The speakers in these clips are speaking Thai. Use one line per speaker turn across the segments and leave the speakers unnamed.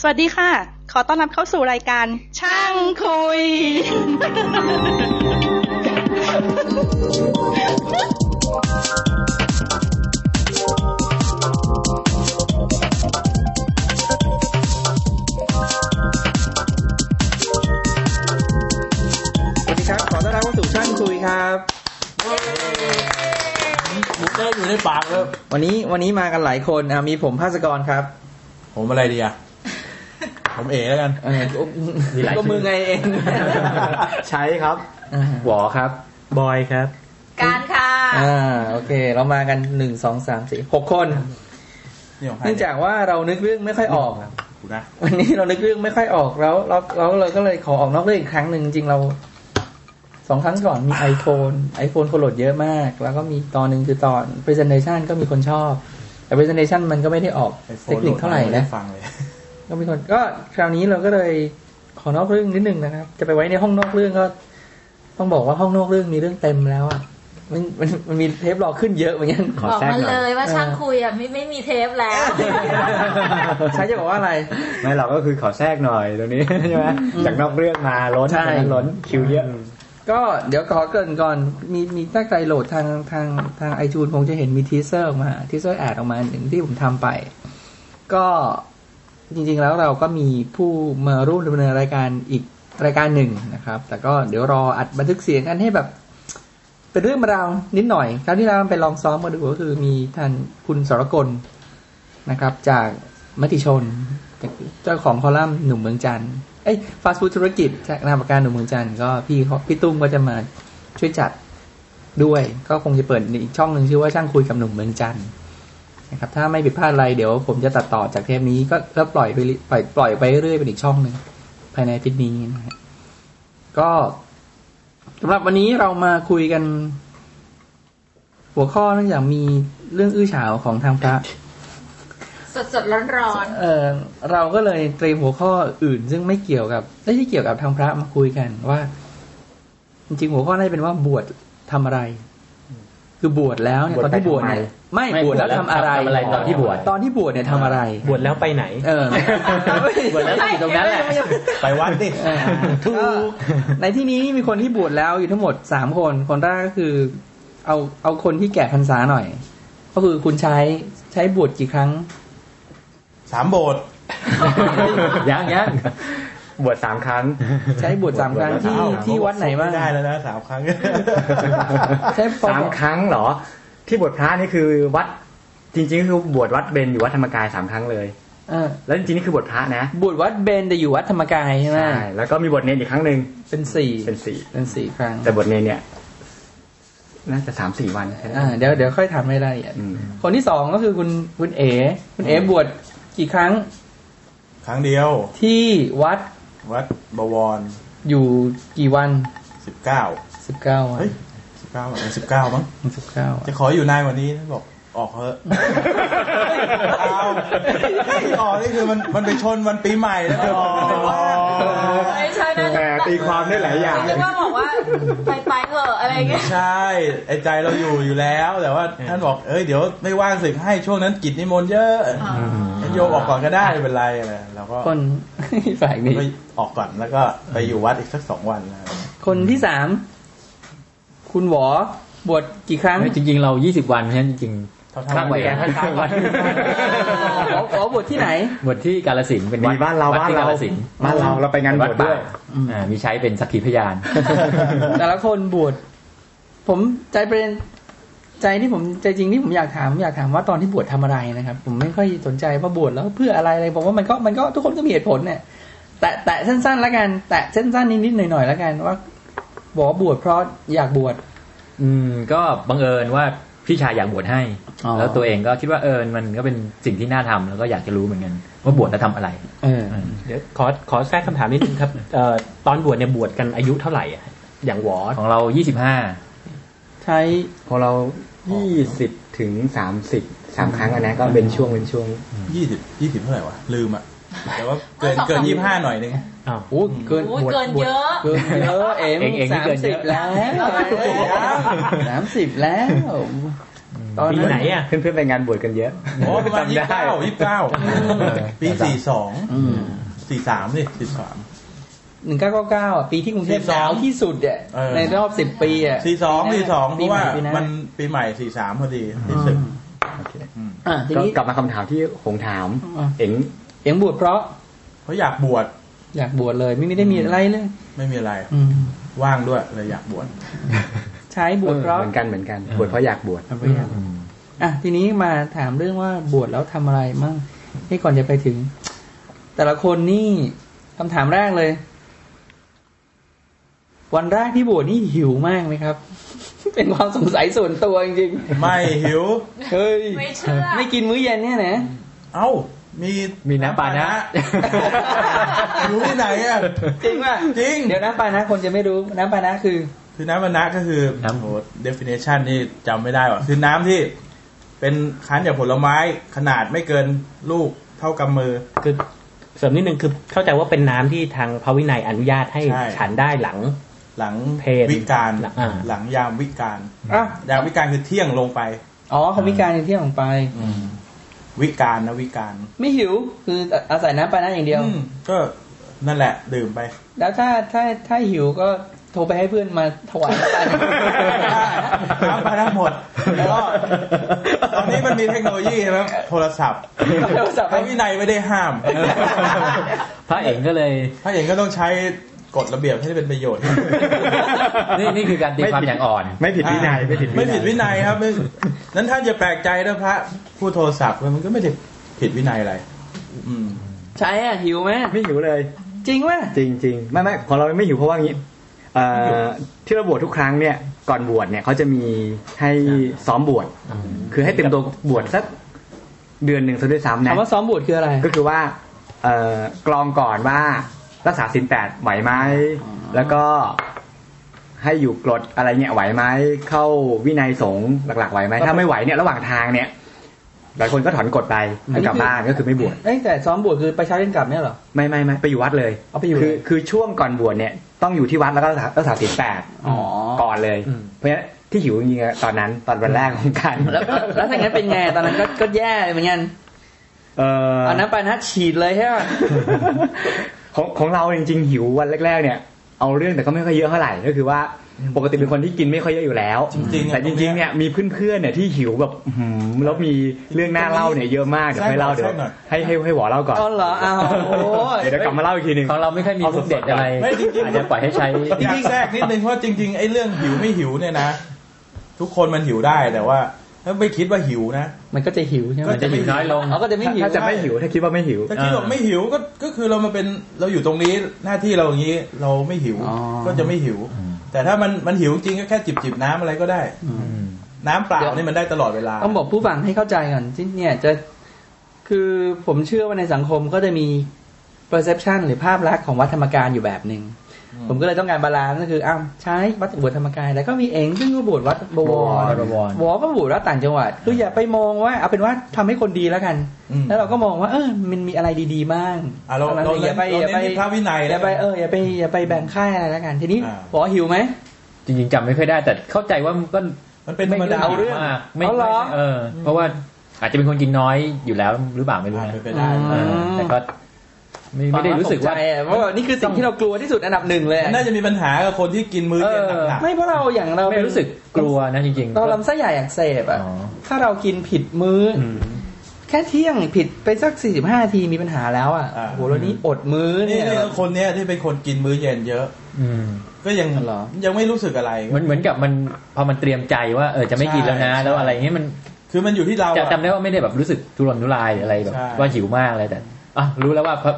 สวัสดีค่ะ ขอต้อนรับเข้าสู่รายการ ช่างคุย
สวัสดีครับ ขอต้อนรับเข้าสู่ช่างคุยครับ
หมูเต้อยู่ในปากเลย
วันนี้วันนี้มากันหลายคนอ่ะมีผมภาสกรครับ
ผมอะไรดีอะผมเอแล้วกัน
เออ
มีหลาย
ก็มือไงเอง
ใช้ครับหวอ ครับ
บอยครับ
การค่ะ
อ่าโอเค เรามากันหนึ่งสองสามสี่หกคน
นี่ของใคร
เนื่องจากว่าเรานึกเรื่องไม่ค่อยออก
กูนะ
วันนี้เรานึกเรื่องไม่ค่อยออกแล้วแล้วแล้วเราก็เลยขอออกนอกเรื่องอีกครั้งหนึ่งจริงๆเราสองครั้งก่อนมี iPhone iPhone คนโหลดเยอะมาก แล้วก็มีตอนหนึ่งคือตอน presentation ก็มีคนชอบ แต่ presentation มันก็ไม่ได้ออก
ไอ้โฟ
เทคนิคเท่าไหร่
โลดม
นะ
ด้ฟังเลย
ก็มีคนก็คราวนี้เราก็เลยขอนอกเรื่องนิดนึงนะครับ จะไปไว้ในห้องนอกเรื่องก็ ต้องบอกว่าห้องนอกเรื่องมีเรื่องเต็มแล้วอ่ะมันมันมันมีเทปรอขึ้นเยอะเหมือน กัน
ขอ
บอก
แทรกห
มา
น่
เล
อย
ยว่าช่างคุยอ่ะไม่ไม่มีเทปแล้ว
ใช้จะบอกว่าอะไร
ไม่เราก็คือขอแทรกหน่อยตรงนี้ ใช่ไหมจากนอกเรื่องมาล้น
ใช่
ล้นคิวเยอะ
ก็เดี๋ยวขอเกรินก่อนมีมีตั้งใจโหลดทางทางทางไอจูนคงจะเห็นมีทีเซอร์ออกมาทีเซอร์แอดออกมาหนึ่งที่ผมทำไป ก็จริงๆแล้วเราก็มีผู้มาร่วมดำเนินรายการอีกรายการหนึ่งนะครับ แต่ก็เดี๋ยวรออัดบันทึกเสียงกันให้แบบ เป็นเรื่องราวนิดหน่อย คราวที่แล้วมันไปลองซ้อมมาดูก็คือมีท่านคุณสรกลนะครับ จากมติชนจากเจ้าของคอลัมน์หนุ่มเมืองจันทร์เอ้ยฟาสต์ฟู้ดธุรกิจจากนามปากกาหนุ่มเมืองจันทร์ก็พี่เขาพี่ตุ้มก็จะมาช่วยจัดด้วย ก็คงจะเปิดอีกช่องหนึ่งชื่อว่าช่างคุยกับหนุ่มเมืองจันทร์นะครับ ถ้าไม่ผิดพลาดอะไรเดี๋ยวผมจะตัดต่อจากเทปนี้ก็ก็ปล่อยไปเรื่อยปล่อยปล่อยไปเรื่อยเป็นอีกช่องหนึ่งภายในอาทิตย์นี้นะฮะก็สำหรับวันนี้เรามาคุยกัน หัวข้อเนื่องจากมีเรื่องอื้อฉาวของทางพระ
สดสดร้อนร้อน
เออเราก็เลยเตรียมหัวข้ออื่น ซึ่งไม่เกี่ยวกับไม่ใช่เกี่ยวกับทางพระมาคุยกันว่า จริงๆหัวข้อน่าจะเป็นว่าบวชทำอะไร คือบวชแล้วเนี่ยตอนที่บวชเนี่ยไม่บวชแล้วทำอะไร
ทำอะไรตอนที่บวช
ตอนที่บวชเนี่ยทำอะไร
บวชแล้วไปไหน
เออ
บวชแล้วอยู่ตรงนั้นแหละ
ไปวัดดิ
เออก็ในที่นี้มีคนที่บวชแล้วอยู่ทั้งหมดสามคน คนแรกก็คือ เอาเอาคนที่แก่พรรษาหน่อย ก็คือคุณใช้ใช้บวชกี่ครั้ง
สามโบสถ์
ยังยังบวชสามครั้ง
ใช้บวชสามครั้งที่
เอ้า
ที่วัดไหนบ้าง
ม่ได้แล้วนะสามครั้ง
ใช่ปอ
สามครั้งเหรอ ที่บวชพระนี่คือวัด จริงๆก็คือบวชวัดเบนอยู่วัดธรรมกายสามครั้งเลย
เออ
แล้วจริงๆนี่คือบวชพระนะ
บวชวัดเบนแต่อยู่วัดธรรมกายใช่ไหม
ใช่แล้วก็มีบวชเนนอีกครั้งหนึ่ง
เป็นสี่
เป็นสี่
เป็นสี่ครั้ง
แต่บวชเนนเนี่ยน่าจะสามสี่วันใช่ไหม
อ่าเดี๋ยวเดี๋ยวค่อยถามรายละเอียด
อืม
คนที่สองก็คือคุณคุณเอ๋คุณเอ๋บวชกี่ครั้ง
ครั้งเดียว
ที่วัด
วัดบวร
อยู่กี่วัน
สิบเก้า
สิบเก้าวัน
เฮ้ยสิบเก้าสิบเก้ามั้ง
สิบเก้า
จะขออยู่นานกว่านี้นะบอกออกเถอะเอาที่ออกนี่คือมันมันไปชนวันปีใหม่แล้วออกไม่ว่า
ๆไม่ใช่นะ
แหมตีความได้หลายอย่าง
นึกว่าบอกว่าไปไปๆเหอะอะไรเงี้ย
ใช่ไอ้ใจเราอยู่อยู่แล้ว แต่ว่าท่านบอกเอ้ยเดี๋ยวไม่ว่างสึกให้ช่วงนั้นกิจนิมนต์เยอะ โยมออกก่อนก็ได้ไม่เป็นไรอะไรแล้วก็
คน ฝ่ายนี้
ไปออกก่อนแล้วก็ไปอยู่วัดอีกสักสองวันอะไรอย่างเงี้ย
คนที่สามคุณหวอบวชกี่ครั้ง
จริงๆ เรา 20 วันเพราะฉะนั้นจริง
เท่า
ๆข้าม
ๆ
ไป
กัน
อ่ะ
หวอหวอบวชที่ไหน
บวชที่กาลสินธุ์เป็นวัด
มีบ้านเรา
วัดที่
บ้าน
กา
เรา
ลสินธุ์
บ้านเราเราไปงาน
วัด
บวชด้
ป่า
วย
อ่ามีใช้เป็นสักขีพ ยาน
แต่ละคนบวชผมใจประเด็นใจที่ผมใจจริงที่ผมอยากถามผมอยากถามว่าตอนที่บวชทำอะไรนะครับ ผมไม่ค่อยสนใจว่าบวชแล้วเพื่ออะไรอะไรผมว่ามันก็มันก็ทุกคนก็มีเหตุผลเนี่ยแต่แต่สั้นๆแล้วกันแต่สั้นๆนิดๆหน่อยๆแล้วกันว่าบอกว่าบวชเพราะอยากบวช
อืมก็บังเอิญว่าพี่ชายอยากบวชให้
อ๋อ
แล้วตัวเองก็คิดว่าเออมันก็เป็นสิ่งที่น่าทำแล้วก็อยากจะรู้เหมือนกันว่าบวชจะทำอะไร
เออ
เดี๋ยวขอขอแทรกคำถามนิดนึงครับเอ่อตอนบวชเนี่ยบวชกันอายุเท่าไหร่อะอย่างหวอ
ของเรา
ใช้
พอเรายี่สิบถึงสามสิบสามครั้งอันนั้นก็เป็นช่วงเป็นช่วง
ยี่สิบยี่สิบเท่าไหร่วะ ลืมอ่ะ แต่ว่าเกิน
สองสาม
เกินยี่ห้าหน่อยนึง
โอ้เกิน
โอ้ยเกินเยอะ
เกินเยอะเอ็ม
เองเอง นี่
สาม
เกิน
สิ
เย
บ
อะ
แล้วสามสิบแล้ว
25อืม
ตอน
ปี
นั้น
ไหนอ่ะ
เพื่อนๆไปงานบวชกันเยอะ
โอ้ประมาณ
จำ
ยี่สิบ
ได้
เก้ายี่สิบเก้าปีสี่สองสี่สามนี่สี่สาม
หนึ่งเก้าเก้าเก้าปีที่กรุงเทพ
42
หนาวที่สุดอ่ะ
เออ
ในรอบสิบปีอ่ะ
สี่สองสี่สองเพ
ปีให
ราะว่า
ปีห
มันปีใหม่สี่สามพอดีที่สึก
โอเค
อ่ะที
ก็
นี้
กลับมาคำถามที่หงถาม
อ่ะ
เอ็ง
เสียงบวชเพราะ
เพราะอยากบวช
อยากบวชเลยไม่ไม่ได้มีอะไรเลย
ไม่มีอะไร
อืม
ว่างด้วยเลยอยากบวช
ใช้บวชเพราะ
เหมือนกันเหมือนกันบวชเพราะอยากบวช
ทำไปอย่างอ่ะทีนี้มาถามเรื่องว่าบวชแล้วทำอะไรมั่งให้ก่อนจะไปถึง แต่ละคนนี่คำถามแรกเลย วันแรกที่บวชนี่หิวมากไหมครับ เป็นความสงสัยส่วนตัวจริง
ไม่หิว
ๆเฮ้ย
ไม่เชื่อ
ไม่กินมื้อเย็นเนี่ยนะ
เอ้ามี
มีน้ำปานะ
รู้ที่ไหนอ่ะ
จริงป่ะ
จริง
เดี๋ยวน้ำปานะคนจะไม่รู้น้ำปานะคือ
คือน้ำมันนะก็คือ
น้ำ
โห definition นี่จำไม่ได้ว่ะคือน้ำที่เป็นคั้นจากผลไม้ขนาดไม่เกินลูกเท่ากำมือ
คือเสริมนิดนึงคือเข้าใจว่าเป็นน้ำที่ทางพระวินัยอนุญาตให้
ใช่
ฉันได้หลัง
หลัง
เพล
วิการ
หลังอ่า
หลังยามวิการ
อ่ะ
ยามวิการคือเที่ยงลงไป
อ๋อคำวิการอย่างที่ของไป
วิการนะวิการ
ไม่หิว คืออาศัยน้ำปานะอย่างเดียว
อืมก็นั่นแหละดื่มไป
แล้วถ้าถ้าถ้าหิวก็โทรไปให้เพื่อนมาถวายน้ำปานะ
น้ำปานะหมดแล้วก็ตอนนี้มันมีเทคโนโลยีใช่ไหมโทรศัพท์
โทรศัพท์
พระวินัยไม่ได้ห้าม
พระเอกก็เลย
ถ้าอย่างก็ต้องใช้กฎระเบียบให้เป็นประโยชน์
นี่นี่คือการตีความอย่างอ่อน
ไม่ผิดวินัยไม่ผิด
ไม่ผิดวินัยครับไม่นั้นท่านจะแปลกใจนะพระผู้โทรศัพท์มันก็ไม่ได้ผิดวินัยอะไร อืม
ใช่อ่ะหิวไหม
ไม่หิวเลย
จริงป่ะ
จริงจริงๆไม่ไม่ของเราไม่หิวเพราะว่างี้เอ่อที่เราบวชทุกครั้งเนี่ย ก่อนบวชเนี่ยเขาจะมีให้ซ้อมบวชคือให้เต็มตัวบวชสักเดือนหนึ่งซะด้วยซ้ำนะ
คำว่าซ้อมบวชคืออะไร
ก็คือว่าเอ่อกรองก่อนว่ารักษาศีลแปดไหวไหมแล้วก็ให้อยู่กรดอะไรเนี่ยไหวไหมเข้าวินัยสงฆ์หลัก ๆ ไหวไหมถ้าไม่ไหวเนี่ยระหว่างทางเนี่ยหลายคนก็ถอนกฎไปแล้วกลับบ้านก็คือไม่บวช
เอ้ยแต่ซ้อมบวชคือไปเช้าเย็นกลับเนี่ยเหรอ
ไม่ไม่ไม่ไปอยู่วัดเลย
เอาไปอยู่
คือ
เลย
คือช่วงก่อนบวชเนี่ยต้องอยู่ที่วัดแล้วก็รักษารักษาศีลแปด
อ๋อ
ก่อนเลย เพราะฉะนั้นที่หิวจริงๆอะตอนนั้นตอนวันแรกของการ
แล้วแล้วแล้วถ้างั้นเป็นไงตอนนั้นก็ก็แย่เหมือนกัน
เออ
เอาน้ำปานะฉีดเลยใช่ป่ะ
ของของเราจริงๆหิววันแรกๆเนี่ย เอาเรื่องแต่ก็ไม่ค่อยเยอะเท่าไหร่ก็คือว่าปกติเป็นคนที่กินไม่ค่อยเยอะอยู่แล้ว
จริงๆอะ
แต่จริงๆเนี่ยมีเพื่อนๆเนี่ยที่หิวแบบอื้อหือแล้วมีเรื่องน่าเล่าเนี่ยเยอะมากเดี๋ยวให้เล่าเดี๋ยว
แทรกหน่อย
ให้ให้ให้หวอเล่าก่อน
ก็เหรอเอาโอ้ย
เดี๋ยวกลับมาเล่าอีกทีหนึ่ง
ของเราไม่ค่อยมี
เอาสด
มุก
ๆ
เด็ดอะไร
ไม่จริงๆ
อาจจะปล่อยให้ใช้
อยากแทรกนิดนึงเพราะจริงๆไอ้เรื่องหิวไม่หิวเนี่ยนะทุกคนมันหิวได้แต่ว่า ถ้าไม่คิดว่าหิวนะ
มันก็จะหิวใช่ไหม
ก็จะหิวน้อยลง
เขาก็จะไม่หิว
ถ้าจะไม่หิวถ้าคิดว่าไม่หิว
ถ้าคิดว่าไม่หิวก็ก็คือเรามาเป็นเราอยู่ตรงนี้หน้าที่เราอย่างนี้เราไม่หิว
อ๋อ
ก็จะไม่หิว แต่ถ้ามันมันหิวจริงก็แค่จิบจิบน้ำอะไรก็ได้ น้ำเปล่านี่มันได้ตลอดเวลา
ต้องบอกผู้ฟังให้เข้าใจก่อนที่เนี่ยจะคือผมเชื่อว่าในสังคมก็จะมี perception หรือภาพลักษณ์ของวัดธรรมการอยู่แบบหนึ่ง
อืม
ผมก็เลยต้องการบาลานซ์ก็คืออ้าวใช้วัดบวชธรรมกายแล้วก็มีเองซึ่งก็บวชวัดบวร
บวร
บวรก็บวชวัดต่างจังหวัดคืออย่าไปมองว่าเอาเป็นว่าทำให้คนดีแล้วกัน
อืม
แล้วเราก็มองว่าเออมันมีอะไรดีๆบ้าง
อ่ะเรา
ท่นั้น
เรา
อย่าไป
เรา
อย่าไป
เน้นที่พระวินัย
อย่าไป
แล้วกัน
เอออย่าไปอย่าไปแบ่งค่ายอะไรแล้วกันทีนี้
อ่า
บอกว่าหิวไหม
จริงๆจำไม่ค่อยได้แต่เข้าใจว่ามันก็
มันเป็นธรรมดา
เอาเรื่อง
มากไม่
เอาเหรอ
เออ เพราะว่าอาจจะเป็นคนกินน้อยอยู่แล้วหรือเปล่าไม่รู้
อ่า
นะ
เป็นไปได้
เออแต่ก็ไม่ไม่ได้รู้สึกว่า
ฟังแล้วตใจอะเพราะว่านี่คือสิ่งที่เรากลัวที่สุดอันดับหนึ่งเลยอะ
น่าจะมีปัญหากับคนที่กินมื้อเย็นหนัก
ไม่เพราะเราอย่างเรา
ไม่รู้สึกกลัวนะจริงๆ
เราลำไส้ใหญ่อักเสบอ่ะ
อ๋อ
ถ้าเรากินผิดมื้ออแค่เที่ยงผิดไปสักสี่สิบห้าทีมีปัญหาแล้วอ่ะ
า
โอ้โหแล้วนี้อดมื้อ
ๆนี่
เนี่ย
นี่คนเนี้ยที่เป็นคนกินมื้อเย็นเยอะ
อืม
ก็ยัง
เหรอ
ยังไม่รู้สึกอะไร
เหมือนเหมือนกับมันพอมันเตรียมใจว่าเออจะไม่กินแล้วนะ
ใช่
แล้วอะไรเงี้ยมัน
คือมันอยู่ที่เรา
จะ
อะ
จำได้ว่าไม่ได้แบบรู้สึกทุรนทุรายหรืออะไรแบบ
ใช่
ว่าหิวมากอะไรแต่อ่ะรู้แล้วว่าพระ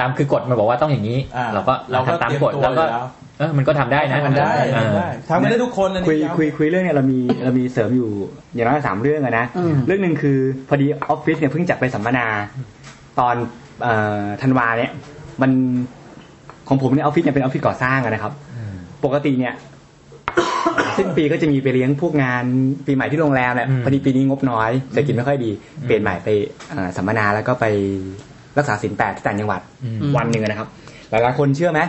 ตามคือกฎมันบอกว่าต้องอย่างนี้
อ่
เราก็เราทำตามกฎ
เรียอ
แล้วก็
ยู่
เออมันก็ทำได้นะ
ทำได้
เออ
ทำได้ทำไม่ได้ทุกคนนะ
คุย
ำ
คุยคุยเรื่องเนี่ยเรามีเรามีเสริมอยู่อย่างน้อยสามเรื่องอะนะ
อืม
เรื่องหนึ่งคือพอดีออฟฟิศเนี่ยเพิ่งจัดไปสัมมนา ตอนเอ่อธันวาเนี่ย มันของผมเนี่ยออฟฟิศเนี่ยเป็นออฟฟิศก่อสร้างอะนะครับ ปกติเนี่ย สิ้นปีก็จะมีไปเลี้ยงพวกงานปีใหม่ที่โรงแรมเนี่ย
อืม
พอดีปีนี้งบน้อยเศรษฐกิจไม่ค่อยดีเปลี่ยนใหม่ไปเอ่อสัมมนาแล้วก็ไปรักษาศีลแปดที่ต่างจังหวัด
อืม
วันหนึ่งอะนะครับ หลายๆคนเชื่อไหม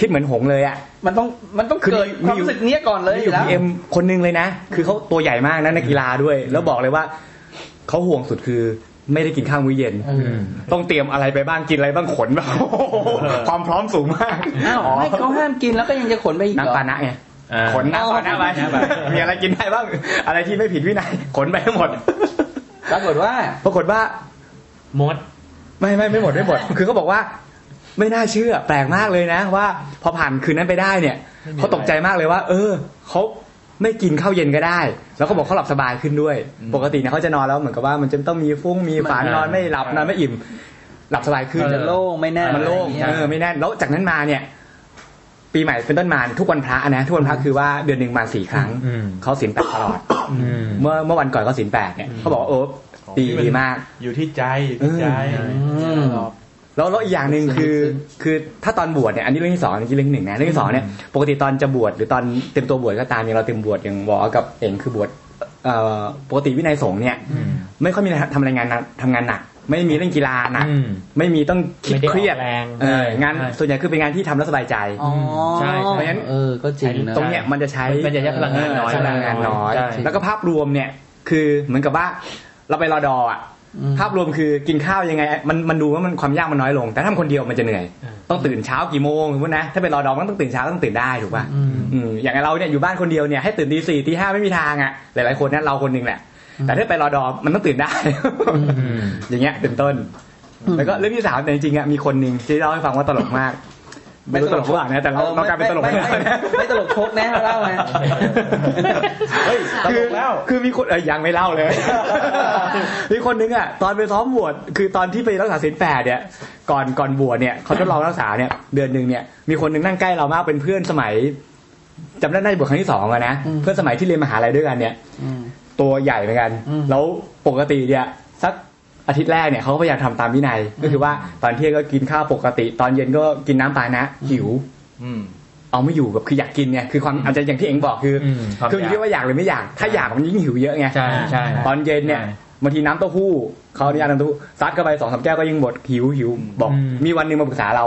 คิดเหมือนหงส์เลยอ่ะ
มันต้องมันต้อง
คือ
เกิด
มี
ความ
อยู่
รู้สึกเนี้ยก่อนเลย
มี
อ
อยู่
ยู่แล้ว
พีเอ็มคนหนึงเลยนะ คือเขาตัวใหญ่มากนะในกีฬาด้วย แล้วบอกเลยว่าเขาห่วงสุดคือไม่ได้กินข้าวมื้อเย็น
เออ
ต้องเตรียมอะไรไปบ้างกินอะไรบ้างขนแบบโอ้โหความพร้อมสูงมาก
อ้าวไม่เขาห้ามกินแล้วก็ยังจะขนไปอีกเหรอ
น้ำปานะไง
อ่า
ขนน้ำปานะไป
น้ำปานะไป
มีอะไรกินได้บ้าง อะไรที่ไม่ผิดวินัยขนไปให้หมด
ปรากฏว่า
ปรากฏว่า
มด
ไม่ไม่ไม่หมดไม่หมด คือเขาบอกว่า ไม่น่าเชื่อ แปลกมากเลยนะว่า พอผ่านคืนนั้นไปได้เนี่ย
ไม่มีอะไร
เขาตกใจมากเลยว่า เออเขาไม่กินข้าวเย็นก็ได้ แล้วเขาบอกเขาหลับสบายขึ้นด้วย ปกติเนี่ยเขาจะนอนแล้วเหมือนกับว่ามันจะต้องมีฟุ้งมีฝัน
มัน
นอนไม่หลับ
ใช่
นอนไม่อิ่ม หลับสบายขึ้น
มันจะโล่งไม่แน่น
มันโล่ง
อะไรอย่างเงี้ย
เออไม่แน่นแล้วจากนั้นมาเนี่ย ปีใหม่เป็นต้นมาทุกวันพระนะทุกวันพระคือว่าเดือนหนึ่งมาสี่ครั้ง
อืม
เขาศีลแปดตลอด
อืม
เมื่อเมื่อวันก่อนเขาศีลแปดเนี่ยเขาบอกว่าโอ้ดีดีมาก
อยู่ที่ใจอยู่ที่ใจ
เออ
ม
หรอก
แล้วแล้วอีกอย่างหนึ่งคือคือถ้าตอนบวชเนี่ยอันนี้เรื่องที่สองอันนี้เรื่องที่หนึ่งนะเรื่องที่สองเนี่ยปกติตอนจะบวชหรือตอนเต็มตัวบวชก็ตามอย่างเราเต็มบวชอย่างวอกับเองคือบวชเอ่อปกติวินัยสงฆ์เนี่ย
อืม
ไม่ค่อยมีทำรายงานหนักทำงานหนัก ไม่มีเรื่องกีฬาหนัก
อืม
ไม่มีต้องคิด
ไม่ได้ออก
เครียด
แรง
เอองาน
ใช่
ส่วนใหญ่คือเป็นงานที่ทำแล้วสบายใจ
อ๋อ
ใช่
เพราะฉะนั้น
เออก็จริงนะ
ตรงเนี้ยมันจะใช้
มันจะใช้พลังงานน้อย
พลังงานน้อย
ใช่
แล้วก็ภาพรวมเนี่ยคือเหมือนกับว่าเราไปรอดออ่ะ
อืม
ภาพรวมคือกินข้าวยังไง มันมันดูว่ามันความยากมันน้อยลง แต่ถ้าทำคนเดียวมันจะเหนื่อย ต้องตื่นเช้ากี่โมงสมมตินะถ้าเป็นรอดอมันต้องตื่นเช้าต้องตื่นได้ถูกป่ะอืมอย่างเราเนี่ยอยู่บ้านคนเดียวเนี่ยให้ตื่นตีสี่ตีห้าไม่มีทางอ่ะหลายๆคนนั่นเราคนหนึ่งแหละ แต่ถ้าไปรอดอมันต้องตื่นได้ อย่างเงี้ยเป็นต้น แล้วก็เรื่องที่สามเนี่ยจริงๆอ่ะมีคนหนึ่งที่เล่าให้ฟังว่าตลกมากไม่รู้ตลกหรือเปล่านะแต่เรา
ออ
เรากลายเป็นตลก
ไม่
ไปแล้ว
ไม่
นะ
ไม่ไม่ตลกโคกแน่เล่าไหม
เฮ้ยตลกแล้ว
คือมีคนเอ้ยยังไม่เล่าเลย มีคนนึงอ่ะตอนไปซ้อมบวชคือตอนที่ไปรักษาศีลแปดเนี่ย ก่อนก่อนบวชเนี่ยเขาทดลองรักษาเนี่ยเดือนหนึ่งเนี่ยมีคนหนึงนั่งใกล้เรามากเป็นเพื่อนสมัยจำได้ได้บวชครั้งที่สองอะนะ
อืม
เพื่อนสมัยที่เรียนมหาลัยด้วยกันเนี่ย
อืม
ตัวใหญ่เหมือนกัน
อืม
แล้วปกติเนี่ยสักอาทิตย์แรกเนี่ยเขาก็พยายามทำตามวินัย ก็คือว่าตอนเที่ยงก็กินข้าวปกติ ตอนเย็นก็กินน้ำปานะหิว
อืม
เอาไม่อยู่แบบคืออยากกินไงคือความอาจจะอย่างที่เอ็งบอกคืออ
มความ
คือ
อยาก
เรียกว่าอยากหรือไม่อยากถ้าอยากมันยิ่งหิวเยอะไง
ใช่ใช่
ตอนเย็นเนี่ย
ใช่
บางทีน้ำเต้าหู้เขาอนุญาตน้ำเต้าหู้ซัดเข้าไปสองสามแก้วก็ยิ่งหมดหิวหิวบอก
อืม
มีวันหนึ่งมาปรึกษาเรา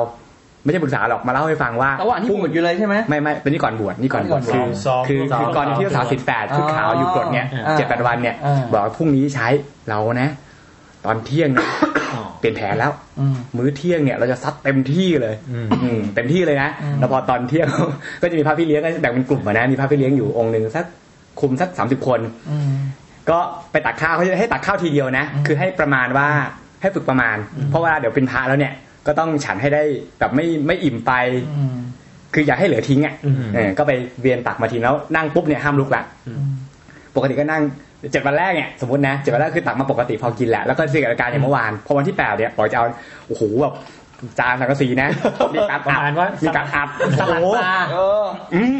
ไม่ใช่ปรึกษาหรอกมาเล่าให้ฟังว่า
ระหว่างที่บวชอยู่เลยใช่ไหม
ไม่ไม่เป็นนี่ก่อนบวชนี่ก่อนบวช
ก่อนบวช
ซ้อม
คือ
ซ้อม
คือก่อนที่จะสาวสิบแปดชุดขาวอยู่กรดเนี่ย
อ๋อ
เจ็ดแปดวันเนี่ย
อ่า
บอกว่าพรุ่งนี้ใช้เรานะ ตอนเที่ยงนะเปลี่ยนแผนแล้ว
อืม
มื้อเที่ยงเนี่ยเราจะซัดเต็มที่เลย
อืม
อืมเต็มที่เลยนะ
อืม
แล้วพอตอนเที่ยง ก็จะมีพระพี่เลี้ยงก็แบ่งเป็นกลุ่มอะนะ มีพระพี่เลี้ยงอยู่องค์หนึ่งสักคุมสักสามสิบคน
อืม
ก็ไปตักข้าวเขาจะให้ตักข้าวทีเดียวนะ คือให้ประมาณว่าให้ฝึกประมาณ เพราะว่าเดี๋ยวเป็นพระแล้วเนี่ย ก็ต้องฉันให้ได้แบบไม่ไม่อิ่มไป
อืม
คืออยากให้เหลือทิ้งอ่ะ
อืม
เออก็ไปเวียนตักมาทีแล้วนั่งปุ๊บเนี่ยห้ามลุกละปกติก็นั่งเจ็ดวันแรกเนี่ยสมมตินะเจ็ดวันแรกคือตักมาปกติพอกินแหละแล้วก็เสียอาการอย่างเมื่อวานพอวันที่แปดเนี่ยบอกจะเอาโอ้โหแบบจานสังกะสีนะมีการ
ประ
อั
มา
ด
ณว่า
มีการอัด
สลัด
โอ้โห
ปลา
เออ
อืม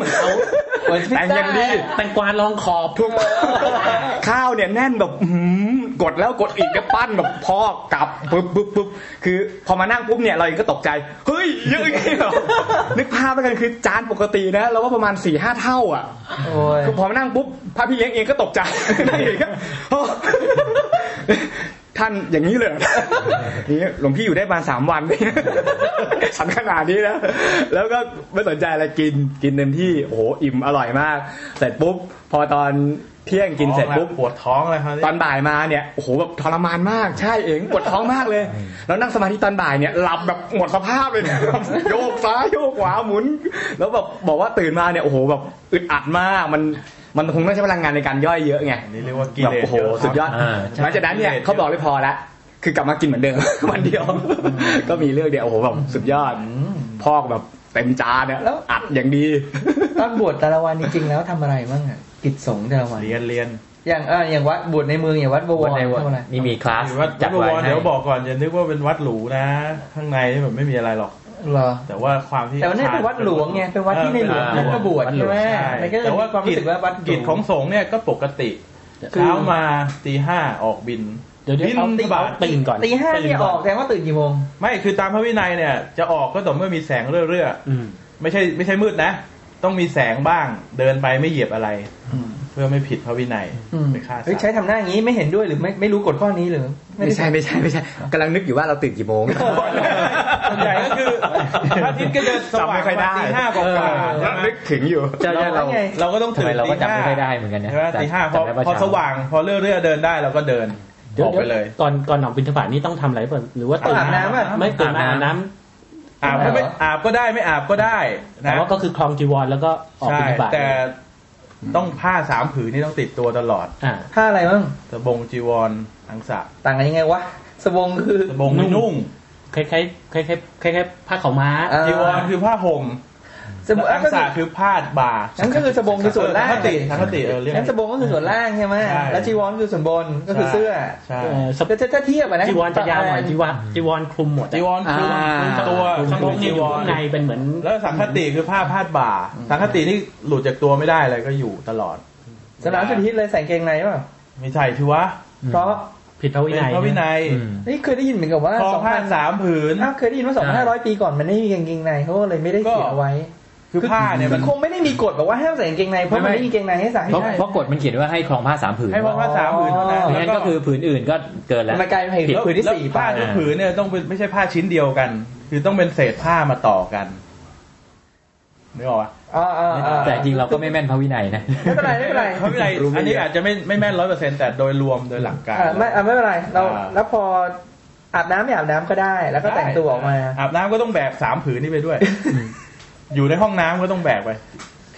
แต่ยังดี
แตงกวาลองขอบ
ถูก ข้าวเนี่ยแน่นแบบอื้อหือกดแล้วกดอีกแล้วปั้นแบบพอกกลับปุ๊บปุ๊บปุ๊บคือพอมานั่งปุ๊บเนี่ยเราเองก็ตกใจ เฮ้ยเยอะอย่างงี้เหรอนึกภาพแล้วกันคือจานปกตินะเราว่าประมาณ4ี่ห้าเท่าอ่ะ
โอ้ย
คือพอมานั่งปุ๊บพระพี่เลี้ยงเองก็ตกใจ นั่งเองก็โอ้ท่านอย่างนี้เลยเหรอ นี่หลวงพี่อยู่ได้ประมาณสามวัน ฉันขนาดนี้แล้วแล้วก็ไม่สนใจอะไรกินกินเต็มที่โอ้โหอิ่มอร่อยมากเสร็จปุ๊บพอตอนเที่ยงกินเสร็จปุ๊บ
ปวดท้องเลยครับ
ตอนบ่ายมาเนี่ยโอ้โหแบบทรมานมากใช่เองปวดท้องมากเลย แล้วนั่งสมาธิตอนบ่ายเนี่ยหลับแบบหมดสภาพเลย เนี่ยโยกซ้ายโยกขวาหมุน แล้วแบบบอกว่าตื่นมาเนี่ยโอ้โหแบบอึดอัดมากมันมันคงต้องใช้พลังงานในการย่อยเยอะไง
อันนี้เรียกว่ากิ
แบบ
เลส
โอ้โห
เยะครับ
สุดยอด
อ่าใช่
หลังจากนั้นเนี่ยเขาบอกเลยพอละคือกลับมากินเหมือนเดิม วันเดียว ก็มีเรื่องเดียวโอ้โหแบบสุดยอดพอกแบบเต็มจานเนี่ยแล้วอัดอย่างดี
ต อนบวชแต่ละวันจริงๆแล้วทำอะไรบ้างอ่ะกิจสงฆ์แต่ละวัน
เรียนเรียน
อย่างเอออย่างวัดบวชในเมืองอย่างวัดบวร
วันไหนวะ
ทำอะไร
นี่มีคลาส
วัด
จัด
วัดบ
ไว้
วร
ให้
เดี๋ยวบอกก่อนอย่านึกว่าเป็นวัดหรูนะ ข้างในนี่แบบไม่มีอะไรหรอก
เหรอ
แต่ว่าความที่
แต่วันนี้เป็นวัดหลวงไงเป็นวัดที่ในหลวง
เออ
ท่านก็บวช
วัดหลวง
ใช่ไหม
ใช่
มันก็เลย
แต่ว่า
มีความรู้สึกว่าวัดหลวง
กิจของสงฆ์เนี่ยก็ปกติ
คือ
เช้ามาตีห้าออกบิน
เดี๋ยวเดี๋ยว
บิน
เอาตี
บาท
ตื่นก่อน
ตีห้าเนี่ยออกแสดงว่าตื่นกี่โมง
ไม่คือตามพระวินัยเนี่ย จะออกก็ต่อเมื่อมีแสงเรื่อย
อืม
ๆไม่ใช่ไม่ใช่มืดนะ ต้องมีแสงบ้างเดินไปไม่เหยียบอะไร เพื่อไม่ผิดพระวินัย
อืม
ไม่ฆ่า
เฮ้ย
สัต
ใช้
ว์
ทำหน้าอย่างนี้ไม่เห็นด้วยหรือไม่ไม่รู้กฎข้อนี้หรือ
ไม่ใช่ไม่ใช่ไม่ใช่กำลังนึกอยู่ว่าเราตื่นกี่โมง
ส่วนใหญ่ก็คือ พระอาทิตย์ก็จะสว่างประมาณตีห้ากว่าๆ
แล้
ใช่
ว
ไหม
นึกถึงอยู่
จะจะเรา
เราก็ต้อง
ทำ
ตื่
ไม
น
เราก็
ตี
จำ
ห้า
ไม่ค่อยได้เหมือนกันนะ
ใช่ไหมตีห้าพอ
จำได้ว่า
พอ
เช้า
สว่างพอเรื่อยเรื่อยๆเดินได้เราก็เดินออกไปเลย
ก่อนก่อนออกบิณฑบาตนี่ต้องทำอะไรเปล่าหรือว่าตื่น
อาบน้ำป่ะ
ไม่ตื่นมาอาบน้ำ
อาบก็ไม่อาบก็ได้ไม่อาบก็ได้
แต่
นะ
ว่าก็คือคลองจีวรแล้วก็ออก
ใช่
บิณฑบาต
แต่ต้องผ้าสามผืนนี่ต้องติดตัวตลอด
อ่า
ผ้าอะไรมั่ง
สบงจีวรอังสะ
ต่างกันยังไงวะสบงคือ
สบงไม่นุ่ง
คล้ายๆคล้ายๆคล้ายๆผ้าขาวม้า
เอ
จีวรคือผ้าห่ม
สบง
และอังสะคือผ้าบ่า
นั่นก็คือสบงคือส่วนล่าง
ทัคติทัคติเออเรียก
นั่นสบงก็คือส่วนล่างใช่ไหม
ใช่
แล้วจีวรคือส่วนบนก็คือเสื้อ
ใช่
เอ่อสเป
แต่ถ้าถ้าเทียบอะนะ
จีวรจะยาวหน่อยจีวรจีวรคลุมหมดอะ
จีวรคลุม
อ่า
คลุมตัว
คลุม
ส
สะ
บ
โพ
ง
ก
จี
นี่อ
ว
ยู่
ร
ข้างในเป็นเหมือน
แล้วสังคติคือผ้าพาดบ่า สังคตินี่หลุดจากตัวไม่ได้เลยก็อยู่ตลอด
สนามสุดฮิตเลยใส่กางเกงในเปล่า
ไม่ใช่ถือวะ
เพราะ
ผิดพระวิ
เป็น
นัย
พระวินัย
อืม
นี่เคยได้ยินเหมือนกับว่า
ครอง
สอง
ผ้า
พัน
สามผืน
อ้าวเคยได้ยินว่าสองพันห้าร้อยปีก่อนมันไม่มีกางเกงในเขาก็เลยไม่ได้เขียนเอาไว้
คือผ้าเนี่ย
มั
มัน น
คงไม่ได้มีกฎบอกว่าห้ามใส่กางเกงในเพราะมันไม่มีกางเกงในให้ใส่
เพราะ
ใช่
เพราะกฎมันเขียนว่าให้คลองผ้าสามผืน
ให้
เพ
พอผ้าสามผืนเท่านั้น
อ๋อ
แล้ว
ราะงั้นก็คือผืนอื่นก็เกินแล้ว
มันกลายเป็น
ผิด
ผืนที่
แล้ว
สี่
ผ้า
ไป
ทุกผืนเนี่ยต้องเป็นไม่ใช่ผ้าชิ้นเดียวกัน คือต้องเป็นเศษผ้ามาต่อกันนึกออกปะ
อ่าอ่าอ่า
แต่จริงเราก็ไม่แม่นพระวินัยนะ
ไม่เป็นไรไม่เป็นไร
พระวินัยอันนี้อาจจะไม่ไม่แม่นร้อยเปอร์เซ็นต์แต่โดยรวมโดยหลักการ
อ่าไม่อ่าไม่เป็นไรเรา
อ่า
แล้วพออาบน้ำไม่อาบน้ำก็ได้ แล้วก็แต่งตัวออกมา
อาบน้ำก็ต้องแบกสามผืนนี่ไปด้วย อยู่ในห้องน้ำก็ต้องแบกไป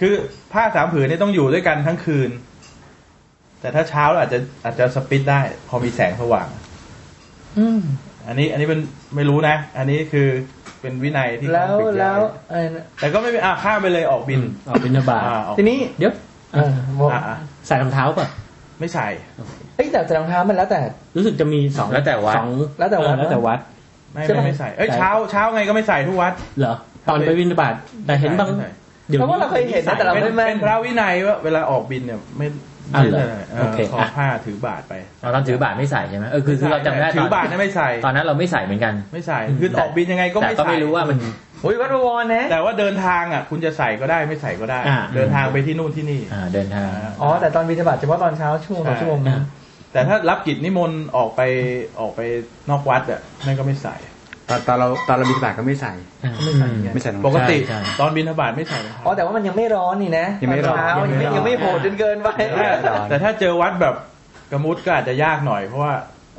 คือผ้าสามผืนนี่ต้องอยู่ด้วยกันทั้งคืน แต่ถ้าเช้าอาจจะอาจจะสปิดได้ พอมีแสงสว่าง
อืม
อันนี้อันนี้เป็นไม่รู้นะ อันนี้คือเป็นวินัยที่
แล้ว
เขาฝึกไ
แล้วเออนะ
แต่ก็ไม่เป็นอ่ะข้ามไปเลยออกบิน
ออกบิณฑบาต
อ่าออก
ทีนี้
เดี๋ยว
เออบอก
อ่ะอ่ะ
ใส่รองเท้าป่ะ
ไม่ใช่
เอ้ยแต่รองเท้ามันแล้วแต่
รู้สึกจะมีสอง
แล้วแต่วัด
สอง
แล้วแต่วัด
เออแล้วแต่วัด
ไม่
ใช่ไหม
ไม่ไม่ใส่ เอ้ย
ใส่
เช้าเช้าไงก็ไม่ใส่ทุกวัด
เหรอตอนไปบิณฑบาตแต่เห็นบาง
ไม่ใส่
เดี๋ยว
เพราะว่าเราเคยเห็นนะแต่เรา
เป็น
ไม่แม่
เป็นนพระวินัยว่าเวลาออกบินเนี่ยไม่
อ่ะ
ไม่
เหรอ
ใส่เอ
โอ
อ
เค
ขอ
อ่ะ
ผ้าถือบาทไป
เราตอนถือบาทไม่ใส่ใช่ไหมเออคือคือเราจำได้
ถื
ต
อ
อน
บาทเนี่ยไม่ใส่
ตอนนั้นเราไม่ใส่เหมือนกัน
ไม่ใส่คือออกบินยังไงก็
แต่
ไม่
ก็
ใส่
ไม่รู้ว่ามัน
โอ้ยวัดบวรนะ
แต่ว่าเดินทางอ่ะ คุณจะใส่ก็ได้ไม่ใส่ก็ได้
อ่ะ
เดินทางไปที่นู่นที่นี่
อ่าเดินทาง
า
อ๋อแต่ตอนวิทยาบาตเฉพาะตอนเช้าชั่วโมงสองชั่วโมงนะ
แต่ถ้ารับกิจนิมนต์ออกไปออกไปนอกวัดอ่ะนั่นก็ไม่ใส่
ตอนตอนเราตอนเราบินบาทก็ไม่ใส่ ไม่ใส่รอง
ป
เท้า
กติ
ใช่
ตอนบินทบาทไม่ใส่รองเท้า
อ๋อแต่ว่ามันยังไม่ร้อนนี่นะ
ยังไม่ร้อ
ต
น
เช้ายังไม่ยังไม่โหดจนเกินไป
แต่ถ้าแต่ถ้าเจอวัดแบบกระมุดก็อาจจะยากหน่อยเพราะว่า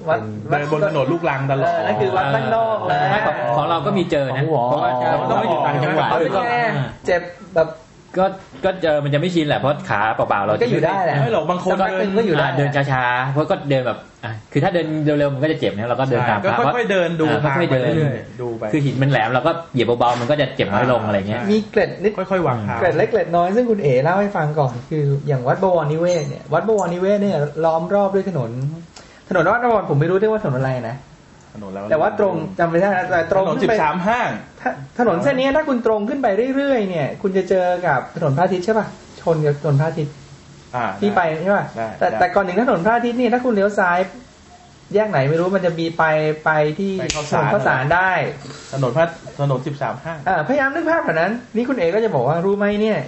วัด
เดินบนถนนลูกลังตลอด
เออนั่นคือวัดบ้านนอกเลย
ไม่ของของเราก็มีเจอ
ข
นะ
องหวอ
เพราะว่าเรา
ต้
ต้
อ
อง ง
ไป
ไป
ออ
อ
ยู่ก
ต่างจังหวัด
เอาเป็นไงอะเจ็บแบบ
ก็ก็เจอมันจะไม่ชินแหละเพราะขาเปล่าๆเรา
ก็อยู่ได้แหละ
ไม่หรอกบางคน
สักพักห
เดิ
นึ
น
งก็อยู่ได้
อ่าเดินช้าๆเพราะก็เดินแบบอ่ะคือถ้าเดินเร็วๆมันก็จะเจ็บนะเราก็เดินตาม
ก็
พระ
ค่อยๆเดินดู
อ่า
ทาง
ค่อยๆ
ไป
เดิน
เรื่อยๆดูไป
คือหินมันแหลมเราก็เหยียบเบาๆมันก็จะเจ็บน้อยลงอะไรเงี้ย
มีเกล็ดนิด
ค่อยๆวางเท้า
เกล็ดเล็กเกล็ดน้อยซึ่งคุณเอ๋เล่าให้ฟังก่อน คืออย่างวัดบวรนิเวศเนี่ยวัดบวรนิเวศเนี่ยล้อมรอบด้วยถนน ถนนวัดบวรผมไม่รู้เรียกว่าถนนอะไรนะ
ถนนแล้ว
แต่ว่าตรงจำไม่ได้นะแต่ต
ต
ร
รง งสิ
ขึ้น
บ
ไป
สามห้าง
ถ้าถนนเส้นนี้ถ้าคุณตรงขึ้นไปเรื่อยๆเนี่ยคุณจะเจอกับถนนพระอาทิตย์ใช่ป่ะชนกับถนนพระอาทิตย์
อ่า
ที่ไปใช่ป่ะ
ได้
แต่
ได้
แต่ก่อนถึงถนนพระอาทิตย์เนี่ยถ้าคุณเลี้ยวซ้าย แยกไหนไม่รู้มันจะมีไปไปที่
ไปเข้า
ถ
สาร
นนข้าวสารได้
ถนนพระถนนสิบสามห้าง
อ่าพยายามนึกภาพแบบนั้น นี่คุณเอก็จะบอกว่ารู้ไหมเนี่ย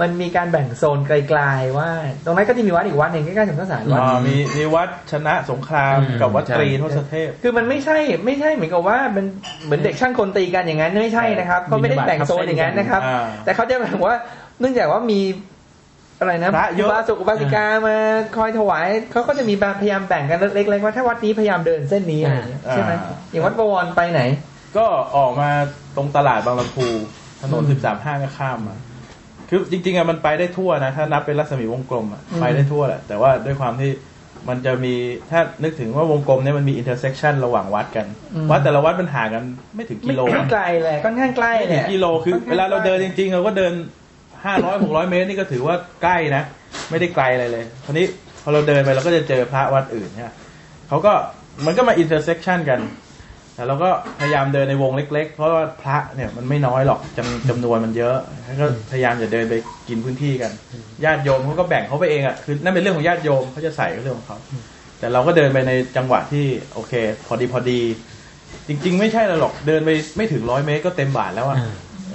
มันมีการแบ่งโซนไกลๆว่า ตรงนั้นก็จะมีวัดอีกวัดหนึ่งใกล้ๆสำนักสารวัด
อ่ามีมีวัดชนะสงคราม
อืม
กับวัด
ใช่
ตรีทศเทพ
คือมันไม่ใช่ไม่ใช่เหมือนกับว่ามันเหมือนเด็กช่างคนตีกันอย่างนั้นไม่ใช่นะครับเขาไม่ได้แบ่งโซนอย่างนั้นนะครับ
อ่า
แต่เขาจะแบ่งว่าเนื่องจากว่ามีอะไรนะ
พระเยอะ
อุบาสกอุบาสิกามาคอยถวายเขาก็จะมีแบบพยายามแบ่งกันเล็กๆว่าถ้าวัดนี้พยายามเดินเส้นนี้อะไรอย่างเงี้ยใช่ไหมอย่างวัดบวรไปไหน
ก็ออกมาตรงตลาดบางลำพูถนนสิบสามห้างก็ข้ามมา คือจริงๆอะมันไปได้ทั่วนะ ถ้านับเป็นรัศมีวงกลมอะ
อืม
ไปได้ทั่วแหละ แต่ว่าด้วยความที่มันจะมีถ้านึกถึงว่าวงกลมเนี่ยมันมีอินเตอร์เซ็กชันระหว่างวัดกัน วัดแต่ละวัดมันห่างกันไม่ถึงกิ
ไม่
โล
ไม่
อะ
ไกลเลยค่อนข้างใกล้
ไม่ถึ
เนี่
ง
ย
กิโลคือ
ค่อนข้าง
เวลาเรา
ใกล้
เดินจริงๆ เราก็เดินห้าร้อยหกร้อยเมตรนี่ก็ถือว่าใกล้นะ ไม่ได้ไกลอะไรเลยทีนี้พอเราเดินไปเราก็จะเจอพระวัดอื่นเนี่ยเขาก็มันก็มาอินเตอร์เซ็กชันกันแต่เราก็พยายามเดินในวงเล็ก ๆ เพราะว่าพระเนี่ยมันไม่น้อยหรอกจำจำนวนมันเยอะแล้วก็พยายามจะเดินไปกินพื้นที่กันญาติโยมเขาก็แบ่งเขาไปเองอ่ะคือนั่นเป็นเรื่องของญาติโยมเขาจะใส่ก็เรื่องของเขาแต่เราก็เดินไปในจังหวะที่โอเค พอดีพอดี จริง ๆ ไม่ใช่หรอกเดินไปไม่ถึงร้อยเมตรก็เต็มบาทแล้วอ่ะ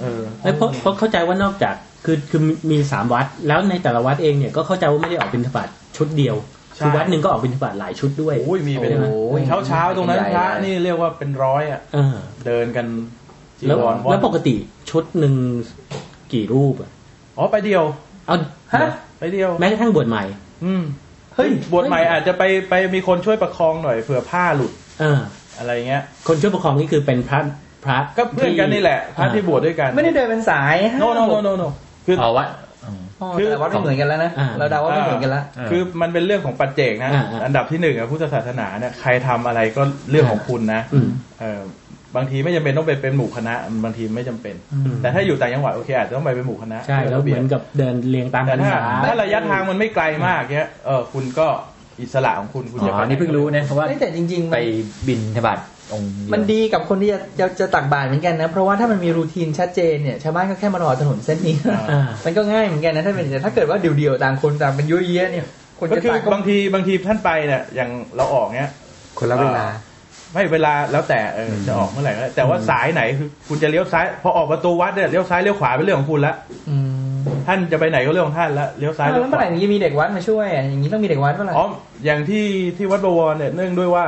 เออ
เอ้ยเพราะเพราะเข้าใจว่านอกจากคือคือมีสามวัด แล้วในแต่ละวัดเองเนี่ยก็เข้าใจว่าไม่ได้ออกบิณฑบาตชุดเดียวคือวัดหนึ่งก็ออกบิณฑบาตหลายชุดด้วย
โอ้ยมีเป็น
ใช่ไหม
เช้าเช้าๆตรงนั้นพระนี่เรียกว่าเป็นร้อยอ่ะ
เออ
เดินกัน จี
แล้ว
วร
แล้วปกติชุดหนึ่งกี่รูปอะ
อ๋อไปเดียว
เอา
ฮะไปเดียว
แม้กระทั่งบวชใหม่
อืม
เฮ้ย
บวชใหม่อาจจะไปไปมีคนช่วยประคองหน่อยเผื่อผ้าหลุด
เออ
อะไรเงี้ย
คนช่วยปกครองนี่คือเป็นพระพระ
ก็เพื่อนกันนี่แหละพระที่บวชด้วยกัน
ไม่ได้เดินเป็นสายห้า
no no no no no คือ
เอาวะ
อ๋อ
คือ
แต่ว่าไม่เหมือนกันแล้วนะ
อ่า
เราเดาว่าไม่เหมือนกันแล้ว
เออ
คือมันเป็นเรื่องของปัจเจกนะ
อ่าอ่า
อันดับที่หนึ่งอะพุทธศาสนาเนี่ยใครทำอะไรก็เรื่องของคุณนะ
อืม
เออบางทีไม่จำเป็นต้องไปเป็นหมู่คณะบางทีไม่จำเป็น
อืม
แต่ถ้าอยู่ต่างจังหวัดโอเคอาจจะต้องไปเป็นหมู่คณะ
ใช่แล้วเหมือนกับเดินเรียงตาม
แต่
พรร
ถ้า
ษา
ถ้าระยะทางมันไม่ไกลมากเนี้ยเออคุณก็อิสระของคุณคุณ
อ๋
จะไป
อนี่เพิ่งรู้นะเพราะว่า
ไม่แต่จริงๆมัน
ไปบินธบัตองค์เยว
มันดีกับคนที่จะจะจะตักบาตรเหมือนกันนะ เพราะว่าถ้ามันมีรูทีนชัดเจนเนี่ยชาวบ้านก็แค่มารอถนนเส้นนี้
อ่า
มันก็ง่ายเหมือนกันนะถ้าเป็นแต่ถ้าเกิดว่าเดี่ยวๆต่างคนต่างเป็นยุ่ยเยะเนี่ย คน
ก็
จะ
คือ
ตักก็
บางทีบางทีท่านไปเนี่ยอย่างเราออกเนี้ย
คนละเวลา
ไม่เวลาแล้วแต่เอออจะออกเมื่อไหร่ก็ได้แต่ว่าสายไหนคือคุณจะเลี้ยวซ้ายพอออกประตูวัดเนี่ยเลี้ยวซ้ายเลี้ยวขวาเป็นเรื่องของคุณละ
อืม
ท่านจะไปไหนก็เรื่องของท่านละเลี้ยวซ้าย
อ้าว
เลี้ย
แล้ว ว
ข
เมื่อไห
วา
ร่ถึงจะมีเด็กวัดมาช่วยอ่ะอย่างนี้ต้องมีเด็กวัดเมื่อไหร่
อ๋ออย่างที่ที่วัดบวรเนี่ยเนื่องด้วยว่า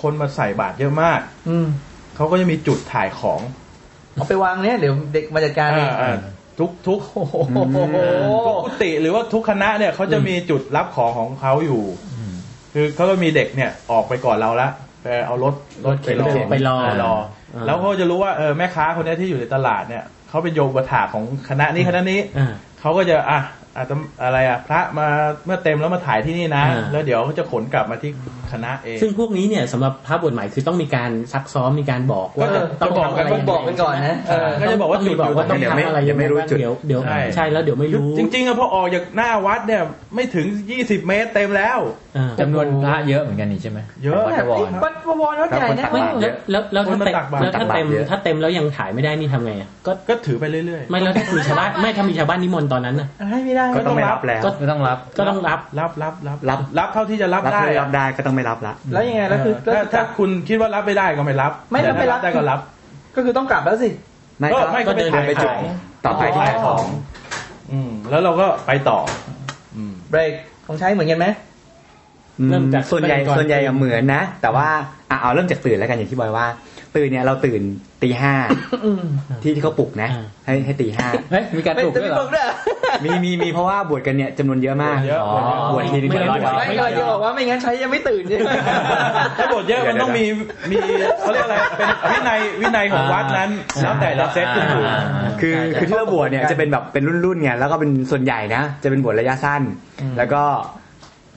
คนมาใส่บาตรเยอะมาก
อืม
เขาก็จะมีจุดถ่ายของ
เอาไปวางเนี่ยเดี๋ยวเด็กมาจัดการเอง
อ่าอ่าทุกทุก
โอ้โห
ทุกกุฏิหรือว่าทุกคณะเนี่ยเขาจะมีจุดรับของของเขาอยู่
อืม
คือเขาก็มีเด็กเนี่ยออกไปก่อนเราละไปเอารถรถไปรอ
รถเข็นไปรอ
รอ
อ่า
แล้วเขาจะรู้ว่าเออแม่ค้าคนเนี้ยที่อยู่ในตลาดเนี่ยเขาเป็นโยมประถากของคณะนี้คณะนี้
อ่า
เขาก็จะอ่ะอาจจะอะไรอ่ะ พระมาเมื่อเต็มแล้วมาถ่ายที่นี่นะ
อ่า
แล้วเดี๋ยวเขาจะขนกลับมาที่คณะเอง
ซึ่งพวกนี้เนี่ยสำหรับพระบวชใหม่คือต้องมีการซักซ้อมมีการบอก
ก็
ว่า
จะ
ต้อง
จะบ
ทำอะไร
กั
ต้องบอกกันก่อนนะเออ
ก็จะบอกว่า
ต้งมี
จุด
บอกว่า
อ
ต้อยู่ ง
ตรงไหน
ทำอะไร
ยังไม่รู้จุด
เดี๋ยวเดี๋ยว
ใช่
ใช่แล้วเดี๋ยวไม่รู้
จริงๆอะพอออกจากหน้าวัดเนี่ยไม่ถึง 20 เมตรเต็มแล้ว
อ่า
จำนวนพระเยอะเหมือนกันนี่ใช่ไหม
เยอะ
วัดวร
วัดบวรวัดใหญ่นะ
ค
ไม่
รับ
แล้วแล้วแล้ว
คน
ถ้า
มา
เต็ม
ตักบาตร
แล้วถ้าเต็ม
ตักบาตรเยอะ
ถ้าเต็มแล้วยังถ่ายไม่ได้นี่ทำไงอะก็
ก็ถือไปเรื่อย
ไม่แล้วถ้าคือชาวบ้านไม่ถ้ามีชาวบ้านนิมนต์ตอนนั้นน่ะ
ให้ไม่ได้
ก็ต้องไม่รับแล้ว
ก็
ไม่ต้องรับ
ก็ต้องรับ
ๆ รับรับรับ
รับ
รับเท่าที่จะรับ
รับ
ได้
ไม่รับได้ก็ต้องไม่รับละ
แล้วยังไงแล้วคือ
เออถ้าถ้าคุณคิดว่ารับไม่ได้ก็ไม่รับ
ไม่แล้วไปรับ
ได้ก็รับ
ก็คือต้องกลับแล้วสิ
ไม่
ก็
ก็
ไม่ก็ไป
ก็เดิน
ถ่าย
ไปจุด
ของ
ต่อไปที่ขายของ
อืมแล้วเราก็ไปต่ออืม
เบรกของใช้เหมือน กันไหม
อืม
เริ่มจาก
ส่วนใหญ่
เริ่มก่อน
ส่วนใหญ่อะเหมือนนะ แต่ว่าอ่ะเอาเริ่มจากตื่นแล้วกันอย่างที่บอยว่า ตื่นเนี่ยเราตื่นตีห้าที่ที่เขาปลุกนะ
อ่า
ให้ให้ตีห้า
เฮ้ยมีการปลูกด้วยเหรอ
มีมีมีเพราะว่าบวชกันเนี่ยจำนวนเยอะมาก
เยอะ
บวชทีนึงเป็นร้อย
ไม่
บาท
ไม่เราจะบอกว่าไม่งั้นใช้ยังไม่ตื่นใช่ไหม
ถ้าบทเยอะมันต้องมีมีเขาเรียกอะไรเป็นวินัยวินัยของวัดนั้นแล้วแต่ละเซตที่ถูก
คือคือที่เราบวชเนี่ยจะเป็นแบบเป็นรุ่นๆไงแล้วก็เป็นส่วนใหญ่นะจะเป็นบวชระยะสั้น แล้วก็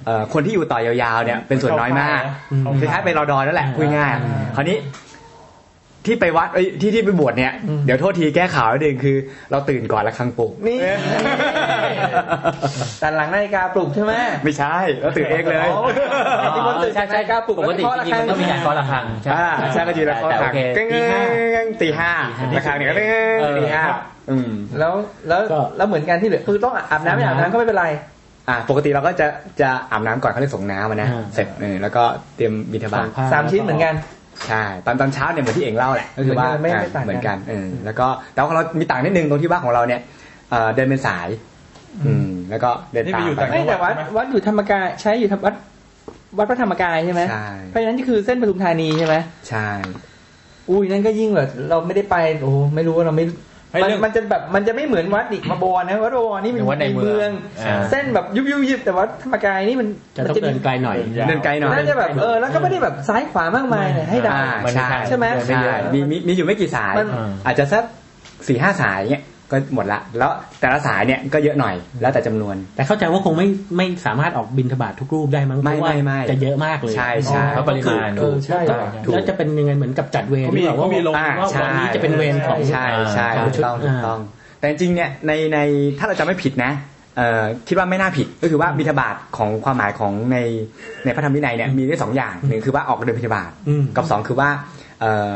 เอ่อคนที่อยู่ต่อยาวๆเนี่ยเป็นส่วนน้อยมาก
เข้าค่ายนะ
คล้ายๆไปรอดอนั่นแหละพูดง่ายๆคราวนี้ที่ไปวัดเอ้ยที่ที่ไปบวชเนี่ยเดี๋ยวโทษทีแก้ข่าวนิดนึงคือ เราตื่นก่อนละครังปลุก
นี่ แต่หลังนาฬิกาปลุกใช่ไหม
ไม่ใช่เราตื่นเองเลย
ที่คนตื่น
ใช่ใช่
นาฬิกาปลุก
ปกติจริงๆมันต้องมีการเคาะระฆังใช่ไห ม
อ่าใช่ก็จีนละข้อ
แต่
ทา
โอง เค
กึ้งตีห้าละครังเนี่ยกึ้งตีห้าอืม
แล้วแล้ว
ก็
แล้วเหมือนกันที่เหลือคือต้องอาบน้ำไม่อาบน้ำก็ไม่เป็นไร
อ่าปกติเราก็จะจะอาบน้ำก่อนเขาเรียกส่งน้ำอะนะ
อ่า
เสร็จเออแล้วก็เตรียมบิณฑบาต
สามชิ้นเหมือนกัน
ใช่ตอนตอนเช้าเนี่ยเหมือนที่เองเล่าแหละก็คือว่า
ไม่ไม่
อ่า
ไม่ต่างกัน
เหมือนกันเออแล้วก็แต่ว่าของเรามีต่างนิดนึงตรงที่ว่าของเราเนี่ยเอ่อเดินเป็นสาย อืม แล้วก็เดิน
นี่
ตา
ไป
ม
อยู่
ไป
ต่าง
ไม่แต่วัดวัดอยู่ธรรมกายใช้อยู่ธรรมวัดวัดพระธรรมกายใช่ไหม
ใช่
เพราะฉะนั้นคือเส้นปทุมธานีใช่ไหม
ใช่
อุ้ยนั่นก็ยิ่งแบบเราไม่ได้ไปโอ้โหไม่รู้ว่าเราไม่
ไอ้เรื่อง
มันมันจะแบบมันจะไม่เหมือนวัดอีกมาบอนนะวัดบอนนี่มัน
หรือว่าใน
มี
เมื
เมื
อ
อง ง
อ่า
เส้นแบบยุบยุบยิบแต่ว่าธรรมกายนี่มัน
จะ
มั
ต้อง
จะ
เดิ
มี
นไกลหน่อย
เดินไกลหน่อย
น่าจะแบบเออแล้วก็ไม่ได้แบบซ้ายขวามากมายเนี่ยให้เดา
อ่า
มันมี
ใช่
ทาง
ใช่ไหม
เดิน
ใช่
เยอะ
มีมีมีอยู่ไม่กี่สาย
มัน
อาจจะสักสี่ห้าสายเนี่ยก็หมดละ แล้วแต่ละสายเนี่ยก็เยอะหน่อยแล้วแต่จำนวน
แต่เข้าใจว่าคงไม่ไม่สามารถออกบินทบาททุกรูปได้มั้งเพ
ไม่
ราะว่า
ไม่ไม่
จะเยอะมากเลย
ใช่ใช่
เพราะปริมาณ
เออใช่
ก็
ถูก
แล้วจะเป็นยังไงเหมือนกับจัดเวร
เขามี
หรือเปล่า
เขามีลง
ว่า
อ่า
ว่าวันนี้จะเป็นเวรของ
ใช่ใช่
ของ
ถูกต้อง
ชุด
ถูกต้อง แต่จริงๆเนี่ยในในถ้าเราจำไม่ผิดนะเอ่อคิดว่าไม่น่าผิดก็คือว่าบิณฑบาตของความหมายของในในพระธรรมวินัยเนี่ยมีได้สองอย่างหนึ่งคือว่าออกเดินบิณฑบาต
อืม
กับสองคือว่าเอ่อ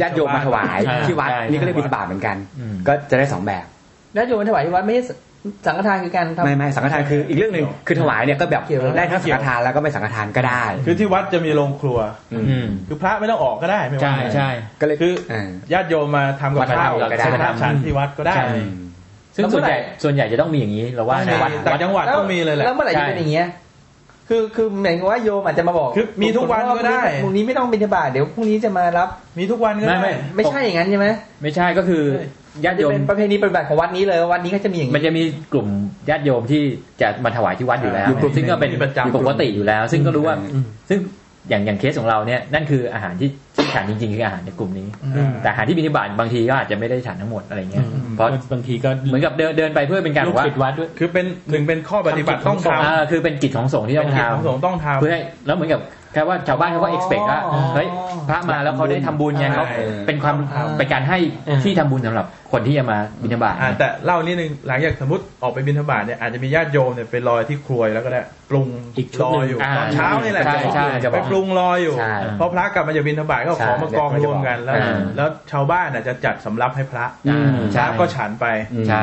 ญาติโยมมาถวาย
ใช่
ที่วัด
ใช่
นี่ก็เรียกบิณฑบาตเหมือนกัน
อืม
ก็จะได้สองแบบ
แล้วโยมถวายที่วัดไม่ใช่สังฆทานคือการทำ
ไม่ไม่สังฆทานคืออีกเรื่องหนึ่งคือถวายเนี่ยก็แบบ
เกี่ยวแล้ว
ได้ทั้งสังฆทานแล้วก็ไม่สังฆทานก็ได้
คือที่วัดจะมีโรงครัว
อื
อื
ม
ม
คือพระไม่ต้องออกก็ได้ไม่ว่า
ใช่ใช่
ก็เลย
คือ
เออ
ญาติโยมมาทำกับข้าว
มาทำกับข้าว
พระฉันที่วัดก็ได้
ใช่ ซึ่ง
แล้วเมื่อ
ส่ว
น ไหร่
ใหญ่ส่วนใหญ่จะต้องมีอย่างนี้เราว่าในวัด
ต่างจังหวัด
แว
ต้องมีเลยแหละ
แล้วเมื่อไหร่จะเป็นอย่างเงี้ย คือคือหมายถึงว่าโยมอาจจะมาบอก
คือมีทุกวันก็ได้
พรุ่งนี้ไม่ต้องบิณฑบาตเดี๋ยวพรุ่งนี้จะมารับ
มีทุกวันก็
ไม่ไม่
ได้
ไม่ใช่อย่างนั้นใช่ไหม
ไม่ใช่ก็คือญาติ
จะ
โยม
เป็นประเพณีปฏิบัติของวัดนี้เลยว่าวัดนี้ก็จะมีอย่าง
มัน
นี้
จะมีกลุ่มญาติโยมที่จะมาถวายที่วัดอยู่แล้ว
อยู่กลุ่ม
ซึ่งก็เป็น
หนึ่งประจำ
ปกติอยู่แล้ว ซึ่งก็รู้ว่า
อืม
ซึ่งอย่างอย่างเคสของเราเนี่ยนั่นคืออาหารที่ที่ฉันจริงๆคืออาหารในกลุ่มนี้
อืม
แต่อาหารที่บิณฑบาตบางทีก็อาจจะไม่ได้ฉันทั้งหมดอะไรเงี้ย
อืม
เพราะ
บางทีก็
เหมือนกับเดินเดินไปเพื่อเป็นการ
ลูก
ว่า
ปิดวัดด้วย
คือเป็นหนึ่งเป็นข้อปฏิบัติต้องทำ
อ่าคือเป็นกิจของสงฆ์ที่
เป็น
ต้อง
กิจ
ท
ของสงฆ์ต้องทำ
ำเพื่อให้แล้วเหมือนกับแค่ว่าชาวบ้านเขาก็ expect ว่า
อ๋อ
เฮ้ยพระมาแล้วเขาได้ทำบุญไงเขา
ใช่
เป็นความ
ทำ
เป็นการให้
เออ
ที่ทำบุญสำหรับคนที่จะมาบิณฑบาต
อ่าแต่เล่านิดนึงหลังจากสมมติออกไปบิณฑบาตเนี่ยอาจจะมีญาติโยมเนี่ยไปลอยที่ครัวแล้วก็ได้ปรุง
อีกชุ
ร
ด
อ
หนึ่ง
อยู่
อ่า
ตอนเช้านี่แหละ
ใช่ใช่จะบอก
ไปปรุงรออยู่
ใช่
พอพระกลับมาจากบิณฑบาตก็เอาของ
ใช่
มากองรวมกันแล้ว
อ่า
แล้วชาวบ้านน่ะจะจัดสำรับให้พระ
อืม
พ
ใช่
ระก็ฉันไป
ใช่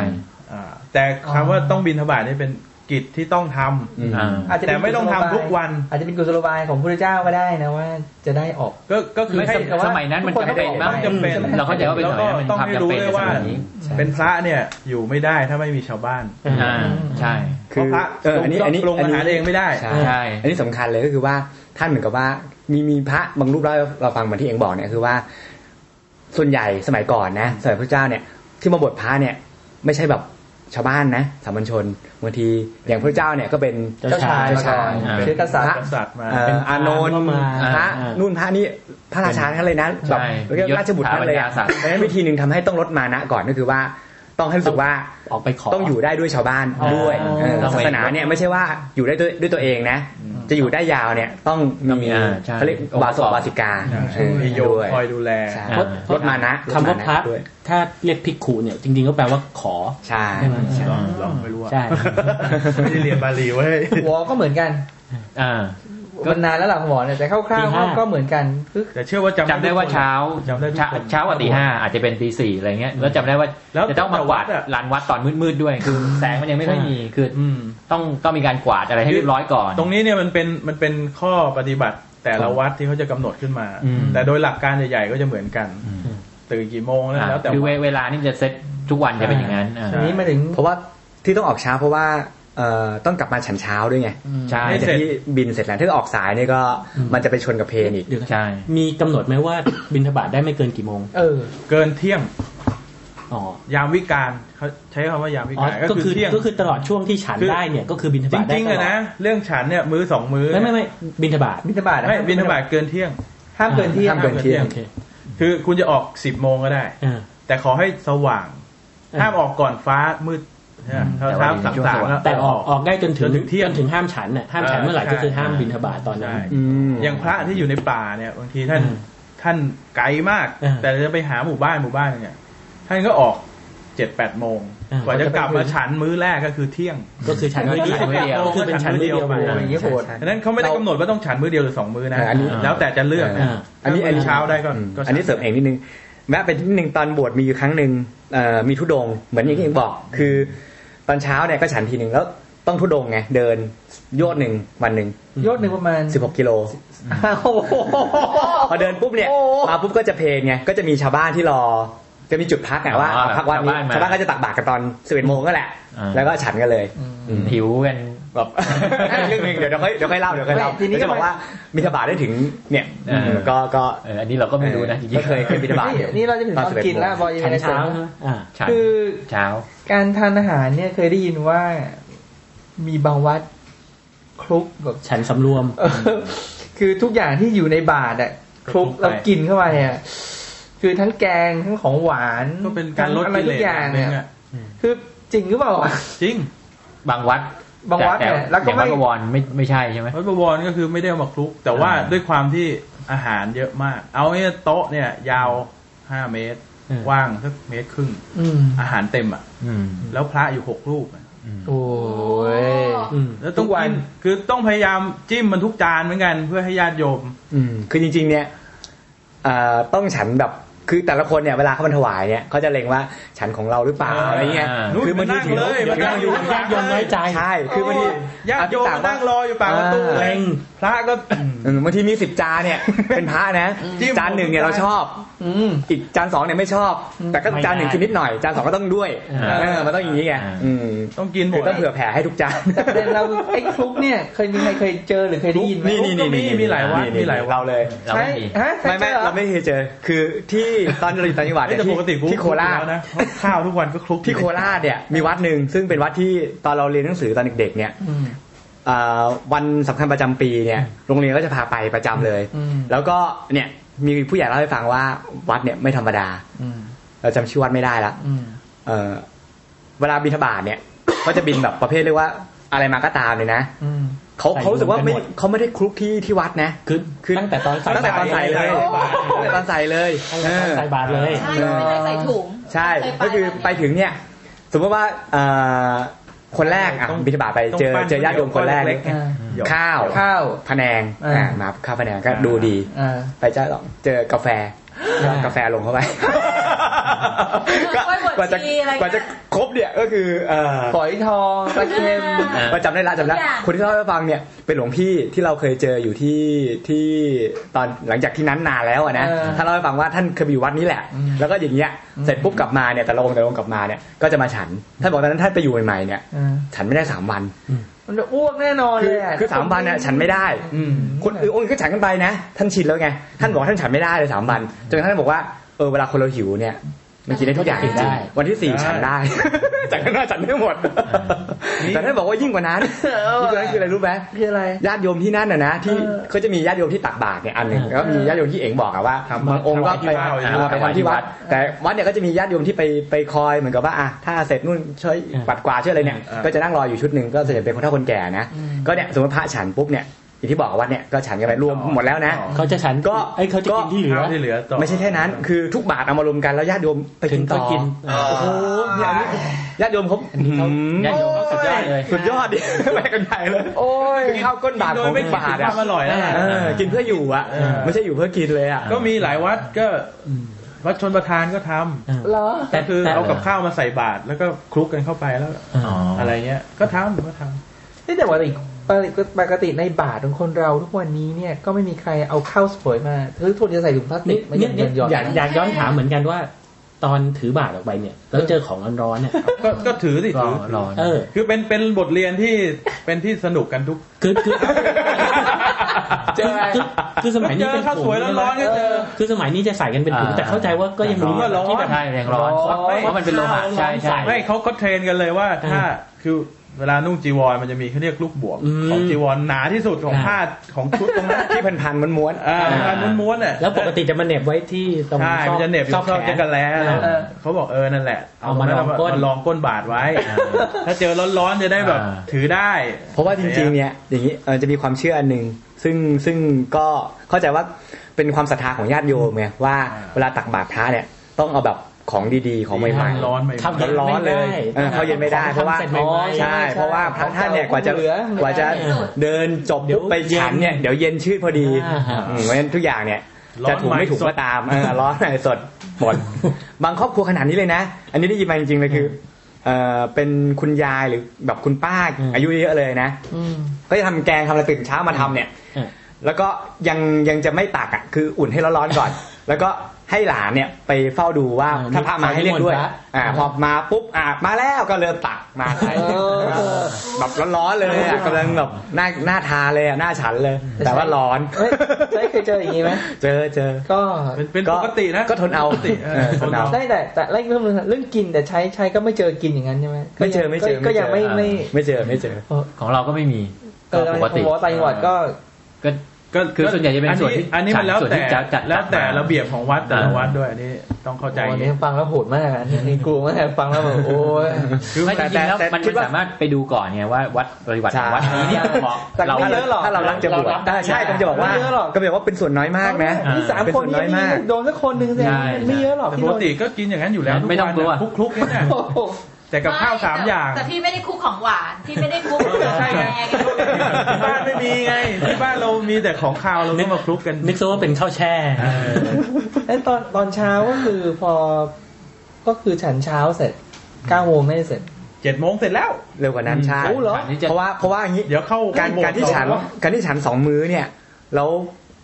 อ่าแต่คำว่าต้องบิณฑบาตนี่เป็นกิจที่ต้องทำ
อืม
อ่า
อาจจะเป็น
แต่ไม่ต้องทำทุกวัน
อาจจะเป็นกุศโลบายของพระเจ้าก็ได้นะว่าจะได้ออก
ก็ก็คือให้
แต่ว่า
สมัยนั้นมัน
ทุกคน
จำเป็
ก็บ
น
อก
มาก
ว่า
จำเป็น
เราเข้าใจว่าเป็นส
แล้วก็
มัยนั้นมัน
ต้อง
ความ
ให้
จำ
รู้
เป็น
ด้วยว่า
สมัยนี้
เป็นพระเนี่ยอยู่ไม่ได้ถ้าไม่มีชาวบ้าน
อ่าใช่
เพราะพระ
เอออันนี้อันนี้
ปรุงอาหารเองไม่ได้
ใช่
ใช่
อันนี้สำคัญเลยก็คือว่าท่านเหมือนกับว่ามีมีพระบางรูปเล่าให้เราฟังเหมือนที่เองบอกเนี่ยคือว่า ส่วนใหญ่สมัยก่อนนะสมัยพระเจ้าเนี่ย ที่มาบวชพระเนี่ย ไม่ใช่แบบชาวบ้านนะสามัญชนบางทีอย่างพระเจ้าเนี่ยก็เป็น
เจ้าชาย
เจ้าชาย
อ่า
เชื้อกษัตริ
ก
ย์
ษัตริย์มา
เอ่อ
เป็น
อานนท์
พระมา
พระ
อ่านู่
นู่นพระนี่พระราชาทั้งนั้นเลยนะแบบ
ใช่
เรียกราชบุตรทั้งนั้นเลยอะ
ยศถาบรรดาศักดิ์
เพราะฉะนั้นวิธีหนึ่งทำให้ต้องลดมานะก่อนก็คือว่า ต้องให้รู้สึกว่า
ออกไปขอ
ต้องอยู่ได้ด้วยชาวบ้าน
อ๋อ
ด้วยเออ
ต้องไป
ศาสนาเนี่ยไม่ใช่ว่าอยู่ได้ด้วยด้วยตัวเองนะ จะอยู่ได้ยาวเนี่ยต้อง
ต้องมี
มี
อ่าใช่
เขาเรียก
องค์ป
บา
ระ
ส
กอบ
บาสิกาเออ
มีโยม
ด้วย
คอยดูแล
ใช่
อ่า
ลดมานะ
คำว่าพระ
ลดมนด้วย
ถ้าเรียกภิกขุเนี่ย จริงๆก็แปลว่าขอ
ใช่
ใช่ไหม
ใช่
ลองไม่รู้อะ
ใช่
ไม่ได้เรียนบาลีเว้ย
วอก็เหมือนกัน
อ่า ก็
มันนานแล้วล่ะคุณหมอเนี่ยแต่คร่าว
ปีห้า
ๆก็เหมือนกันคือ
แต่เชื่อว่าจำ
จำได้ว่า
ทุกคน
เช้า
จำได้ทุกคน
เช้าวันตีห้าอาจจะเป็นตีสี่อะไรเงี้ยแล้วจำได้ว่า
แล้ว
จะต้องมากวาด
แต่วัดอะ
ลานวัดตอนมืดๆด้วยคือ แสงมันยังไม่ค่อยมีคือ
อืม
ต้องต้องมีการกวาดอะไรให้เรียบร้อยก่อน
ตรงนี้เนี่ยมันเป็นมันเป็นข้อปฏิบัติแต่ละวัดที่เขาจะกำหนดขึ้นมา
อืม
แต่โดยหลักการใหญ่ๆก็จะเหมือนกัน ตื่นกี่โมงนะ
อ่า
แล้วแต่
คือ
วัด
เวลานี่มันจะเซ็ตทุกวันจะเป็นอย่างนั้นอ่า
ใช่
ทีนี้มาถึง
เพราะว่าที่ต้องออกเช้าเพราะว่าเอ่อต้องกลับมาฉันเช้าด้วยไง
ใช่
หลังจากที่บินเสร็จแล้วถ้าออกสายเนี่ยก็มันจะไปชนกับเพลงอีก
เดี๋ยวนะ
ใช่
มีกำหนดไหมว่า บิณฑบาตได้ไม่เกินกี่โมง
เออ
เกินเที่ยง
อ๋อ
ยามวิกาลเขาใช้คำว่ายาม
อ๋อก
วิาลก็
ก็
คื
คือ อ
เที่ยง
ก็คือตลอดช่วงที่ฉัน
คือ
ได้เนี่ย ก็คือบิณฑ
จ
บาตได้
ริงๆ
ต
อะ
ลอ
นะ
ด
เรื่องฉันเนี่ยมื้อสองมื้อ
ไม่ไม่ไม่บิณฑบาต
บิณฑบาตอะ
ไม่บินทบาทเกินเที่ยง
ห้ามเกินเที่ยง
ห้ามเกินเที่ยง
โอเค
คือคุณจะออกสิบโมงก็ได้
อ่า
แต่ขอให้สว่าง ห้ามออกก่อนฟ้ามืดใช่ไหม
แต่ว่า
เช้า
อยู่ใน
สาม
ช่
สาม
วงสว่าง
แล้ว
แต่ออกออกได้จนถึง
จนถึงเที่ยง
จนถึงห้ามฉันน่ะห้ามฉัน
อ่า
เมื่อไหร่ก็คือ
ใช่
ห้ามบิณฑบาตตอนนั้น
ใช่
อืม
อย่างพระที่อยู่ในป่าเนี่ยบางทีท่าน
อืม
ท่านไกลมาก
อ่า
แต่จะไปหาหมู่บ้านหมู่บ้านเนี่ยท่านก็ออกเจ็ดแปดโมง
อ่าก ก
ว่าจะกลับมาฉันมื้อแรกก็คือเที่ยง
ก็คือฉันมื้อเดียว
ฉันมื้อเดียว
ก็คือเป็นฉันมื้อเดียวไป
ฉันมื้อเดียวไป
อย่างนี้โหด
ดังนั้นเขาไม่ได้กำหนดว่าต้องฉันมื้อเดียวหรือสองมื้อนะ
อ่าอันนี้
แล้วแต่จะเลือกนะ
อ่า
อันนี้อั
ถ้าน
นี้
มื้เช้าได้ก็
อืม
ก็ฉั
อันนี้เสริมเองนิดนึงแวะไปนิดนึงตอนบวชมีอยู่ครั้งหนึ่งเอ่อมีทุดงค์เหมือนอย่างที่เองบอก คือตอนเช้าเนี่ยก็ฉันทีหนึ่งแล้วต้องทุดงค์ไงเดินโยดหนึ่งวันหนึ่ง
ยศหนึ่งประมาณ
สิบหกกิโล
อ้าวโอ้โห
พอเดินปุ๊บเนี่ย
โอ้
มาปุ๊บก็จะเพลงไงก็จะมีชาวบ้านที่รอจะมีจุดพักไงว่า
อ๋อ
เอาพักวันนี้
ชาวบ้าน
ชาวบ้าน
มา
ก็จะตักบาตรกันตอนสิบเอ็ดโมงก็แหละ
อ่า
แล้วก็ฉันกันเลยอืม
หิวกันแบบ
เรื่องหนึ่งเดี๋ยวเดี๋ยวค่อยเดี๋ยวค่อยเล่าเดี๋ยวค่อยเล่า
ไม่ทีนี้ก็
จะบอกว่ามีทบาทได้ถึงเนี่ย
อ่า
ก็ก็
เอออันนี้เราก็ไม่รู้นะจริงๆ
ก็เคยเคยบิณฑบาต
นี่นี่เราจะถึงตอนกินแล้วบอยยัง
ฉัน
ไงเสร็
เช้า
จ
ใช่ไหมอ่า
ฉัน
คือ
เช้า
การทานอาหารเนี่ยเคยได้ยินว่ามีบางวัดคลุกแบบ
ฉันสำรวม
เออ คือทุกอย่างที่อยู่ในบาทอ่ะคลุก
ก็คลุกไป
เรากินเข้าไปอ่ะคือทั้งแกงทั้งของหวาน
ก็เป็นการลด
อะไร
กิเล
ทุ
ส
กอย่าง
นึ
เนี่ย
งอะ
คือจริงหรือเปล่าอะ
จริง
บางวัด
บางวัด
แต่
เนี่ยแล้วก็
แต่อย่างวัด
ไม่
บวรไม่ไม่ใช่ใช่ไหม
วัดบวรก็คือไม่ได้เอามาคลุก แต่ว่า
อ่า
ด้วยความที่อาหารเยอะมาก เอาเนี่ยโต๊ะเนี่ย ยาวห้าเมตร
อืม
กว้างสักเมตรครึ่ง
อืม
อาหารเต็มอ่ะ
อืม
แล้วพระอยู่หกรูปอะ
โอ้ย
อืม
แล้วต้อง
ทุกวั
กิ
น
นคือต้องพยายามจิ้มมันทุกจานเหมือนกัน เพื่อให้ญาติโยม
อืมคือจริงๆ เนี่ยเอ่อต้องฉันแบบ คือแต่ละคนเนี่ยเวลาเขาบรรถวายเนี่ยเขาจะเล็งว่าฉันของเราหรือเปล่า
อ่า
อะไรเงี้ย
นู่น
คือ
มัน
ที
นั่งเลยมันนั่งอยู่ข้างหลั
ญาง ติโยมน้อยใจ
ใช่คือบางที
ญาติโยมมา
อ่ะพี่ต่
นั่งรออยู่ปากประตูเล
เล็
ย
ง
พระก็
เออบางทีมีสิบจานเนี่ย เป็นพระนะ
จิ้ม
จานหนึ่งเนี่ยเราชอบ
อืม
อีกจานสองเนี่ยไม่ชอบ แต่ก็
ไม่
จานหนึ่ง
ได้
กินนิดหน่อย จานสองก็ต้องด้วย
อ่า
เออมันต้องอย่างนี้ไง
อ่า
อืม
ต้องกินหม
คือ
ด
ต้องเผื่อแผ่ให้ทุกจาน
แต่ประเด็นเราไอ้คลุกเนี่ยเคยมีใครเคยเจอหรือเคยได้ยินไหม
นี่นี่นี่
มีมีหลายวัด
นี่นี่
มีหลายวัด
เราเลย
เรา
ใช่
ไม่มี
ฮะเคยเจ
ไม่ไม่
อเหรอ
เราไม่เคยเจอ คือที่ตอนเราอยู่ต่างจังหวัด
เอ้ย
เนี่ย
แต่ปกติกู
ที่ที่โคราช
กินแล้วนะเพราะข้าวทุกวันก็คลุก
ที่โคราชเนี่ยมีวัดหนึ่งซึ่งเป็นวัดที่ตอนเราเรียนหนังสือตอนเด็กๆเนี่ย
อืม
เอ่อวันสำคัญประจำปีเนี่ยโรงเรียนก็จะพาไปประจำเลย
อืม
แล้วก็เนี่ยมีผู้ใหญ่เล่าให้ฟังว่าวัดเนี่ยไม่ธรรมดา
อืม
เราจำชื่อวัดไม่ได้ละ
อืม
เอ่อเวลาบินทบาทเนี่ย ก็จะบินแบบประเภทเรียกว่าอะไรมาก็ตามเลยนะ
อืม
เขา
ใส่
เขารู้สึกว่าไม่
รวมกันหมด
เขาไม่ได้คลุกที่ที่วัดนะ
คือ
คือ
ตั้งแต่ตอนใส่
ตั้งแต่ตอนใส่เลย ตั้งแต่ตอนใส่เลยเออ
ใส่บาตรเลย
ใช่ไม่ได้ใส่ถุง
ใช่
เคย
ก็คือไปถึ
แล้วเนี่ย
งเนี่ย สมมติว่าเอ่อคนแรกอ่ะ
ต้อง
บินทบาทไปเจอ
ต้งปั้น
เจอญาติโยมคนแรก
เล็ๆไง
อ่า
หยอก
ข้าว
ข้าว
พะแนง
อ่า
อ่ามาข้าวพะแนงก็ดูดี
อ่า
ไปเจ้าเจอกาแฟกาแฟลงเข้าไป
กล้วยบวช
กว่าจะ
ชีอะไร
กว่าจะครบเนี่ยก็คือเอ่อ
ฝอยทองปลาเค็ม
อ่า
มาจำได้ละจำได้
ทุกอย่าง
คนที่เล่าให้ฟังเนี่ยเป็นหลวงพี่ที่เราเคยเจออยู่ที่ที่ตอนหลังจากที่นั้นนานแล้วอะนะ
เออ
ท่านเล่าให้ฟังว่าท่านเคยไปอยู่วัดนี้แหละ
อืม
แล้วก็อย่างเงี้ย
อืม
เสร็จปุ๊บกลับมาเนี่ยแต่ละองค์แต่ละองค์กลับมาเนี่ยก็จะมาฉันท่านบอกตอนนั้นท่านไปอยู่ใหม่ๆเนี่ย
อ่า
ฉันไม่ได้สามวัน
มันจะอ้วกแน่นอน
คือย
เละ
คือสามวันเนี่ยฉันไม่ได้
อืม
คนอื่นองค์ก็ฉันกันไปนะ ท่านชินแล้วไงท่านบอกว่าท่านฉันไม่ได้เลยสามวันจนกระทั่งท่านบอกว่าเออเวลาคนเราหิวเนี่ยมันกินได้ทุกอย่างจ
ได้
ริงๆวันที่สี่
ได้
ฉันได้ จากนั้นว่าฉันไม่หมด แต่ท่านบอกว่ายิ่งกว่านั้น
เออ
ยิ่งกว่านั้นคืออะไรรู้ไหม
คืออะไร
ญาติโยมที่นั่นน่ะนะที่
เออ
เขาจะมีญาติโยมที่ตักบาตรเนี่ยอันหนึ่ง
เออ
แล้วมีญาติโยมที่เองบอกอะว่า
ทำ
บางองค์ก็
ทำที่
ไป
บ้าน
เออไป
ทำที่
ทำที่
วั
วั
ด
ด แต่วัดเนี่ยก็จะมีญาติโยมที่ไปไปคอยเหมือนกับว่าอ่ะถ้าเสร็จนู่นช่วยปัดกวาดช่วยอะไรเนี่ย
เออ
ก็จะนั่งรออยู่ชุดหนึ่งก็ส่วนใหญ่เป็นคนเฒ่าคนแก่นะ
อืม
ก็เนี่ยสมมติพระฉันปุ๊บเนี่ยอย่างที่บอกว่าวัดเนี่ยก็ฉันกันไปรวมหมดแล้วนะ
เขาจะฉัน
ก็
ไอ้ยเขาจะกินที่เหลือ
ข้าวที่เหลือต่อ
ไม่ใช่แค่นั้น คือทุกบาทเอามารวมกันแล้วญาติโยมไป
ถึ
กิ
ง
น
ก็
ต่อ
กิน
โอ้โหเนี่ยอันนี้ญาติโยมเขา
ญาติโยมเขาสุดยอดเลย
สุดยอดดิ ไปกันใหญ่เลย
โอ้ย
คือข้าวก้นบาท
โด
ข
ย
อง
ไม่
ทุก
คิด
บา
ถึง
ทอะ
ความอร่อยนะ
เออกินเพื่ออยู่อ่ะ
เออ
ไม่ใช่อยู่เพื่อกินเลยอ่ะ
ก็มีหลายวัดก็วัดชนประธานก็ทำ
เหรอ
แต่
แต่คือ
แต่
เอากับข้าวมาใส่บาตรแล้วก็คลุกกันเข้าไปแล้ว
อ๋อ
อะไรเงี้ย ก็ทำก็ทำ
นี่แต่ว่าอีกปกติปกติในบาทของคนเราทุกวันนี้เนี่ยก็ไม่มีใครเอาข้าวสวยมาคือทุกคนจะใส่ถุงพลาสติ
นี่
กไม่
เนี่ย
หย่อนหย่อน
อยากอยากย้อนถามเหมือนกันว่า ตอนถือบาตรออกไปเนี่ย แล้วเจอของร้อนๆเนี่ย
ก็ก็ถือสิ
รอ
ถือ
รอ
เออ
คือเป็นเป็นบทเรียนที่เป็นที่สนุกกันทุก
คือคือ
เจออะไร
คือคือสมัย
เจ
นี้
อ
เป็น
ข้าวสวย
ถุง
ร้อนๆก็เจอ
คือสมัยนี้จะใส่กันเป็นถุงแต่เข้าใจว่าก็ยังมี
ว่าร้อน
ที่แบบใช่แรงร้อนเพราะเพราะมันเป็นโลหะใช่ใช่
ไม่เขาเขาเทรนกันเลยว่า
เออ
ถ้าคือเวลานุ่งจีวรมันจะมีเขาเรียกลูกบวบ
อืม
ของจีวรหนาที่สุดของ
อ่า
ผ้าของชุดตรงนั้น
ที่พันๆม้วนๆ
อ่า
อ่า
มันม้วนๆอ่ะ
แล้วปกติจะมาเหน็บไว้ที่ตรง
ใช่
ซ
มั
อน ก
จะเหน็บอยู่
ซ
ซ
อ
อก ก
แข
จั
น
กรแล้
เออ
เขาบอกเออนั่นแหละ
เอามาลองก้น
มาลองก้นบาทไว้ ถ้าเจอร้อนๆจะได้แบบ
อ่า
ถือได้
เพราะว่าจริงๆ เนี่ยอย่างนี้เอ่อจะมีความเชื่ออันหนึ่งซึ่งซึ่งก็เข้าใจว่าเป็นความศรัทธาของญาติโยมไงว่า
อ่า
เวลาตักบาตรพระเนี่ยต้องเอาแบบของดีๆ ของใหม่
ร้อนไหม
ทำ
ๆร้อนๆเลยเออเขาเย็นไม่ได้เพราะว่า
ทำเสร็จใหม่ๆ
อ๋อใช่เพราะว่าพระท่านเนี่ยกว่าจะ
เหลือก
ว่าจะเดินจบ
เดี๋ยว
ไปฉันเนี่ยเดี๋ยวเย็นชืดพอดี
อ่าฮะ
อืมเพราะฉะนั้นทุกอย่างเนี่ย จะถูกไม่ถูกก็ตามเออร้อนไหนสดหมด บางครอบครัวขนาดนี้เลยนะ อันนี้ได้ยินมาจริงๆเลยคือเออเป็นคุณยายหรือแบบคุณป้า
อืม
อายุเยอะเลยนะ
อืม
ก็จะทำแกงทำอะไรตื่นเช้ามาทำเนี่ย
เออ
แล้วก็ยังยังจะไม่ตักอ่ะ คืออุ่นให้ร้อนๆก่อน แล้วก็ให้หลานเนี่ยไปเฝ้าดูว่า
เออ
ถ้าพระมาให้เรียกด้วย
นิมนต์พระ
อ่า พอมาปุ๊บอ่ะมาแล้วก็เริ่มตักมาให้
เออ
แบบร้อนๆเลยอ่ะกำลังแบบน่าน่าทานเลยอ่ะน่าฉันเลย แต่ว่าร้อน
เฮ้ยเฮ้ยเคยเจออย่างนี้ไหม
เจอเจอ
ก็
เป็นเป็นปกตินะ
ก็ทนเอา
ปกติเออ
เออทนเอา
ได้แต่แต่เรื่องนึงเรื่องกินแต่ใช้ใช้ก็ไม่เจอกินอย่างนั้นใช่ไหม
ไม่เจอไม่เจอ
ก็ก็ยังไม่ไม่
ไม่เจอไม่เจอ
ของเราก็ไม่มี
เออ
ปกติ
ผมว่าต่างจังหวัดก็
ก็
ก็
คือส่วนใหญ่จะเป็นส่วนที่
อันนี้มันแล้ว
ส่วนที่
แต่
จะจัด
แล้วแต่
มา
ระเบียบของวัดแต่ละวัดด้วยอันนี้ต้องเข้าใจ
โอ้โหนี่ฟังแล้วโหดมากอะอันนี่กลัวมากฟังแล้วแบบโอ้ย
ไม่จริงๆแล้วมัน
คิดว่า
สามารถไปดูก่อนไงว่าวัดปฏิบัติของวัดนี้เนี่ยเหมาะ
แต่
เรา
ไม่เยอะหรอก
ถ้าเรารักจะบวช
เรารัก
อ่าใช่ผมจะบอกว่า
ไม่เยอะหรอก
ก็แปลว่าเป็นส่วนน้อยมากนะ
นี่สาม
เป็น
คน
ส่วน
นี่มี
น้อยมาก
โดนสักคนหนึ่งแสดง
ใช่
ไม่เยอะหรอก
แต่
ที่
ป
โด
ก
น
ติก็กินอย่างนั้นอยู่แล้ว
ไม่ต้องกลัว
ทุวันน่ะคลุกๆเนี่ย
โอ้โห
แต่กับข้าวสามอย่าง
แต่พี่ไม่ได้คุกของหวาน พี่ไม่ได้คุก
เออใช่ไง
แกง
ที่บ้านไม่มีไง ที่บ้านเรามีแต่ของข้าวเราก็มาคลุกกัน
นึกซะว่าเป็นข้าวแช่
เอ้ยตอนตอนเช้าก็คือพอก็คือฉันเช้าเสร็จเก้าโมงไม่ได้เสร็จ
เจ็ดโมงเสร็จแล้ว
เร็วกว่านั้นใช่
โอ้เหรอ
นี่จะ
เพราะว่าเพราะว่าอย่างนี้
เดี๋ยวเข้า
การ
โหมด
การที่ฉัน
ต่อว่า
การที่ฉันสองมื้อเนี่ยแล้ว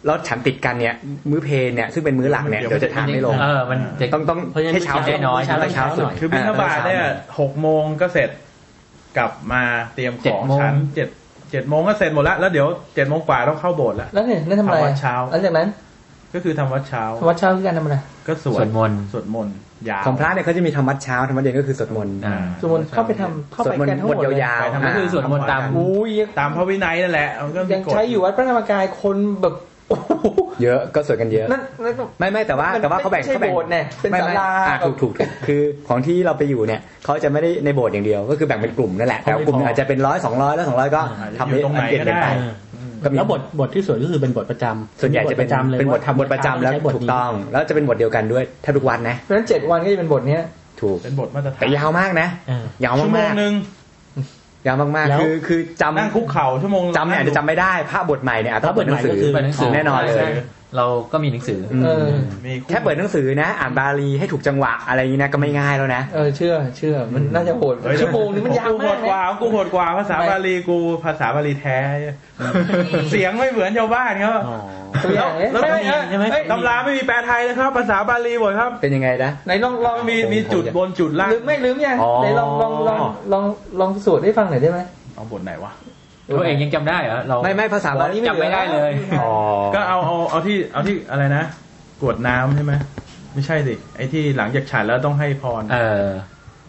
แล้วฉันติดกันเนี่ย มื้อเพลเนี่ยซึ่งเป็นมื้อหลักเนี่ย
เดี๋ยว
เดี๋ยวจะทานไม่ลง
เออมันจะ
ต้องต้อง
เพราะฉะนั้น
ให้เช้า
มื้อเช้าน้อย
ให้
เช้า
เช้า
ห
สุ
น่
ด
อย
คือบิณฑบาตเนี่ยหกโมงก็เสร็จกลับมาเตรียมของ
เจ็ดโมง
ฉันเจ็ดเจ็ดโมงก็เสร็จหมดแล้วแล้วเดี๋ยวเจ็ดโมงกว่าต้องเข้าโบสถ์แล้ว
แล้วเนี่ยนั่นทำอะไร
ทำวัดเช้า
แล้วจากนั้น
ก็คือทำวัดเช้า
ทำวัดเช้าคือการทำอะไร
ก็สว
ส
ด
วดมนต์
สวดมนต์ยาว
ของพระเนี่ยเขาจะมีธรรมวัดเช้าธรรมวัดเย็นก็คือสวดมนต์
อ่า
สวดมนต์เข้าไปทำเข้า
สว
ไป
ดมน
กัน
ต์
ทั้งห
บ
ม
ท
ดเลย
ยาว
ไปทำ
ก็คือสวดมนต์ตาม
อุ้ยยัง
ตามพระวินัยนั่นแหละมันก็มี
ยัง
กฎ
ใช้อยู่วัดพระธรรมกายคนแบบโอ้โห
เยอะก็สวดกันเยอะ
นั่นนั่นก็
ไม่ไม่แต่ว่า
มัน
แต่ว่าเขาแบ่ง
ไม่ใช่
เขาแบ่ง
โบสถ์เนี่ยเป็น
ไม่
ศา
ไม่
ลา
อ่ะ
แบบ
ถูกถูกถูกคือของที่เราไปอยู่เนี่ยเขาจะไม่ได้ในโบสถ์อย่างเดียว ก็คือแบ่งเป็นกลุ่มนั่นแหละแต่ว่ากลุ่มอาจจะเป็นร้อยสองร้อยแล้วสองร้อยก็
อาจจะ
ทำ
อยู่ตรงไหน
เปลี่ย
ก็
น
ได้
ไป ก็มี
แล้วบทบทที่สวดก็คือเป็นบทประจำ
ส่วนใหญ่จะเป็น
บทประจำเลย
เป็นบท
ว่าทำ
บทประจำแล้ว
ใช้บท
ถูก
นี้
ต้อง แล้วจะเป็นบทเดียวกันด้วยแทบทุกวันนะ
เพราะฉะนั้นเจ็ดวันก็จะเป็นบทเนี้ย
ถูก
เป็นบทมาตรฐาน
แต่ยาวมากนะ
เออ
ยาว
ชั่วโม
มาง ก
หนึ่ง
ๆยาวมาก
แล้
ๆ
ว
คือคือจ
นั่งคุกเข่าชั่วโมง
ำจำเนี่ยอาจจะจำไม่ได้พระบทใหม่เนี่ยอาจต้องเปิดหนังสือ
พระบทใหม่ก็คือ
เปิดหนังสือ
แน่นอนเล
ใช่
ย
เราก็มีหนังสืออ
เออ
มีคุก
แค่เปิดหนังสือนะ อ่านบาลีให้ถูกจังหวะอะไรอย่างนี้นะก็ไม่ง่ายแล้วนะ
เออเชื่อเชื่อมันน่าจะโหด
เฮ้ย
ชั่วโมงนึงมันยาว
กูโห
มาก
ด
นะ
กว่ากูโหดกว่าภาษาบาลีกูภาษาบาลีแท้ เสียงไม่เหมือนชาวบ้านเขา
อ๋อ
ตัวอย่างเลย
แล้ว
ไม่
ไม่
ไม่
มี
ใช่ไหม
ตำราไม่มีแปลไทยนะครับ ภาษาบาลีหมดครับ
เป็นยังไงนะ
ไหนลองลอง
มีมีจุดบนจุดล่าง
ลืมไม่ลืมยัง
อ๋อ
ไหนลองลองลองลองลองสวดให้ฟังหน่อยได้ไหม
เอาบทไหนวะ
ตัวเองยังจำได้เหรอเรา
ไม่ไม่ภาษาบาลี
จำไม่ได้เลย
อ๋อ
ก็เอาเอาเอาที่เอาที่อะไรนะกรวดน้ำใช่ไหมไม่ใช่สิไอ้ที่หลังจากฉันแล้วต้องให้พร
เออ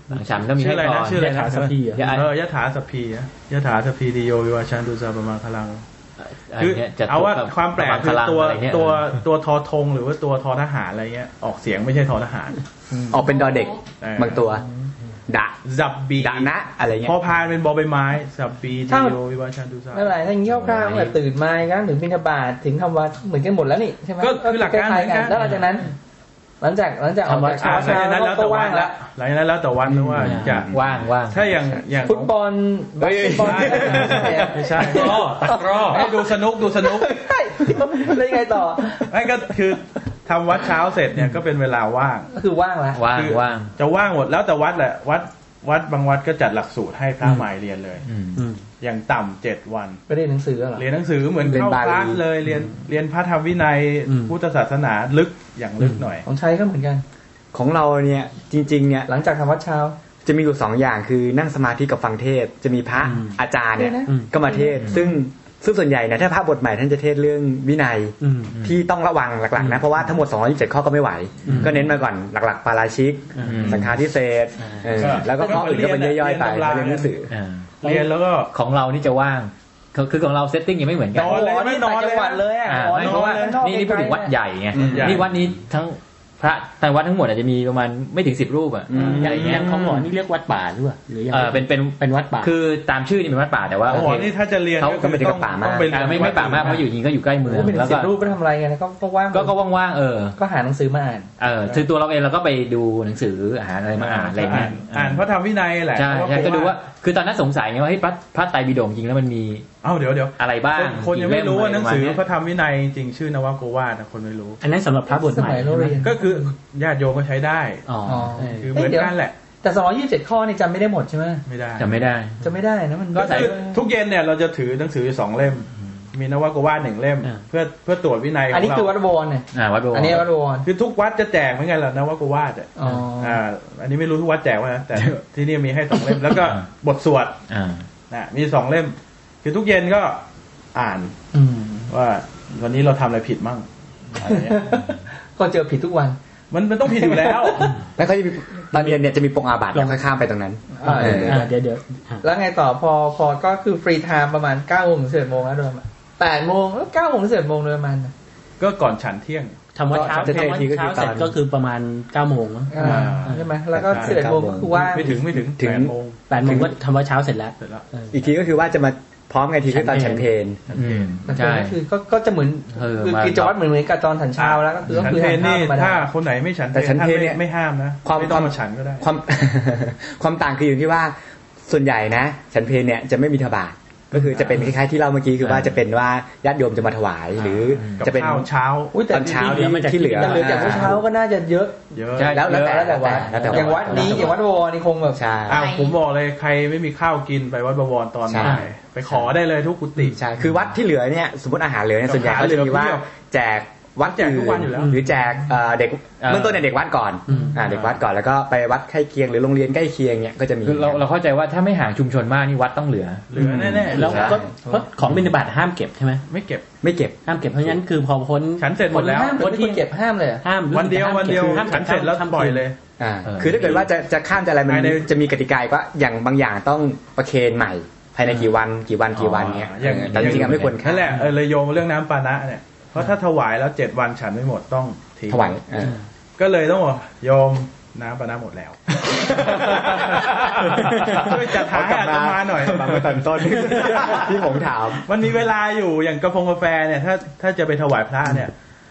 หลังฉันก็มี
ชื่ออะไรนะชื่ออะไร
ยะ
นะ
ถาสัพพีอะ
ยะเออยะถาสัพพีนะยะถาสัพพีติโยวิวาชันตุสาปมาคลัง
คื
คือ อ
จะ
เอาว่า
ตรกับ
ความแปลกคือ
พะ
ตัว
งะไรเงี้ย
ตัวตัวทอทงหรือว่าตัวทอทหารอะไรเงี้ย ออกเสียงไม่ใช่ทอทหาร
ออกเป็นดอเด็ก
เออ
บางตัวดะ
สับบี
ดะนะอะไรเงี้
พอย พานเป็นบอใบไม้สับปีติโยวิวาชันตุสา
ไม่เป็นไรถ้าอย่างเงี้ยคร่าวๆแบบตื่นมาก็ถึงบิณฑบาตถึงทำวัดเหมือนกันหมดแล้วนี่ใช่ไหม
ก็คือหลักการ
คล้ยๆ
เหมือนกัน
แล้วหลังจากนั้น หลังจากหลังจากออก
ทำวัด
จาก
อ่า
เช้า
หลังจากนั้นแล้
ก็
วแต่วั
ว่าน ง
ละ
ละ
หลังจากนั้นแล้วแต่วันนะว่าจะ
ว่างว่าง
ถ้าอย่างอย่าง
ฟุตบอล
เฮ้ย
ฟุตบอล
ไม่ใช่ตะกร้อให้ดูสนุกดูสนุก
ใช่แล้วยังไงต่อ
ไอ้ก็คือทำวัดเช้าเสร็จเนี่ยก็เป็นเวลาว่าง
ก็คือว่างละ
ว่าง
คือ
ว่าง
จะว่างหมดแล้วแต่วัดแหละวัดวัดบางวัดก็จัดหลักสูตรให้พระใหม่เรียนเลย
อืม
อืม
อย่างต่ำเจ็ดวัน
ไปเรียนหนังสือเหรอ
เรียนหนังสือเหมือนเข้าคลาสเลยเรียนเรียนพระธรรมวินัย
อืม
พุทธศาสนาลึกอย่างลึกหน่อย
ของชัยก็เหมือนกัน
ของเราเนี่ยจริง ๆ เนี่ย
หลังจากทำวัดเช้า
จะมีอยู่สองอย่างคือนั่งสมาธิกับฟังเทศน์จะมีพระ
อืม
อาจารย์เนี่ย
เดี๋ยวนะ
ก็มาเทศน์ซึ่งซึ่งส่วนใหญ่เนี่ยถ้าพระบทใหม่ท่านจะเทศน์เรื่องวินัย
อืม
ที่ต้องระวังหลักๆนะเพราะว่าทั้งหมด 227 ข้อก็ไม่ไหว
อืม
ก็เน้นมาก่อนหลักๆ ปาราชิก
อืม
สังฆาทิเศษเออ
ก็
แล้วก็ข้ออื่นก็เป็นย่อยๆไป
เรียนตำรา
เรียนหนังสือ
อ่า
เรียนแล้วก็
ของเรานี่จะว่างคือคือของเราเซตติ้งยังไม่เหมือนกัน
นอนเลยไม่นอน
ต่าง
เลย
จังหวัดเลยอ่ะ
อ่า
อ๋อ
ไม่เพราะว่า
ข้งอก
นี่นี่พูดถึงวัดใหญ่ไง
อืม
นี่วัดนี้ทั้งพระแต่วัดทั้งหมดอาจจะมีประมาณไม่ถึงสิบรูปอ่ะ
อืม
อะไร
อ
เงี้ย
ย่างของหมอนี่เรียกวัดป่าหรือเปล่าหรือยัง
เออเป็นเป็น
เป็นวัดป่า
คือตามชื่อนี่เป็นวัดป่าแต่ว่า
โอ้
โอ
โห
เค
นี่ถ้าจะเรียน
ก็ไม่ถึงกับป่ามาก
ต้องไปเรี
อ่าย
น
ไม่ไม่ป่ามากเพราะอยู่จริงก็อยู่ใกล้เมือง
พูดเป็น
แล้ว
สิ
ก็
บรูปไปทำอะไรไงนะก็ก็ว่าง
ก็ก็ว่างๆเออ
ก็หาหนังสือมาอ่าน
เออคือตัวเราเองเราก็ไปดูหนังสือหาอะไรมาอ่านอะไรเงี้ย
อ่านพระธรรมวินัยแหละ
ใช่
เพราะผม
ใช่ก็ดูว่าคือตอนนั้นสงสัยไงว่าเฮ้ยพระพระไตรปิฎกจริงแล้วมันมี
เอ้าเดี๋ยวเดี๋ยว
อะไรบ้าง
คนคนยังไม่รู้ว่าหนังสือ
กี่เล่
พ
มะไรประมาณเย
ระธรรมวินัยจริงชื่อนวโกวาทนะคนไม่รู้
อันนั้นสำหรับพระบทใหม่
สมัยเราเรียน
ก็คือญาติโยมก็ใช้ได้
อ๋อ
อ๋อ
เออ
คือเหมือนกันแหละ
แต่สองร้อยยี่สิบเจ็ดข้อนี่จำไม่ได้หมดใช่ไหม
ไม่ได้
จำไม่ได้
จำไม่ได้นะมัน
ก็คือ
เออ
ทุกเย็นเนี่ยเราจะถือหนังสืออยู่สองเล่ม มีนวโกวาทหนึ่งเล่ม
อ่า
เพื่อเพื่อตรวจวินัยข
อัน
อง
นี้คือวัด
เรา
บวรเนี่ย
อ่าวัดโบวร
อันนี้วัดบวร
คือทุกวัดจะแจกเหมือนกันแหละนวโกวาทอ่ะ
อ๋ออ
อ่า อันนี้ไม่รู้ทุกวัดแจกว่านะแต่ ที่นี่มีให้สองเล่มแล้วก็บทสวด
อ่า
นะมีสองเล่ม คือทุกเย็นก็อ่าน
อืม
ว่าวันนี้เราทำอะไรผิดมั่งอะไรเงี้ย
ก็เจอผิดทุกวัน
มันมันต้องผิดอยู่แล้ว
แล้วเขาจะมีตอนเรียนเนี่ยจะมีปรงอาบัติแล้วค่อยข้ามไปตรงนั้น
อ่า
เออ
อ่าเดี๋ยวเดี๋ยวอ่ะ
แล้วไงต่อพอพอก็คือฟรีไทม์ประมาณเก้าโมงถึงสิบเอ็ดโมงแล้วโดยประมาณแปดโมงแล้วเก้าโมงถึงสิบเอ็ดโมงโดยประมาณนะ
ก็ก่อนฉันเที่ยง
ทำวัดเช้า
จะเท
ทำ
ศ
วัด
น์ทีก็คื
เช้า
อ
เส
ต
ร็
อ
จ
น
ก็คือประมาณเก้าโมงมั้ง
อ่า
อ่า
ใช่ไหมแล้วก็
ใช่
สิบเอ็ดโมงก็คือว่าง
ไม่ถึงไม่ถึง
ถึง
แปดโมง
แปดโมงก็ทำวัดเช้าเสร็จแล้ว
เสร็จแล้ว
อีกทีก็คือว่าจะมา พร้อมไงทีคือตอนฉันเพน
อืม
มันก็
ใช่
คือก็ก็จะเหมือน
เออ
คือ
มา
กิจวัตรเหมือนเหมือนกับตอนฉันเช้าแล้วก็คือก็
ฉัน
คือ
เพน
ทา
นี่
นข้าวธรรมดา
ถ้าคนไหนไม่ฉันเพ
แต่
น
ฉัน
ท่าน
เพน
ไม่
เนี่ย
ไม่ห้ามนะ
ความ
ไม่
ค
ต้อ
วาง ม
มาฉันก็ได้
ความ ความต่างคืออยู่ที่ว่าส่วนใหญ่นะ ฉันเพนเนี่ยจะไม่มีทบาทก็คือจะเป็นคล้ายๆที่เล่าเมื่อกี้คือว่าจะเป็นว่าญาติโยมจะมาถวายหรือ
กับ
จะเป็น
ข้าวเช้า
อุ๊ยแต่
ตอนเช้า
จริงๆ
ที่ที่เหลือ
แต่เหลือจากเมื่อเช้าก็น่าจะเยอะ
เยอะ
ใช่
แล้วแล้วแต่แล้วแต่วัด
แล้วแต่
อย่างวัดนี้อย่างวัดวอนี่คงแบบ
ใช่
อ้าวผมบอกเลยใครไม่มีข้าวกินไปวัดบวรตอน
ใช่
บ่ายไปขอได้เลยทุกกุฏิ
ใช่คือวัดที่เหลือเนี่ยสมมติอาหารเหลือเนี่ยส่วนใหญ่เขาจะมีว่าแจกวัด
แจกทุกวันอยู่แล้ว
หรือแจกเอ่อเด็ก
เอ่อ
เบื้องต้นเนี่ยเด็กวัดก่อน
อืม
อ่าเด็กวัดก่อนแล้วก็ไปวัดใกล้เคียงหรือโรงเรียนใกล้เคียงเนี่ยก็จะมี
คือเราเราเข้าใจว่าถ้าไม่ห่างชุมชนมากนี่วัดต้องเหลือ
เหลือแน่ๆ
แล้ว
เหอ
ก็เพราะของบิณฑบาตห้ามเก็บใช่ไหม
ไม่เก็บ
ไม่เก็บ
ห้ามเก็บเพราะงั้นคือพอพ้น
ฉันเสร็จหมดแล้ว
ห้ามคนที่เก็บห้ามเลยอะ
ห้าม
วันเดียววันเดียว
ห้ามก็บ
ฉันเสร็จแล้ว
ห้ามก็บ
ปล่อยเลย
อ่า
เออ
คือถ้าเกิดว่าจะจะข้ามจะอะไรมัน
ภายใน
จะมีกติกาอีกว่าอย่างบางอย่างต้องประเคนใหม่ ภายในกี่วันกี่วันกี่วันเนี่ย
อย่าง
เออแต่จริงๆอะไม่ควรข้า
นั่น
ม
แหละเออเลยโยงเรื่องน้ำปานะเนี่ย เพราะถ้าถวายแล้วเจ็ดวันฉันไม่หมดต้องทิ้ง
ถวายเออ
ก็เลยต้องบอกโยมน้ำปานะหมดแล้ว ช่วยจัดหาให้อาตมาหน่อย
กลับมาตอนต้น ที่ ผมถาม
มันมีเวลาอยู่อย่างกระพงกาแฟเนี่ยถ้าถ้าจะไปถวายพระเนี่ย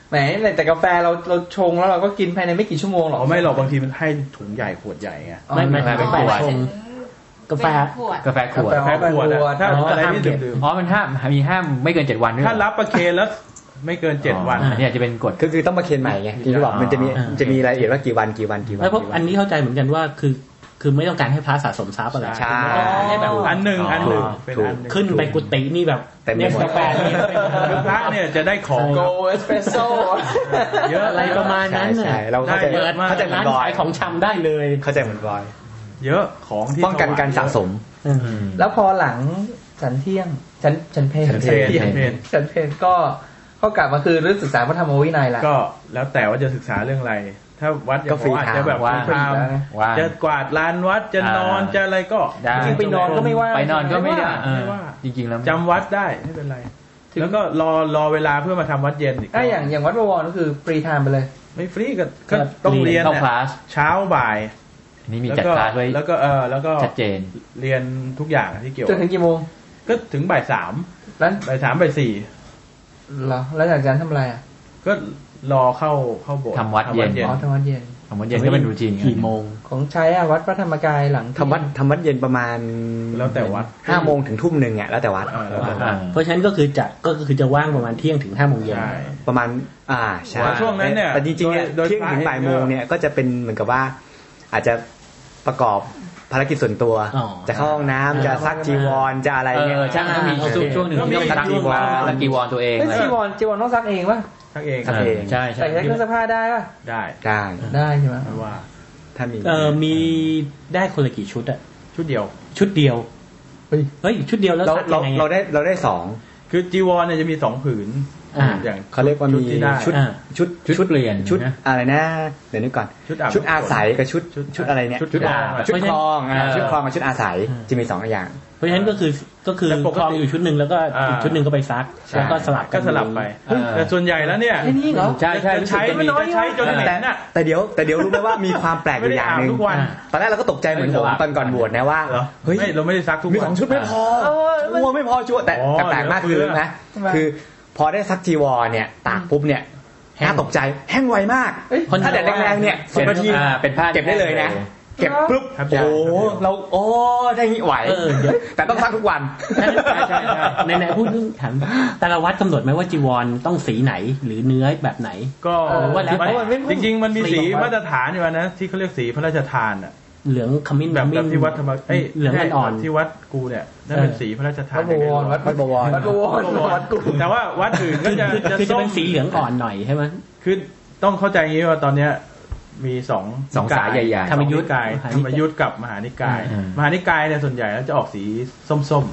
แหมแต่กาแฟเราเราชงแล้วเราก็กินภายในไม่กี่ชั่วโมงหรอก
เขาไม่หรอกบางทีมันให้ถุงใหญ่ขวดใหญ่ไง
ไม่ไม่ไม่
ไม่
ไม่
ไม่
ชง กาแฟ
เป็นขวด
กาแฟขวด
กาแฟขวดอะ
ถ้า
ถ้า
อะไรที่ดื่ม
อ๋อมันห้ามมีห้ามไม่เกินเจ็ดวันด้วย
ๆถ้ารับประเคนแล้วไม่เกินเจ็ดวัน
อ๋ออันนี้อาจจะเป็นกฎ
ก็คือต้องประเคนใหม่ไงที่เขาบอกมันจะมี
อ่า
จะมีรายละเอียดว่ากี่วันกี่วันกี่วัน
ไม่เพราะ
กี่วั
อันนี้เข้าใจเหมือนกันว่าคือ คือไม่ต้องการให้พระสะสมทรัพย์อะไร
ใช่
ให้แบบ
อันหนึ่งอันหนึ่ง
อ๋อ
เป็น
ถูก
อันหนึ่ง
ขึ้นไปกุฏินี่แบบ
เต็มไป
เนี่ย
หมด
กาแฟนี่เป็น
คือพระเนี่ยจะได้ของ
โกเอสเปรสโซ่
เยอะ
อะไรประมาณนั้น
ใช่
น่ะ
ใช่เราเข้าใจ
เปิด
เข้าใจเหมือ
ร้าน
นบอ
ขาย ยของชำได้เลย
เข้าใจเหมือนบอย
เยอะของที่
ป้องกันการสะสม
แล้วพอหลังฉันเที่ยงฉันฉันเพล
ฉัน
เพ
พ
น
ที่ยง
เพน
ฉันเพลก็ก็กลับมาคือเรื่องศึกษาพระธรรมวินัยละ
ก็แล้วแต่ว่าจะศึกษาเรื่องอะไร ถ้าวัดอย่าง
ก็
ผ
ฟรี
มอาจจะแบบ
ทาง
ฟรีทาง
ว่า
จะกวาดลานวัดจะนอน
อ่า
จะอะไรก็
ได้
จริงๆไปนอนก็ไม่ว่า
ไปนอนก็ไม่ได้เออ
ไม่ว่า
จริงๆแล้ว
จำวัดได้ไม่เป็นไรแล้วก็รอรอเวลาเพื่อมาทำวัดเย็นอีก
อ่ะอย่างอย่างวัดบวรก็คือฟรีไทม์ไปเลย
ไม่ฟรีก็ก็ต้องเรียน
เข้าค
เนี่ย
ลาส
เช้าบ่าย
อันนี่มี
แล้ว
จัด
ก็
คลาสไว้
แล้วก็เออแล้วก็
ชัดเจน
เรียนทุกอย่างที่เกี่ยว
จนถึงกี่โมง
ก็ถึงบ่ายสาม
แล้ว
บ่ายสามบ่ายสี่
เหรอแล้วหลังจากนั้นทำอะไรอ่ะ
ก็รอเข้าเข้าโบสถ์
ทำวัดเย็น
อ๋อทำวัดเย็น
ของวันเย็นก็เป็นรูทีน
กี่โมง
ของใช้อะวัดพระธรรมกายหลัง
ทำวัดทำวัดเย็นประมาณ
แล้วแต่วัด
ห้าโมงถึงทุ่มหนึ่งอ่ะแล้วแต่วัด
อ่าแล้วแต่
อ่า
เพราะฉะนั้นก็คือจะก็คือจะว่างประมาณเที่ยงถึงห้าโมงเย็น
ใช่
ประมาณ อ่า ใช่
ว่าช่วงนั้นเนี่ย
แต่จริงๆเนี่ย
โดยโดย
เที่ยงถึงบ่ายโมงเนี่ยก็จะเป็นเหมือนกับว่า อาจจะประกอบภารกิจส่วนตัว
อ๋อ
จะเข้าห้องน้ำจะซักจีวรจะอะไร
เอ
เนี่ย
อช่างต้องมี
โอเค
ช่วงหนึ่งที่ต้องซัก
ก็มี
จีวร
ช่วงหนึ่ง
ซักจีวรตัวเอง
เฮ้ย
อะไร
จีวรจีวรต้องซักเองป่ะ
ทั้งเอง
ซักเอง
ใช่ใช่
ใส่ใช้เครื่องซักผ้าได้ป่ะ
ได้
ได้
ได้ใช่ไหม
ไม่ว่า
ถ้ามี
เออมีได้คนละกี่ชุดอะ
ชุดเดียว
ชุดเดียว
เฮ้ย
เฮ้ย ชุดเดียวแล้ว
เรา
ซัก
เรา
ยังไง
เรา
อะ
ได้เราได้สอง
คือจีวรเนี่ยจะมีสองผืน
อ่า
อย่าง
เขาเรียกว่า
ชุด
มี
ที่ได้
ชุด
อ่า
ชุด
ชุดชุดเรียน
ชุด
นะ
อะไรนะเดี๋ยวนึกก่อน
ชุดอาบ
ชุดอาศัยกับชุด
ชุด
ชุดอะไรเนี่ย
ชุด
ชุดอาบ
อาบ
ชุดคลองอ่า
เออ
ชุดคลองกับชุดอาศัยจะมีสองอย่าง
เพราะฉะนั้นก็คือก็คือ
แต่ปกติ
คลองอยู่ชุดหนึ่งแล้วก็
อ่า
อีกชุดหนึ่งก็ไปซัก
ใช่
แล้วก็สลับ
ก็
กัน
สลับไป
เออ
แต่ส่วนใหญ่แล้วเนี่ย
ไอ้นี่เหรอ
ใช่ใช่
จะใช้
รู้สึกจะ
ไม่
มี
น้อยใช้จนเหม็
แต่
นน่ะ
แต่เดี๋ยวแต่เดี๋ยวรู้ไหมว่ามีความแปลกอยู่อย่างห
ไม่
นึ่ง
ได้อาบทุกวัน
ตอนแรกเราก็ตกใจเหมือนผม
เออ
ตอนก่อนโหวตนะว่า
เหรอ
เฮ้ย
ไม่เราไม่ได้ซักทุก
มี
วั
ส
น
องชุดไม่พอชัวร์ไม่พอชัวร์แต่
อ๋อ
แต่แปลกมาก
เดี๋
คื
ยว
อ
เพื่อ
นะ
ทำไม
คือพอได้ซักจีวรเนี่ยตากปุ๊บเนี่ยน่าตกใจแห้งไวมาก
เอ้ย
ถ้าแดดแรงๆเนี่ย
เป็
สิ
น
บนาที
อ่าเป็นผ้า
เก็บได้เลยนะ เก็บปุ๊บ
ครับ
โอ้โหเราโอ้ได้งี้ไหว
เออเดี๋ยว
แต่ต้องซักทุกวัน
ใช่ใช่ใช่ในในพูดเรื่องถามแต่ละวัดกำหนดไหมว่าจีวรต้องสีไหนหรือเนื้อแบบไหน
ก็
เออว่าแล้วแต่
จริง ๆ มันมี
ไม่
สี
ต้องวัด
มาตรฐานอยู่นะที่เขาเรียกสีพระราชทานอ่ะ
เหลืองขมิ้น
แบบ
ขมิ้
แบบ
น
ที่วัดธรรมเอ้ย
เหลืองอ่อน
ที่วัดกูเนี่ยนั่นเป็นสีพระราชทาน
วัดบวรวัด
วัดบวร
วัดบวรวัดกลุ่ม
แต่ว่าวัดอื่นก็
คือ
จะ
คือ
จะ
คือจะ
ส้
เป็
ม
นสีเหลืองอ่อนหน่อยใช่ไหม
คือต้องเข้าใจอย่างนี้ว่าตอนเนี้ยมีสอง
สองสายใหญ่ๆ
ธรรมยุทธ์กายธรรมยุทธ์กับมหานิกาย
อืม
มหานิกายเนี่ยส่วนใหญ่แล้วจะออกสีส้ม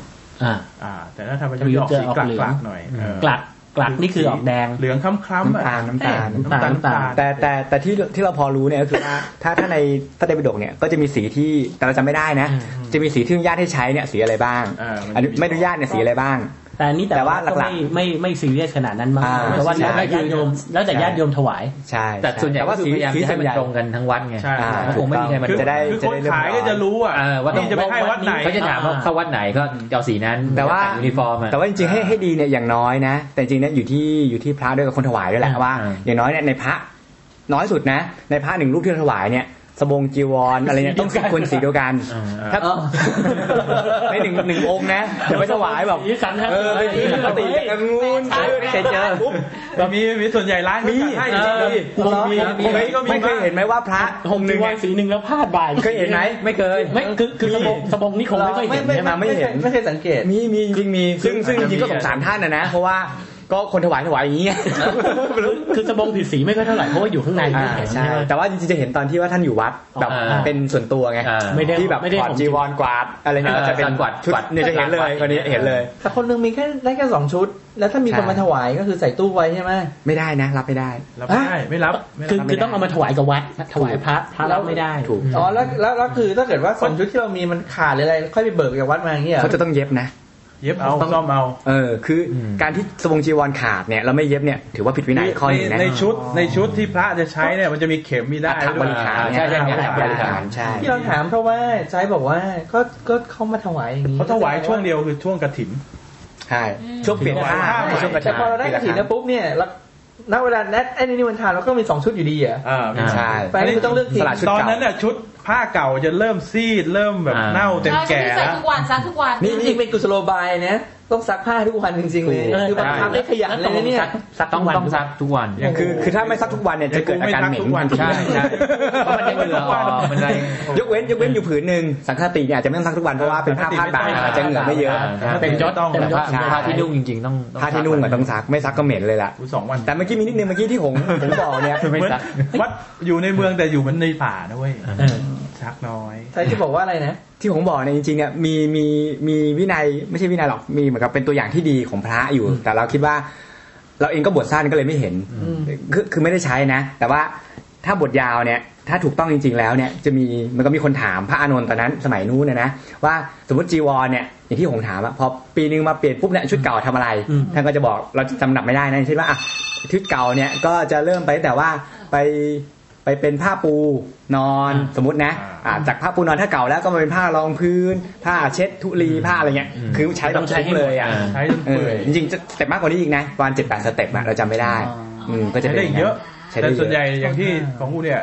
อ่า
ๆอ่า แต่ถ้าธรรมยุทธ์จะออกสีก
ธรรมยุทธ์จะออกเหลือง
ลักๆหน่อยเออก
ลักกลักนี่คือออกแดง
เหลืองคล้ำๆ
น้ำ
อะ
ตาลน้ำตาล
น้ำตาล
น้ำตาล
แต่แต่แต่ที่ที่เราพอรู้เนี่ยก็คือว่า ถ้าถ้าในพระไตรปิฎกเนี่ยก็จะมีสีที่แต่เราจำไม่ได้นะ จะมีสีที่อนุญาตให้ใช้เนี่ยสีอะไรบ้าง
เออ
อ
มั
นุ
จะ
ไม่อนุญาตเนี่ยสีอะไรบ้าง
แต่อันนี้แต่
แต่ว่า
ว่าก็
หลัก
ไม่ไม่ไม่ซีเรียสขนาดนั้นมาก
อ่า
แต่ว่าแล้วแต่ญาติโยมแล้วแต่ญาติโยมถวาย
ใช่
แต่ส่วนใหญ่
ต่
ก็คือพยายามจะให้มัน
ส่วญ่
ตรงกันทั้งวัดไง
ใช่
อ่า
ถูก
คงไม่มีใครมัน
ต้
คือ
จะได้
คือ
จะ
คน
ได้เรื่อง
ขายก็
ร้อน
จะรู้อ่ะ
เออว่าต้อง
นี่จะไปให้วัดไหน
เขาจะถามว่าเข้าวัดไหนก็เอาสีนั้น
แต่ว่า
ยูนิฟอร์มอะ
แต่ว่าจริงๆให้ให้ดีเนี่ยอย่างน้อยนะ แต่จริงๆเนี่ยอยู่ที่อยู่ที่พระด้วยกับคนถวายด้วยแหละ
อ่า
ว่า
อ่า
อย่างน้อยเนี่ยในพระน้อยสุดนะ ในพระหนึ่งรูปที่เราถวายเนี่ยสบงจีวรอะไรเนี่ยต้องควรสีเดียวกัน
อ่า
ถ้า
เออ
ในหนึ่งหนึ่งองค์นะอย่าไปถวายแบบ
สีสันนะ
เออไปตีกันตีกันงูนเจอเจอปุ๊บ
มีมีส่วนใหญ่ร้าน
มี
ให้อยู่ที่นี่
เหรอ
มีมี
ไม่
ก็มี
ไม่เคย
บ้าง
เห็นไหมว่าพระ
ผ
อง
ม
ค์ห
นึ
นึ่
ง
งเนี่ย
สีหนึ่งแล้วพาดบ่าย
เคยเห็นไหม
ไม่เคย
ไม่คือคือสบงสบงนี่คงไม่ค่อยเห็น
ไม่
ใช่ไหม
ไม่เห็น
ไม่เคยสังเกต
มีมีจริงๆมีซึ่งซึ่งจ
อาจจะ
ริงๆก็
มี
สงสารท่านนะนะ เพราะว่าก็คนถวายถวายอย่างนี้ไง
คือคือสบงผิดสีไม่ค่อยเท่าไหร่เพราะว่าอยู่ข้างใน
อ่า
ไม่เห็น
ใช่
ไหม
แต่ว่าจริงๆจะเห็นตอนที่ว่าท่านอยู่วัดแบบ
อ่า
เป็นส่วนตัวไง
อ่า
ไม่ได้
ที่แบบ
ไม่ได้
ถอด
ผม
จีวรกวาดอะไรเนี่ย
เออ
ก็จะเป็น
ตอนกวาด
ชุด
กวาด
เนี่ยจะเห็นเลยคนนี้เห็นเลย
แต่คนหนึงมีแค่ได้แค่สองชุด แล้วถ้ามี
ใช่
คนมาถวายก็คือใส่ตู้ไว้ใช่ไหม
ไม่ได้นะ รับไม่ได้
รับไม่ได้ไม่รับไม่
คือ
รับ
คือต้องเอามาถวายกับวัดถวายพระพระรับไม่ได้
ถูก
อ๋อแล้วแล้วแล้วคือถ้าเกิดว่าสองชุดที่เรามีมันขาดหรืออะไรค่อยไปเบิกจากวัดมาอย่างเงี้ยเหรอ
เขาจะต้องเย็บนะ
เย็บเอา
ต้อง
ซ่อมเอา
เออคืออ
ม
การที่สบงจีวรขาดเนี่ยเราไม่เย็บเนี่ยถือว่าผิดวินัยข้อหนึ่งนะ
ในชุดในชุดที่พระจะใช้เนี่ยมันจะมีเข็มมีได้
อัฐบริหาร
ใช่ใช่ใช่
อัฐบริหารใช่
ที่เราถามเพราะว่าใจบอกว่าก็ก็เขามาถวายอย่างนี้
เขาถวายช่วงเดียวคือช่วงกระถิ่น
ใช่ช่วงเปลี่ยนผ้า
เปลี่ยนผ้า
ช่วงกระ
แต่พอเราได้กระถิ่นแล้
แล้
วปุ๊บเนี่ยแล้วณเวลานั้นไอ้นี่วันทานเราก็มีสองชุดอยู่ดีอ่ะ
อ่า
อ่า
ใช่
ไปนี่มันต้องเลือกทีม
สละชุด
ตอน
เก่า
นั้นน่ะชุดผ้าเก่าจะเริ่มซีดเริ่มแบบ
อ่า
เน่าเต็ม
เราจะ
แก่
ไม่ใส่
แล้ว
ทุกวันซักทุกวัน
นี่จริงๆเป็นกุศโลบายนะต้องซักผ้าทุกวันจริงๆเลย
ถูก
คือบังคับได้ขยันเลยนะเนี่ย
ซัก
ต้
ต้อ
อ
ง งวัน
ต้องซักทุกวัน
คือ คือถ้าไม่ซักทุกวันเนี่ยจะเกิดอาการเหม็นทันที
ใช่ใช่เพราะมัน
น
ยังเหลือออกมันอะไร
ยกเว้นยกเว้นอยู่ผืนหนึ่งสังฆติเนี่ยอาจจะไม่ต้องซักทุกวันเพราะว่าเป็นผ้าผ้าดบ่าอาจจะเหงื่อไม่เยอะ
ใช่
เต็มยศต้อง
เต็มย
ผ้า
ศ
ใช่
ผ้าที่นุ่งจริง ๆ ต้อง
ผ้าที่นุ่งอะต้องซักไม่ซักก็เหม็นเลยล่ะ
กูสองวัน
แต่เมื่อกี้มีนิดนึงเมื่อกี้ที่ผมผมบอกเนี่ย
คือไม่
เหมือน
ซัก
วัดอยู่ในเมืองแต่อยู่เหมันในป่านะเว้ย
เออ
ชักน้อย
ใช่ที่บอกว่าอะไรนะ
ที่ผมบอกเนี่ยจริงๆเนี่ยมีมีมีวินัยไม่ใช่วินัยหรอกมีเหมือนกับเป็นตัวอย่างที่ดีของพระอยู่ แต่เราคิดว่า เราเองก็บวชสั้นก็เลยไม่เห็น คือคือไม่ได้ใช้นะ แต่ว่าถ้าบทยาวเนี่ยถ้าถูกต้องจริง ๆ แล้วเนี่ยจะมีมันก็มีคนถามพระอานนท์ตอนนั้นสมัยนู้นนะนะว่าสมมติจีวรเนี่ยอย่างที่ผมถามอะพอปีนึงมาเปลี่ยนปุ๊บเนี่ยชุดเก่าทำอะไรท่านก็จะบอกเราจำหนับไม่ได้นะเช่นว่าอ่ะชุดเก่าเนี่ยก็จะเริ่มไปแต่ว่าไปไปเป็นผ้าปูนอนสมมตินะอ่ะจากผ้าปูนอนถ้าเก่าแล้วก็มาเป็นผ้ารองพื้น ผ้าเช็ดทุลีผ้าอะไรเงี้ย
อืม
คือใช้แบบทุกเลยอ่ะ
ใช้จน
เอ
เปื่
อ
อย
จริงๆจะสเต็ปมากกว่านี้อีกนะประมาณเจ็ดแปดสเต็ปอะเราจำไม่ได้ อืมก็จะ
ใช้
เป็น
ได้
อางนั้น
เยอะ
ใช้
แต่
ได้เยอะ
ส่วนใหญ่อย่างที่ของกูเนี่ย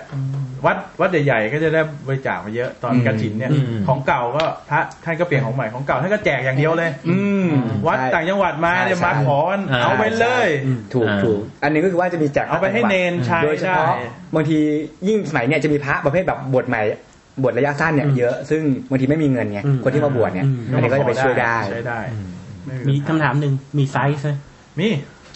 วัดวัดใหญ่ๆก็จะได้บริจาคมาเยอะตอน
อืม
กระถินเนี่ย
อืม
ของเก่าก็พระท่านก็เปลี่ยนของใหม่ของเก่าท่านก็แจกอย่างเดียวเลย
อืม
วัด
ใช่
ต่างจังหวัดมาเนี่ย
ใช่
มา
ใช่
ขอกันเอาไปเลย
อืมถูก
อ่า
ถูกอันหนึงก็คือว่าจะมีแจก
เอาไปให้เนนใช้
โดยเฉพาะ
ได้
บางทียิ่งสมัยเนี่ยจะมีพระประเภทแบบบวชใหม่บวชระยะสั้นเนี่ยเยอะซึ่งบางทีไม่มีเงินไงคนที่มาบวชเนี่ยอันนี้ก็จะไปช่วยได้
ใช้ได้ไ
มีคำถามหนึ่งมีไซส์ไหม
มี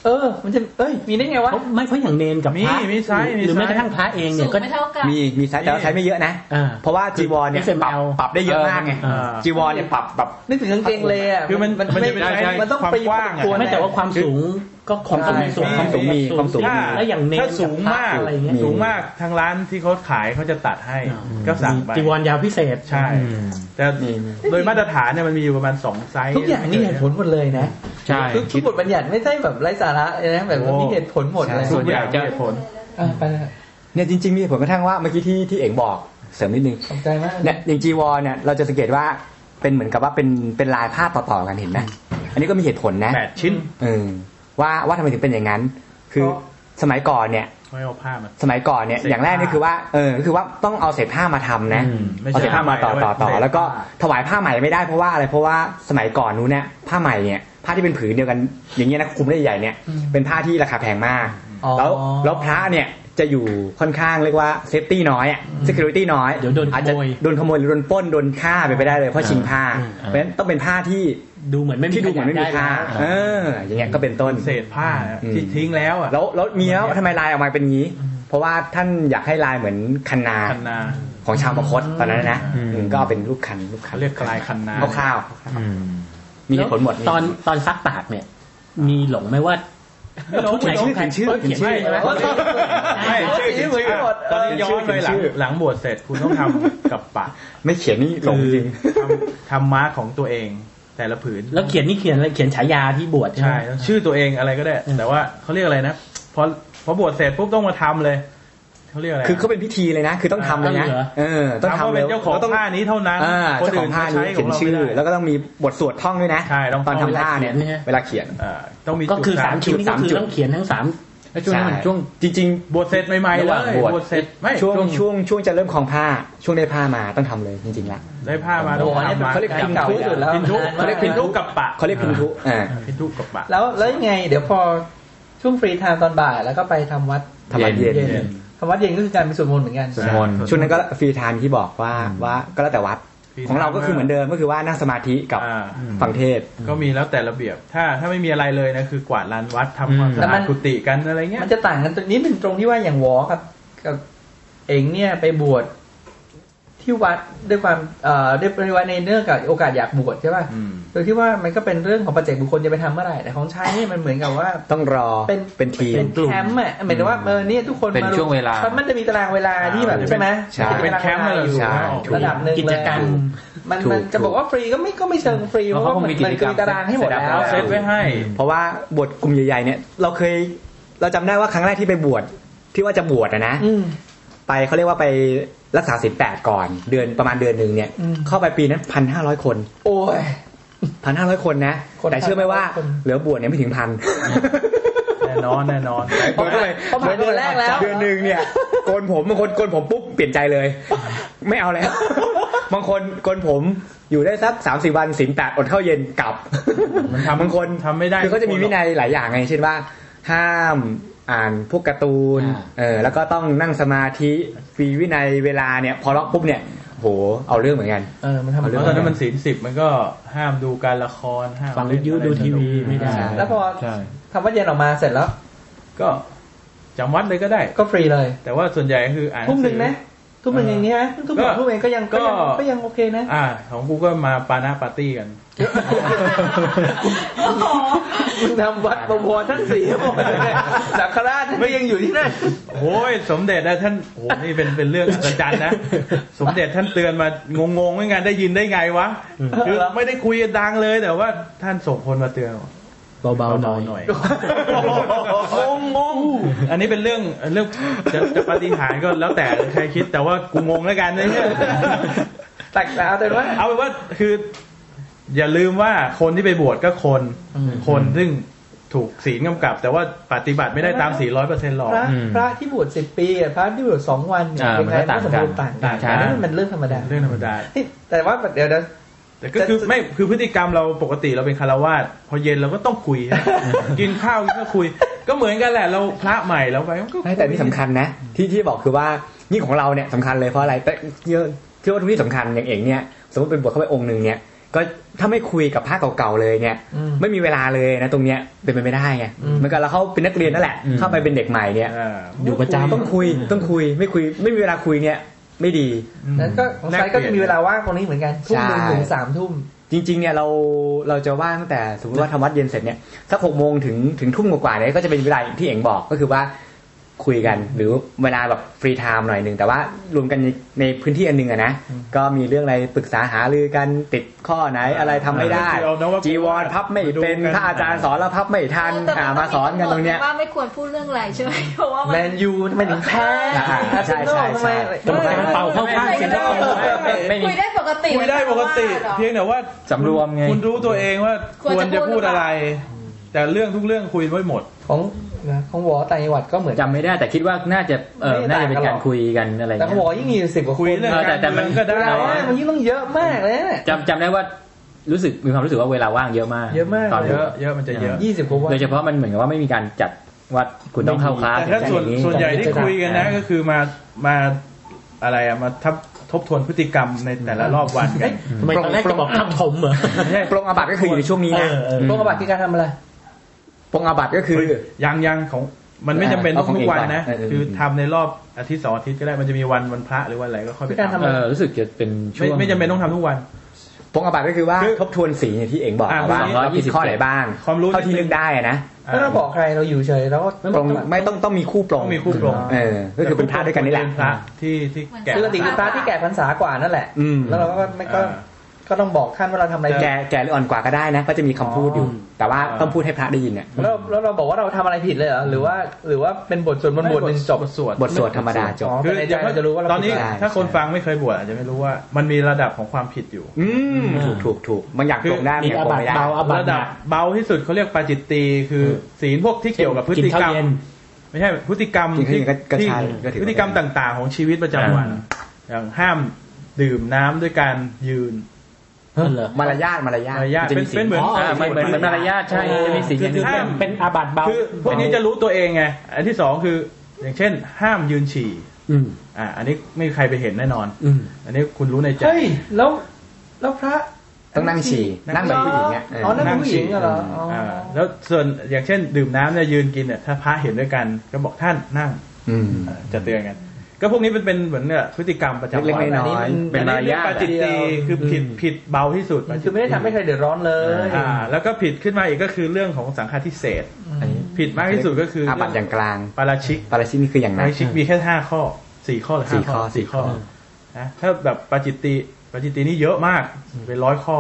เออ มันจะเอ้ย มีได้ไงวะ
เพราะไม่เพราะอย่างเนนกับ
มี
พระ
มีไซส์มี
หรือ
ไซส์
แม้กระทั่งพระเอง
สู
เนี่ย
ง
ก็
ไม่เท่ากัน
มีมีไซส์แต่ว่าไซส์ไม่เยอะนะ
อ่า
เพราะว่าจีวรเนี่ยปรับ
XML
ปรับได้เยอะมากไง
อ่า
จีวรเนี่ยปรับแบบ
นึกถึงกางเกงเลยอ่ะ
คือมันมันจะเป็น
ไ
ไซส์
มันต้อง
ความ
ปี
กว้างอะ
ควร
ไม่แต่ว่าความสูงก็คงต้องมีสูง
ความสูงมีความสูง
ถ้แล้วอย่างเนน
ถ้าสูงมาก
บพระอะไรเงี้ย
มี
สูงมากทางร้านที่เขาขายเขาจะตัดให้ก็สั่งไป
จีวรยาวพิเศษ
ใช่
อืม
แต่
มี
โดยมาตรฐานเนี่ยมันมีอยู่ประมาณสองไซส์
ทุกอย่างนี่เหตุผลหมดเลยนะ
ใช่
ทุกทุกบทบัญญัติไม่ใช่แบบไร้สาระเลยนะแบบมีเหตุผลหมดเลย
ใช่
ส่วนใหญ่จะ
เหตุผล
อ่ะไปเลย
เนี่ยจริง ๆ มีผลกระทั่งว่าเมื่อกี้ที่ที่เอ๋งบอกเสริมนิดนึง
ขอบใจมาก
เนี่ยอย่างจีวรเนี่ยเราจะสังเกตว่าเป็นเหมือนกับว่าเป็นเป็นลายผ้าต่อๆกันเห็นไหมอันนี้ก็มีเหตุผลนะ
แปดชิ้น
เออว่าว่าทำไมถึงเป็นอย่างนั้น คือสมัยก่อนเนี่ย
ไม่เอาผ้ามา
สมัยก่อนเนี่ย
เศษผ้า
อย่างแรกนี่คือว่าเออคือว่าต้องเอาเศษผ้ามาทำนะ
อืม
ไม่ใช่
เอาเศษผ้ามาต่อ
ไม่ใช่
ต่อต่อ
เศษผ้า
แล้วก็ถวายผ้าใหม่ไม่ได้เพราะว่าอะไรเพราะว่าสมัยก่อนนู้นเนี่ยผ้าใหม่เนี่ยผ้าที่เป็นผืนเดียวกันอย่างเงี้ยนะคลุมได้ใหญ่เนี่ยเป็นผ้าที่ราคาแพงมาก
อ๋อ
แล้วแล้วพระเนี่ยจะอยู่ค่อนข้างเรียกว่าเซฟตี้น้อยอะ security น้อย
เดี๋ยวโดนขโมย
อาจจะโดนขโมยหรือโดนปล้นโดนฆ่าไปไปได้เลยเพราะชิงผ้า
อ่า
เพราะฉะนั้นต้องเป็นผ้าที่
ดูเหมือนไม่มี
ที่ดูเหมือนไม่มี
ข
ค่าย
ะ
เออ อย่างเงี้ยก็เป็นต้น
เศษผ้าอะ
อืม
ที่ทิ้งแล้วอ่ะ
แล้วแล้วมีแล้วทำไมลายออกมาเป็นงี้ เพราะว่าท่านอยากให้ลายเหมือนคันนา
คันนา
ของชาวมคตตอนนั้นนะ
อืม
อืมก็เอาเป็นรูปคันรูปคัน
เขาเรียกลายคันนา
คร่าว
อืม
ๆมีเหตุผลหมด
ตอนตอนซักตากเนี่ย มีหลงไหมว่าผู้ชายของใคร
ชื่อ
เขียนชื่อใช่ไหม
ไม่ชื่อเขียนชื่อตอนนี้ย้อนไปหลัง
ชื่อ
หลังบวชเสร็จคุณต้องทำกับปาก
ไม่เขียนนี่หลงจริง
ทำทำมาร์กของตัวเอง แต่ละผืน
แล้วเขียนนี่เขียนอะไรเขียนฉายาที่บวชใช่ไห
ใช่
ม
ต้องชื่อตัวเองอะไรก็ได้
อืม
แต่ว่าเขาเรียกอะไรนะพอพอบวชเสร็จปุ๊บต้องมาทำเลยเขาเรียกอะไร
คือเขาเป็นพิธีเลยนะ คือต้องทำเลยนะ
เอาเหรอ
เออ ต้อง
ถาม
ทำ
ว่า
เล
เป็
ย
นเจ้าของ
แล้วต้อง
ผ้านี้เท่านั้น
อ่า
คนอื่
เจ้าของ
น
ผ้า
มา
นี้
ใช้ขอ
เขี
ย ง
น
เรา
ชื่อ
ไม่
แล้
ได้
วก็ต้องมีบทสวดท่องด้วยนะ
ใช่ต้อง
ตอน
ท่อง
ทำท่าเนี่ย
เวลาเขียน
เวลาเขียน
เนี่ย
อ่าต้องมี
ก็คือ
จุด
สาม
จุด
ชุดนี่ก็คือ
จุด
ต้องเขียนทั้งสาม
แล้วช่วงนี้มันช่วง
จริง
บวชเสร็จใหม่ๆ
ระห
เล
ว่าง
ย
บวช
บวชเสร็จไม่
ๆ ช่วงช่วงช่วงจะเริ่มคลองผ้า ช่วงได้ผ้ามาต้องทำเลยจริงๆละ
ได้ผ้ามา
โอ้
ต้อง
โหอันนี้
ทำมา
เขาเรียกพินทุอยู่แล้ว
พินทุ
เขา
เขา
เรี
เรี
ยกพิน
ยกพิน
ทุ
ทุกับปะ
เขาเรียกพินทุอ่า
พินทุกับปะ
แล้วแล้วยังไง เดี๋ยวพอช่วงฟรีไทม์ตอนบ่ายแล้วก็ไปทำวัด
ธรรมะเย็น
เย็นทำวัดเย็นก็คือการไปสวดมนต์เหมือนกัน
สวดมนต์
ช่วงนั้นก็ฟรีไทม์ที่บอกว่าว่าก็แล้วแต่วัด
ฟรีไทม์
ของเราก็คือเหมือนเดิมก็คือว่านั่งสมาธิกับ
อ่า
ฟังเทศ
ก็มีแล้วแต่ระเบียบ ถ้าถ้าไม่มีอะไรเลยนะคือกวาดลานวัดทำความ
แต่
สะ
มั
อาน ดกุฏิกันอะไรเงี้ย
มันจะต่างกันตรงนิดหนึ่งตรงที่ว่าอย่างวอกับกับเองเนี่ยไปบวชที่วัดด้วยความเอ่อด้วยปริวัติในเนื่องกับโอกาสอยากบวชใช่ป่ะ
อืม
โดยที่ว่ามันก็เป็นเรื่องของปัจเจกบุคคลจะไปทำเมื่อไหร่แต่ของชายนี่มันเหมือนกับว่า
ต้องรอ
เป็น
เป็นทีม
เป็นแคมป์อ่ะหมายถึงว่าเออเนี่ยทุกคน
เป็น
มาร
ช่วงเวลา
พระมันจะมีตารางเวลาที่แบบ
อ่า
ใช่ไหม
ใช่
จะ
เป็นแคมป์
ตารางวลาอยู่
ใช่
ระดับหนึ่ง
กิจกรรม
เลยมัน
ถูก
มันจะ
ถูก
บอกว่าฟรีก็ไม่ก็ไม่เชิงฟรีเพ
เพ
ราะ
ราะ
ว่า
เขาคง
มัน
มี
มี
กิจกรรม
ตารางให้หมดแล้ว
เราเซตไว้ให้
เพราะว่าบทกลุ่มใหญ่ๆเนี่ย เราเคยเราจำได้ว่าครั้งแรกที่ไปบวชที่ว่าจะบวชอะนะ
อืม
ไปเขาเรียกว่าไปรักษาศีลแปดก่อน เดือนประมาณเดือนหนึ่งเนี่ย
อืม
เข้าไปปีนั้นพันห้าร้อยคน
โอ้ย
พันห้าร้อยคนนะ
คน
แต่เชื่อไหมว่า
1,500คน
เหลือบวชเนี่ยไม่ถึงพัน
แน่นอนแน่นอน
เดือนเลย
เพราะผ่านเดือนแรกแล้ว
เดือนหนึ่งเนี่ยโกนผมบางคนโกนผมปุ๊บเปลี่ยนใจเลย ไม่เอา แล้ว บางคนโกนผมอยู่ได้สักสามสี่วันศีลแปดอดเข้าวเย็นกลับ
มันทำ
บางคน
ทำไม่ได้
คือเขาจะมีวินัยหลายอย่างไงเช่นว่า ห้ามอ่านพวกการ์ตูน
อ่า
เออแล้วก็ต้องนั่งสมาธิฟีวินัยเวลาเนี่ย พอล็อกปุ๊บเนี่ยโหเอาเรื่องเหมือนกัน
เออมันทำ
เอาเรื่
เพ
ง
ราะตอนนั้นมันศีลสิบมันก็ห้ามดูการละครห้าม
ฟังวิทยุ
เล่นอะไร
ดูทีวี
สนุก
ไม่ได้
ใช่
แล้วพอ
ใช่
ทำวัดเย็นออกมาเสร็จแล้ว
ก็จำวัดเลยก็ได้
ก็ฟรีเลย
แต่ว่าส่วนใหญ่ก็คืออ่าน
ทุ่มหนึ่งนะทุ่มหนึ่งอย่างนี้นะทุ่มหนึ่ง
ก็
ทุ่มเองก็ยัง
ก็
ก็ยังก็ยังโอเคนะ
อ่า ของกูก็มาปานาปาร์ตี้กัน
โอ้โห
มึงทำวัดบวรท่านสีหมดเลยสังฆราชท่านก็ยังอยู่ที่นั่น
โอ้ยสมเด็จนะท่านโอ้โหนี่เป็นเป็นเรื่องอัศจรรย์นะ สมเด็จท่านเตือนมางงงๆไม่งานได้ยินได้ไงวะคือไม่ได้คุยดังเลยแต่ว่าท่านส่งคนมาเตือน
เบาๆหน่อย
งงงงๆอันนี้เป็นเรื่องเรื่องจะจะปาฏิหารย์ก็แล้วแต่ใครคิดแต่ว่ากูงงแล้วกันนะเนี่ย
แต่แต่เอาเป็นว่า
เอาเป็นว่าคือ อย่าลืมว่าคนที่ไปบวชก็คน คนซึ่งถูกศีลกำกับ แต่ว่าปฏิบัติไม่ได้ตามศีลร้อยเปอร์เซ็นต์หรอก
พระ
อืม
พระที่บวชสิบปีอะพระที่บวชสองวันเนี่ย
อ่า
ยังไงก็
มันก็ต่าง
สมบูรณ์
กัน
ต่างกัน
ใช่
อันนั้นมันเรื่องธรรมดา
เรื่องธรรมดา
นี่แต่ว่าเดี๋ยวเดี๋ยว
แต่ก็คือ
แต่
ไม่คือพฤติกรรมเราปกติเราเป็นคารวาสพอเย็นเราก็ต้องคุย กินข้าวก็คุย ก็เหมือนกันแหละเราพระใหม่เราไปก็คุย
ไม่แต่ที่สำคัญนะ ที่ที่บอกคือว่านี่ของเราเนี่ยสำคัญเลยเพราะอะไรแต่เยอะที่ว่าที่สำคัญอย่างเองเนี่ยสมมติเป็นบวชเข้าไปองค์หนึ่งเนี่ย ก็ถ้าไม่คุยกับพระเก่าๆเลยเนี่ย
อืม
ไม่มีเวลาเลยนะตรงเนี้ยเป็นไปไม่ได้ไง
อืม
เหมือนกับเราเข้าเป็นนักเรียนนั่นแหละ
อืม
เข้าไปเป็นเด็กใหม่เนี่ย
อ่า
อยู่ประจำ
ต้องคุยต้องคุยไม่คุยไม่มีเวลาคุยเนี่ย ไม่ดี
นั้นก็ของไซ
แลก
ด์
เป
ก็
ลี่ยน
จะมีเวลาว่างตรงนี้เหมือนกันทุ่มหนึ่ง
ใช่
ถึงสามทุ่ม
จริง ๆ เนี่ยเราเราจะว่างตั้งแต่สมมติว่าทำวัดเย็นเสร็จเนี่ยสักหกโมงถึงถึงทุ่มกว่าๆเนี่ยก็จะเป็นเวลาที่เอ๋งบอกก็คือว่าคุยกันหรือเวลาแบบฟรีไทม์หน่อยหนึ่งแต่ว่ารวมกันในในพื้นที่อันหนึ่งอะนะก็มีเรื่องอะไรปรึกษาหารือกันติดข้อไหนอะไรทำไม่ได้
เออเอานะว่า
จีวรพับไม่เป็น
ดูกัน
ถ้าอาจารย์สอนแล้วพับไม่ทัน
แต่
อ่ามาสอนกันตรงเนี้ย
ว่าไม่ควรพูดเรื่องอะไรใช่ไหมเพราะว่า
แม
มัน
นยูทำไมถึงแพ้
อ่าใช่ใช่ใช่
ทำไม
กรรมการเป่าเข้าข้างสิ
ไม่มี
คุยได้ปกติ
คุยได้ปกติ
เหรอ
เพียงแต่ว่า
สำรวมไง
คุณรู้ตัวเองว่า
คว
ค
รจะ
วรจะ
พู
พู
ด
ด
หรือ
อะ
เปล่า
ไร แต่เรื่องทุกเรื่องคุยไม่หมด
ของนะของหวอต่างจังหวัดก็เหมือน
จำไม่ได้แต่คิดว่าน่าจะเออ
ไม่ได้
น่าจะเป็น
ต่างกันหร
กา
อก
รคุยกันอะไร
แต่ของ
เงี้
หวย ยิ่งมีสิบกว่าค
คุย
น
เรื่อง
เออแต่
การ
แต่มัน
เองก็
เว
ได้
ลาว่า
นะ
งมันยิ่งต้องเยอะมากเลยนะ
จำจำได้ว่ารู้สึกมีความรู้สึกว่าเวลาว่างเยอะมาก
เยอะมาก
ตอน
เยอะเยอะมันจะเยอะ
ยี่สิบกว่าวัน
โดยเฉพาะมันเหมือนกับว่าไม่มีการจัดว่าคุณต้องเข้าคลาส
แต่ถ้าส่วน
อย่าง
ส่วนใหญ่ที่คุยกันนะ ก็คือมามาอะไรอะมาทับทบทวนพฤติกรรมในแต่ละรอบวันกัน
ทำไมตอนแรกจะบอกทับถมเหรอ
ปรงอาบัติก็คืออยู่ในช่วงนี้นะ
เออเออ
โรคระบาดคือการทำอะไร
ปรงอาบัติก็คือ
ยังยังของมันไม่จำเป็นต้อ
เอา
ง
ของ
ทุ
เอก ง
วัน
ก่อน
นะ
เออเออ
คือทำในรอบอาทิตย์สองอาทิตย์ก็ได้มันจะมีวันวันพระหรือวันอะไรก็ค่อยไป
การทำ
ทำ
เออรู้สึกจะเป็นช่
ไม่
วง
ไม่จำเป็นต้องทำทุกวัน
ปรงอาบัติก็คือว่า
คือ
ทบทวนสีอย่างที่เอ๋งบอก
อ่า
ว่า
สามร้อย
เรา
ยี่
คิด
สิบ
ข้อไหนบ้าง
ความรู้
เท่าที่นึกได้อะนะ
ถ้าเราบอกใครเราอยู่เฉยแล้วก็
ปรงไม่ต้องต้องมีคู่ปรง
ต้องมีคู่ปรง
เออ ก็คือเป็นพระด้วยกันนี่แหละ
เป็นพระที่ที่แกะ
ปกติคือพระที่แก่พรรษากว่านั่นแหละ
อืม
แล้วเราก็ไม่ก็
อ่า
ก็ต้องบอกท่านว่าเราทำอะไร
แต่
แก่แก่หรืออ่อนกว่าก็ได้นะก็จะมีคำพูดอยู่ แต่ว่าต้องพูดให้พระได้ยินเนี่ย
แล้วแล้วเราบอกว่าเราทำอะไรผิดเลยเหรอหรือว่า หรือว่าเป็นบทสวดมนต์บทหนึ่งจบ
สวด
บทสวดธรรมดาจบ
อ๋อ
คือ
แต่ใน
อย่าง
ใจเราจะรู้ว่าเรา
ตอนนี้
ผิดอะไร
ถ้าคนฟังไม่เคยบวชอาจจะไม่รู้ว่า มันมีระดับของความผิดอยู่
อืมถูกถูกถูกบางอย่าง
คือ
ตรงได้บาง
มี
อย่าง
อา
ตร
บั
งไม่
ติ
ได้
เบาอาบัติ
ระ
ห
ดั
นั
บ
ก
เบาที่สุดเขาเรียกปาจิตตีคือ
เออ
ศีลพวกที่เกี่ยวกับพฤ
น
ติกรรม
ข้าวเย็น
ไม่ใช่พฤติกรรม
จริง
ที่
ๆก็ก็
ที่
ใช่ก็ถือ
พ
ว่า
ฤติกรรมต่างๆ ของชีวิตประจำวันอ
อ่า
ย่างห้ามดื่มน้ำด้วยการยืน
เหรอ
มารยาทมารยาท
มารยาท
จะมี
เป็นเหมือน
สิ่ง
อ่าเหมือนเหมือนเหมือนมารยาทใช่จะมีสิ่งอย่าง
คื
นี้
อเป็นเป็นอาบัติเบา
คือพวกนี้จะรู้ตัวเองไงอันที่สองคือ อย่างเช่น ห้ามยืนฉี่
อืม
อ่าอันนี้ไม่มีใครไปเห็นแน่นอน
อืม
อันนี้คุณรู้ในใจ
เฮ้ยแล้วแล้วพระ
ต้องนั่งฉี่นั่งแบบผู้หญิงเนี่ยเออ
อ๋อนั่งเป็นผู้หญิงเหรออ๋ออ
อ่าแล้วส่วนอย่างเช่น ดื่มน้ำเนี่ยยืนกินเนี่ยถ้าพระเห็นด้วยกันก็บอกท่านนั่ง
อืม
เอ่อจะเตือนกัน ก็พวกนี้เป็นเป็นเหมือนเนี่ยพฤติกรรมประจำ
เล็ก
วัน
ๆน้อยๆเป็นมารยาท
ปาจิตตีคือผิดผิดเบาที่สุด
มันคือไม่ได้ทำให้ใครเดือดร้อนเลย
อ่า แล้วก็ผิดขึ้นมาอีกก็คือเรื่องของสังฆาทิเศษ
อันนี้
ผิดมากที่สุดก็คือ
อา
เรื่
บัติอย่างกลาง
ปาราชิก
ปาราชิกนี่คืออย่าง
ปา
นั้น
ราชิกมีแค่ห้าข้อสี่ข้อหรือ
สี่
ห้า
ข้
ข้
อ
อ
สี่
สี่
ข้
ข้
อ
อนะถ้าแบบปาจิตตีปาจิตตีนี่เยอะมากเป็นร้อยข้อ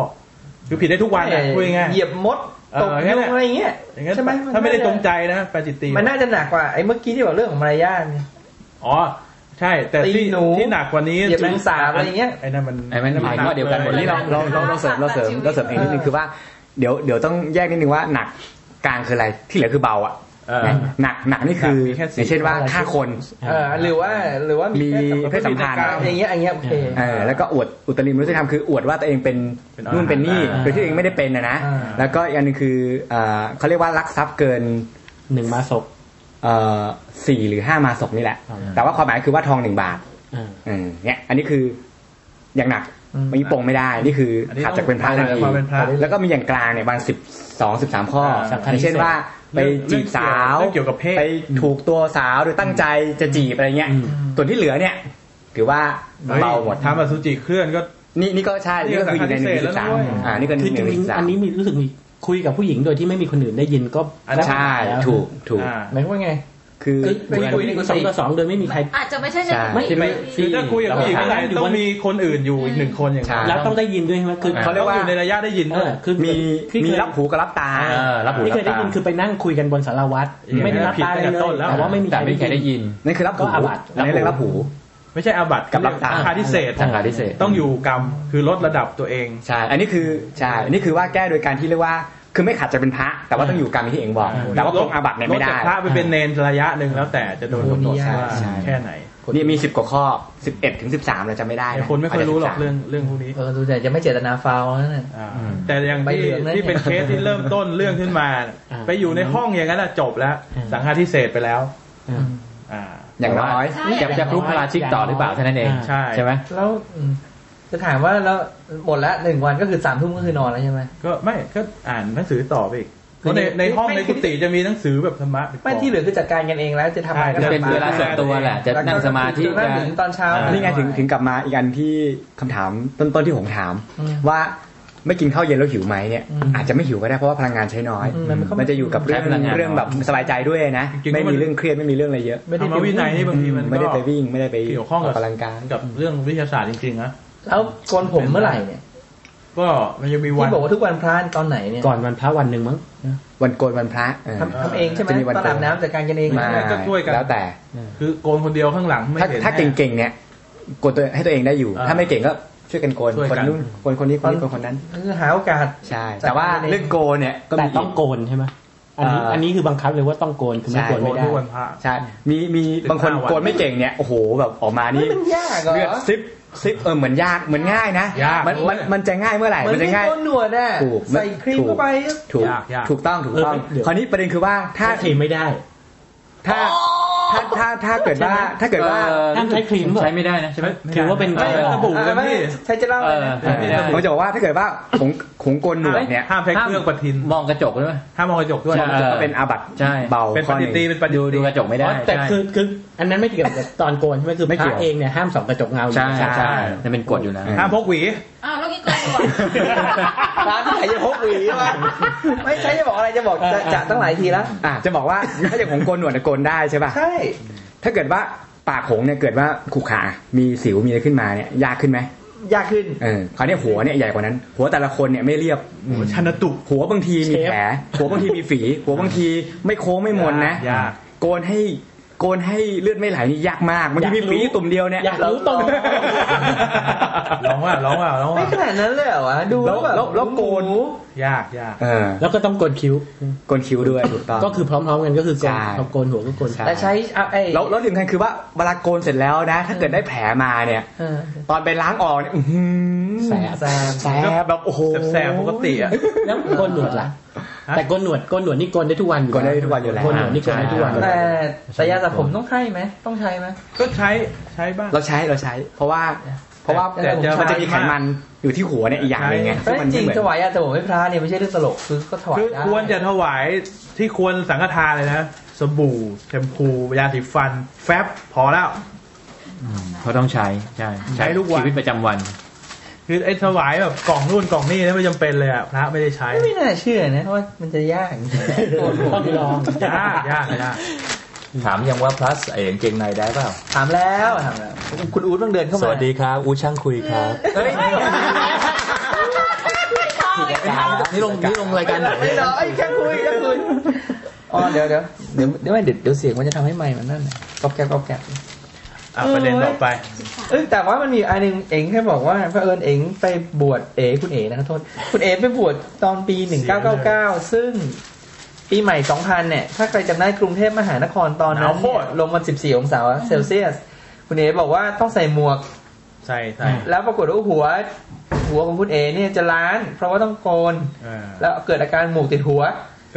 คือผิดได้ทุกวันนะพูดง่ายๆ
เหยียบมด
เออ
ตก
งั้
ยุง
นน่ะ
อะไรอย่างเงี้ย
อย่างนั้น
ใช่ไหม
ถ้าไม่ได้จงใจนะปาจิตตี
มันน่าจะหนักกว่าไอ้เมื่อกี้ที่บอกเรื่องของมารยาทเนี่ย
อ๋อ ใช่ แต่
ตี
ที่
หนู
ที่หนักกว่านี้
เหยียบแมงสาบอะไรอย่างเงี้ย
ไอ้นั่นมัน
ไอ้มันหมายว่าเดียวกันหมดนี่เราเราเราเราเสริมเราเสริมเราเสริมเองนิดนึงคือว่าเดี๋ยวเดี๋ยวต้องแยกนิดนึงว่าหนักกลางคืออะไรที่เหลือคือเบาอ่ะ
เออ
หนักหนักนี่คือ
หนักมีแค่สี่
อย่างเช่นว่าฆ่าคน
เออหรือว่าหรือว่ามี
มีเพ
เพ
ศ
ศสั
สัม
ม
พั
พัน
นธ์
ธ์อย่างเงี้ยอย่างเงี้ยโอเค
เออแล้วก็อวดอุตริมนุษยธรรมคืออวดว่าตัวเองเป็น
เป็น
นู่นเป็นนี่
อ่า
โดยที่ตัวเองไม่ได้เป็นนะนะ
อ่า
แล้วก็อีกอันหนึงคือเอ่อเขาเรียกว่าลักทรัพย์เกิน
หนึ่งมาศก
เอ่อสี่หรือห้ามาศกนี่แหละ
อ่า
แต่ว่าความหมายคือว่าทองหนึ่งบาท
อ่า
อืมเนี่ยอันนี้คืออย่างหนัก
อืม
มีปงไม่ได้นี่คืออน
นี้
ขาดจากเป็นพระ
ต้อง
ทันที
ขาดจากความเป็นพระ
แล้วก็มีอย่างกลางเนี่ยบางสิบสองสิบสามข้อ
อ่า
สำคัญ
อย่างเช่น
ที่สุด
ว่าไปจีบสาว
เรื่องเกี่ยวกับเพศ
ไปถูกตัวสาวโดยตั้งใจจะจีบอะไรเงี้ย
อืม
ส่วนที่เหลือเนี่ยถือว่าเบาหมด
ทำอสุจิเคลื่อนก็
นี่นี่ก็ใช่ นี่ก็คืออยู่ในหนึ่งในสิบสามอ่า นี่ก็ห
คื
นึ่
อง จ
ใน
ริ
สิ
ง
บ
ๆ
สา
อั
ม
นนี้มีรู้สึกมีคุยกับผู้หญิงโดยที่ไม่มีคนอื่นได้ยินก็
อันนั้น
ใช่
แล้ว
ถูกถูก
อ่า
หมายความว่าไง
คือ
คือ
ไม่คุยในกุ
ส
ฏิ
องต่อสองโดยไม่มีใคร
อาจจะไม่ใช่ใน
ใช่
ไม่
ไม่
คือถ้าคุยกับผู้หญิงเมื่อไหร่ต้องมีคนอื่นอยู่อีกหนึ่งคนอย่าง
ใช่
นั้น
แล้วต้องได้ยินด้วยใช่ไหมคือ
เขาเรียกว่า
อยู่ในระยะได้ยิน
เอ
ด้วย
อคือ
มี
ที่
มี
เคย
รับหูกับรับตา
เออรับหู
ที่
รับ
เคยได้
ตา
ยินคือไปนั่งคุยกันบนสารวัตร
อืม
ไม่ได้รับตา
ผิด
กัน
ตั้งแต่
เล
ต้
ย
นแล้ว
แต่ว่าไม่มี
แต่ไม่มีใครได้ยิน
นั่นคือรับหู
ก็อาบัติ
อันนี้เรียกรับหู
ไม่ใช่อาบัติ
กับรับตา
คาทิเศษ
สังฆาทิเศษ
ต้องอยู่กรรม คือลดระดับตัวเอง
ใช่ อันนี้คือใช่อันนี้คือว่าแก้โดยการที่เรียกว่า คือไม่ขัดจะเป็นพระ แต่ว่าต้องอยู่กรรมที่เองบอก แต่ว่าปรงอาบัติเนี่ยไม่
ล
ได้
จากพระไปเป็นเนนระยะหนึ่งแล้วแต่จะโดนกำหนดว่า
ใช่
แค่ไหน
นี่มีสิบกว่าข้อสิบเอ็ดถึงสิบสามเราจะไม่ได้
แต่คนไม่ค่อยรู้หรอกเรื่องเรื่องพวกนี้
เออดูแต่จะไม่เจตนาฟาวล์นั่นน่ะ
อ่า
อืม
แต่อย่าง
ใบ
ที่
เหลืองนะ
ที่เป็น
เนี่ย
เคสที่เริ่มต้นเรื่องขึ้นมา
อ่า
ไปอยู่ในห้องอย่างนั้นอะจบแล้ว
อืม
สังฆาทิเศษไปแล้ว
อ่า
อ่า
อย่างน้อย
จะจะคลุกพลาชิกต่อหรือเปล่าเท่านั้นเอง
ใช่
ใช่ไหม
แล้วอืมจะถามว่าแล้วหมดละหนึ่งวันก็คือสามทุ่มก็คือนอนแล้วใช่ไหม
ก็ไม่ก็อ่านหนังสือต่อไปอีกเพราะใน
คือ
ในห้อง
ไม่
ในกุฏิจะมีหนังสือแบบธรรมะปกง
ไม่ที่เหลือคือจัดการกันเองแล้วจะทำอะไรก็
ใช่
เป็น
ทำ
เวลาส่วนตัวแหละ จะ
แล้วก็
นั่งสมาธิ
จนกระทั่ง
จะ
ถึงตอนเช้า
อ่า
นี่ไงถึงถึงกลับมาอีกอันที่คำถามต้นๆที่ผมถาม
อืม
ว่าไม่กินข้าวเย็นแล้วหิวไหมเนี่ย
อืม
อาจจะไม่หิวก็ได้เพราะว่าพลังงานใช้น้อย
อืมมันก็ไม่
มันจะอยู่กับเรื่อง
ใช้พลังงาน
เรื่อง
น้อย
แบบสบายใจด้วยนะ
จริงๆ
ไม่
มั
มี
น
เรื่องเครียดไม่มีเรื่องอะไรเยอะ
ไม่ได้
ธรรมวินัยนี่บางทีมัน
ไม่ได้
ก็
ไปวิ่งไม่ได้ไป
เกี่ยวข้องกับ
พลังกาย
กับเรื่องวิทยาศาสตร์จริงๆนะ
แล้วโกนผมเมื่อไหร่เนี่ย
ก็มันยังมีวัน
ที่บอกว่าทุกวันพระตอนไหนเนี่ย
ก่อนวันพระวันหนึ่งมั้ง
วันโกนวันพระเออ
ทำทำเองใช่ไหม
จะมีวัน
ตอนอาบน้ำจัดการกันเอง
มา
ไม่ก็ช่วยกัน
แล้วแต่
คือโกนคนเดียวข้างหลังไม่
ถ้า
เห็น
ถ้า
แน่
เก่งๆเนี่ยโกนตัวให้ตัวเองได้อยู่
อ่า
ถ้าไม่เก่งก็ช่วยกันโกน
ช่วย
คน
กัน
นู้นคนคนนี้คนนี้คนคนนั้น
คือหาโอกาส
ใช่ แต่ว่าเรื่องโกนเนี่ยก็
แต่
มี
ต้องโกนใช่ไหมอันนี้
เอ่ออั
อันนี้คือบังคับเลยว่าต้องโกนคือไม่โกน
โก
ไม่
น
ได้
ทุกวันพระ
ใช่มีมี
ถึง
บางคน
ห้าวัน
โกนไม่เก่งเนี่ยโอ้โหแบบออกมานี่
มันยากเหรอ
เลือดซิปซิปเออเหมือนยากเหมือนง่ายนะ
ยาก
มันมัน
โอ้ย
มันจะง่ายเมื่อไหร่
เหมือ
มัน นจะ
ที่
ง่าย
โกนหนวดอ่ะ
ถูก
ใส่ครีม
ถูก
เข้าไป
ถูก
ยากยาก
ถูกต้องถูกต้อง
เออเดี๋ยว
คราวนี้ประเด็นคือว่าถ้า
ถ้าทีไม่ได้
ถ้าถ้าถ้าถ้าเกิดว่าถ้าเกิดว่า
ห้ามใช้ครีมเหรอ
ใช้ไม่ได้นะใช่ไหม
ถือว่าเป็น
ไม่ได้สบู่กันพี่
ใช้จะเล่าอะไรนะ
เออ ไม่ได้
ผมจะบอกว่าถ้าเกิดว่าขงขงโกนหนวดเนี่ย
ห้ามใช้เครื่องประทิน
มองกระจกใช่ไหม
ห้ามมองกระจกด้วย
ใช่
จะก็เป็นอาบัติ
ใช่
เบา
เป็น
ข้
ป
อห
ฏิ
นึ่ง
ตีเป็นปฏิ
ดู
ตี
ดูกระจกไม่ได้
อ๋อแต่คือคืออันนั้นไม่เกี่ยวกับตอนโกนใช่ไหมคือ
ไม่
พ
เกี่ยว
ระเองเนี่ยห้ามส่องกระจกเงาอยู่แล้
ใช่
ว
ใช่ใช่จะเป็นกฎอยู่แล้ว
ห้ามพกหวี
อ้าวแล้วกี่คนก่อน
ร้านไหนจะพกหวีวะไม่ใช่จะบอกอะไรจะบอกจะจะตั้งหลายทีแล้ว
อ่ะจะบอกว่าถ้าอย่างของโกนหนวดเนี่ยโกนได้ใช่ป่ะ
ใช่
ถ้าเกิดว่าปากหงเนี่ยเกิดว่าขรุขระมีสิวมีอะไรขึ้นมาเนี่ยยากขึ้นไหม
ยากขึ้น
เออคราวเนี้ยหัวเนี่ยใหญ่กว่านั้น หัวแต่ละคนเนี่ยไม่เรียบ
หัวชันตุก
หัวบางทีมีแผล หัวบางทีมีฝี หัวบางทีไม่โค้งไม่มนนะ
ยาก
โกนให้โกนให้เลือดไม่ไหลนี่ยากมากบางทีมีฝีตุ่มเดียวเนี่ย
อยากรู้ตรง
ร้องว่าร้องว่าร้อง
ไม่
ว่า
ขนาดนั้นเลยเหรอวะ ดู
แล้ว
แบบ
แล้วแล้วโกน
หมู
ยากยาก
เออ
แล้วก็ต้องโกนคิ้ว
โกนคิ้วด้วยถูกต้อง
ก็คือพร้อมๆกันก็คือโกน
ใช่
พอโกนหัวก็โกน
ใช่
แต่ใช้เอาไอ้
แล้วแล้วถึงคันคือว่าเวลาโกนเสร็จแล้วนะ ถ้าเกิดได้แผลมาเนี่ย
เออ
ตอนไปล้างออกเนี่ยอื้อหือ
แสบ
แสบแสบแบบโอ้โห
แสบๆปกติอะ
แล้วโกนหนวดล่ะ
ฮะ
แต่โกนหนวดโกนหนวดนี่โกนได้ทุกวันอยู่
โกนได้ทุกวันอยู่แล้ว
โกนหนวดนี่โกนได้ทุกวันอยู่
แต่
แล้ว
แต่ยาสระผมต้องให้ไหมต้องใช้ไหม
ก็ใช้ใช้บ้าง
เราใช้เราใช้ เพราะว่า เพราะว่า
แต่จะ
มันจะมีไขมันอยู่ที่หัวเนี่ยอีกอย่างหนึงไง
แต่จริง
เหมือน
ๆถวายยาสระผมให้พระเนี่ยไม่ใช่เรื่องตลกคือก็ถวาย
คือ
ได้
ควรจะถวายที่ควรสังฆทานเลยนะสบู่แชมพูยาสีฟัน แฟบพอแล้ว
อืมเขาต้องใช้ใช่
ใช้ทุกวัน
ชีวิตประจำวัน
คือไอ้ถวายแบบกล่องนู่นกล่องนี่เนี่ยไม่จำเป็นเลยอะพระไม่ได้ใช้
ไม่น่าเชื่อนะว่ามันจะยากจริงๆโกนผม
ต้องลอง
ยากยากยาก
ถามยังว่าพลัสเอ๋กางเกงในได้เปล่า
ถามแล้วถามแล้วคุณอู๊ดต้องเดินเข้ามา
สวัสดีครับ อูช่างคุยครับ
เฮ้ย
นี่ลงนี่ลงรายการไหน
ไม่หรอกไอ้ยแค่คุยแค่คุยอ๋อเดี๋ยวเดี๋ยวเดี๋ยวเดี๋ยวไม่เดี๋ยวเดี๋ยวเสียงมันจะทำให้ไมค์มันนั่นน่ะก๊อบแก๊บก๊อบแก๊บ
อ่ะประเด็นต่อไป
เอ้ยแต่ว่ามันมีอันหนึ่งเอ๋งแค่บอกว่าพระเผอิญเอ๋งไปบวชเอ๋คุณเอ๋นะครับโทษ คุณเอ๋ไปบวชตอนปี
เสียเลย
1999 ซึ่งปีใหม่ 2000 เนี่ย ถ้าใครจำได้กรุงเทพมหานครตอนนั้น
หนาวโคตร
ลงมัน 14 องศาเซลเซียส คุณเอ๋บอกว่าต้องใส่หมวก
ใส่ใส่
แล้วปรากฏว่าหัว หัวของคุณเอ๋เนี่ยจะล้าน เพราะว่าต้องโกน
เออ
แล้วเกิดอาการหมวกติดหัว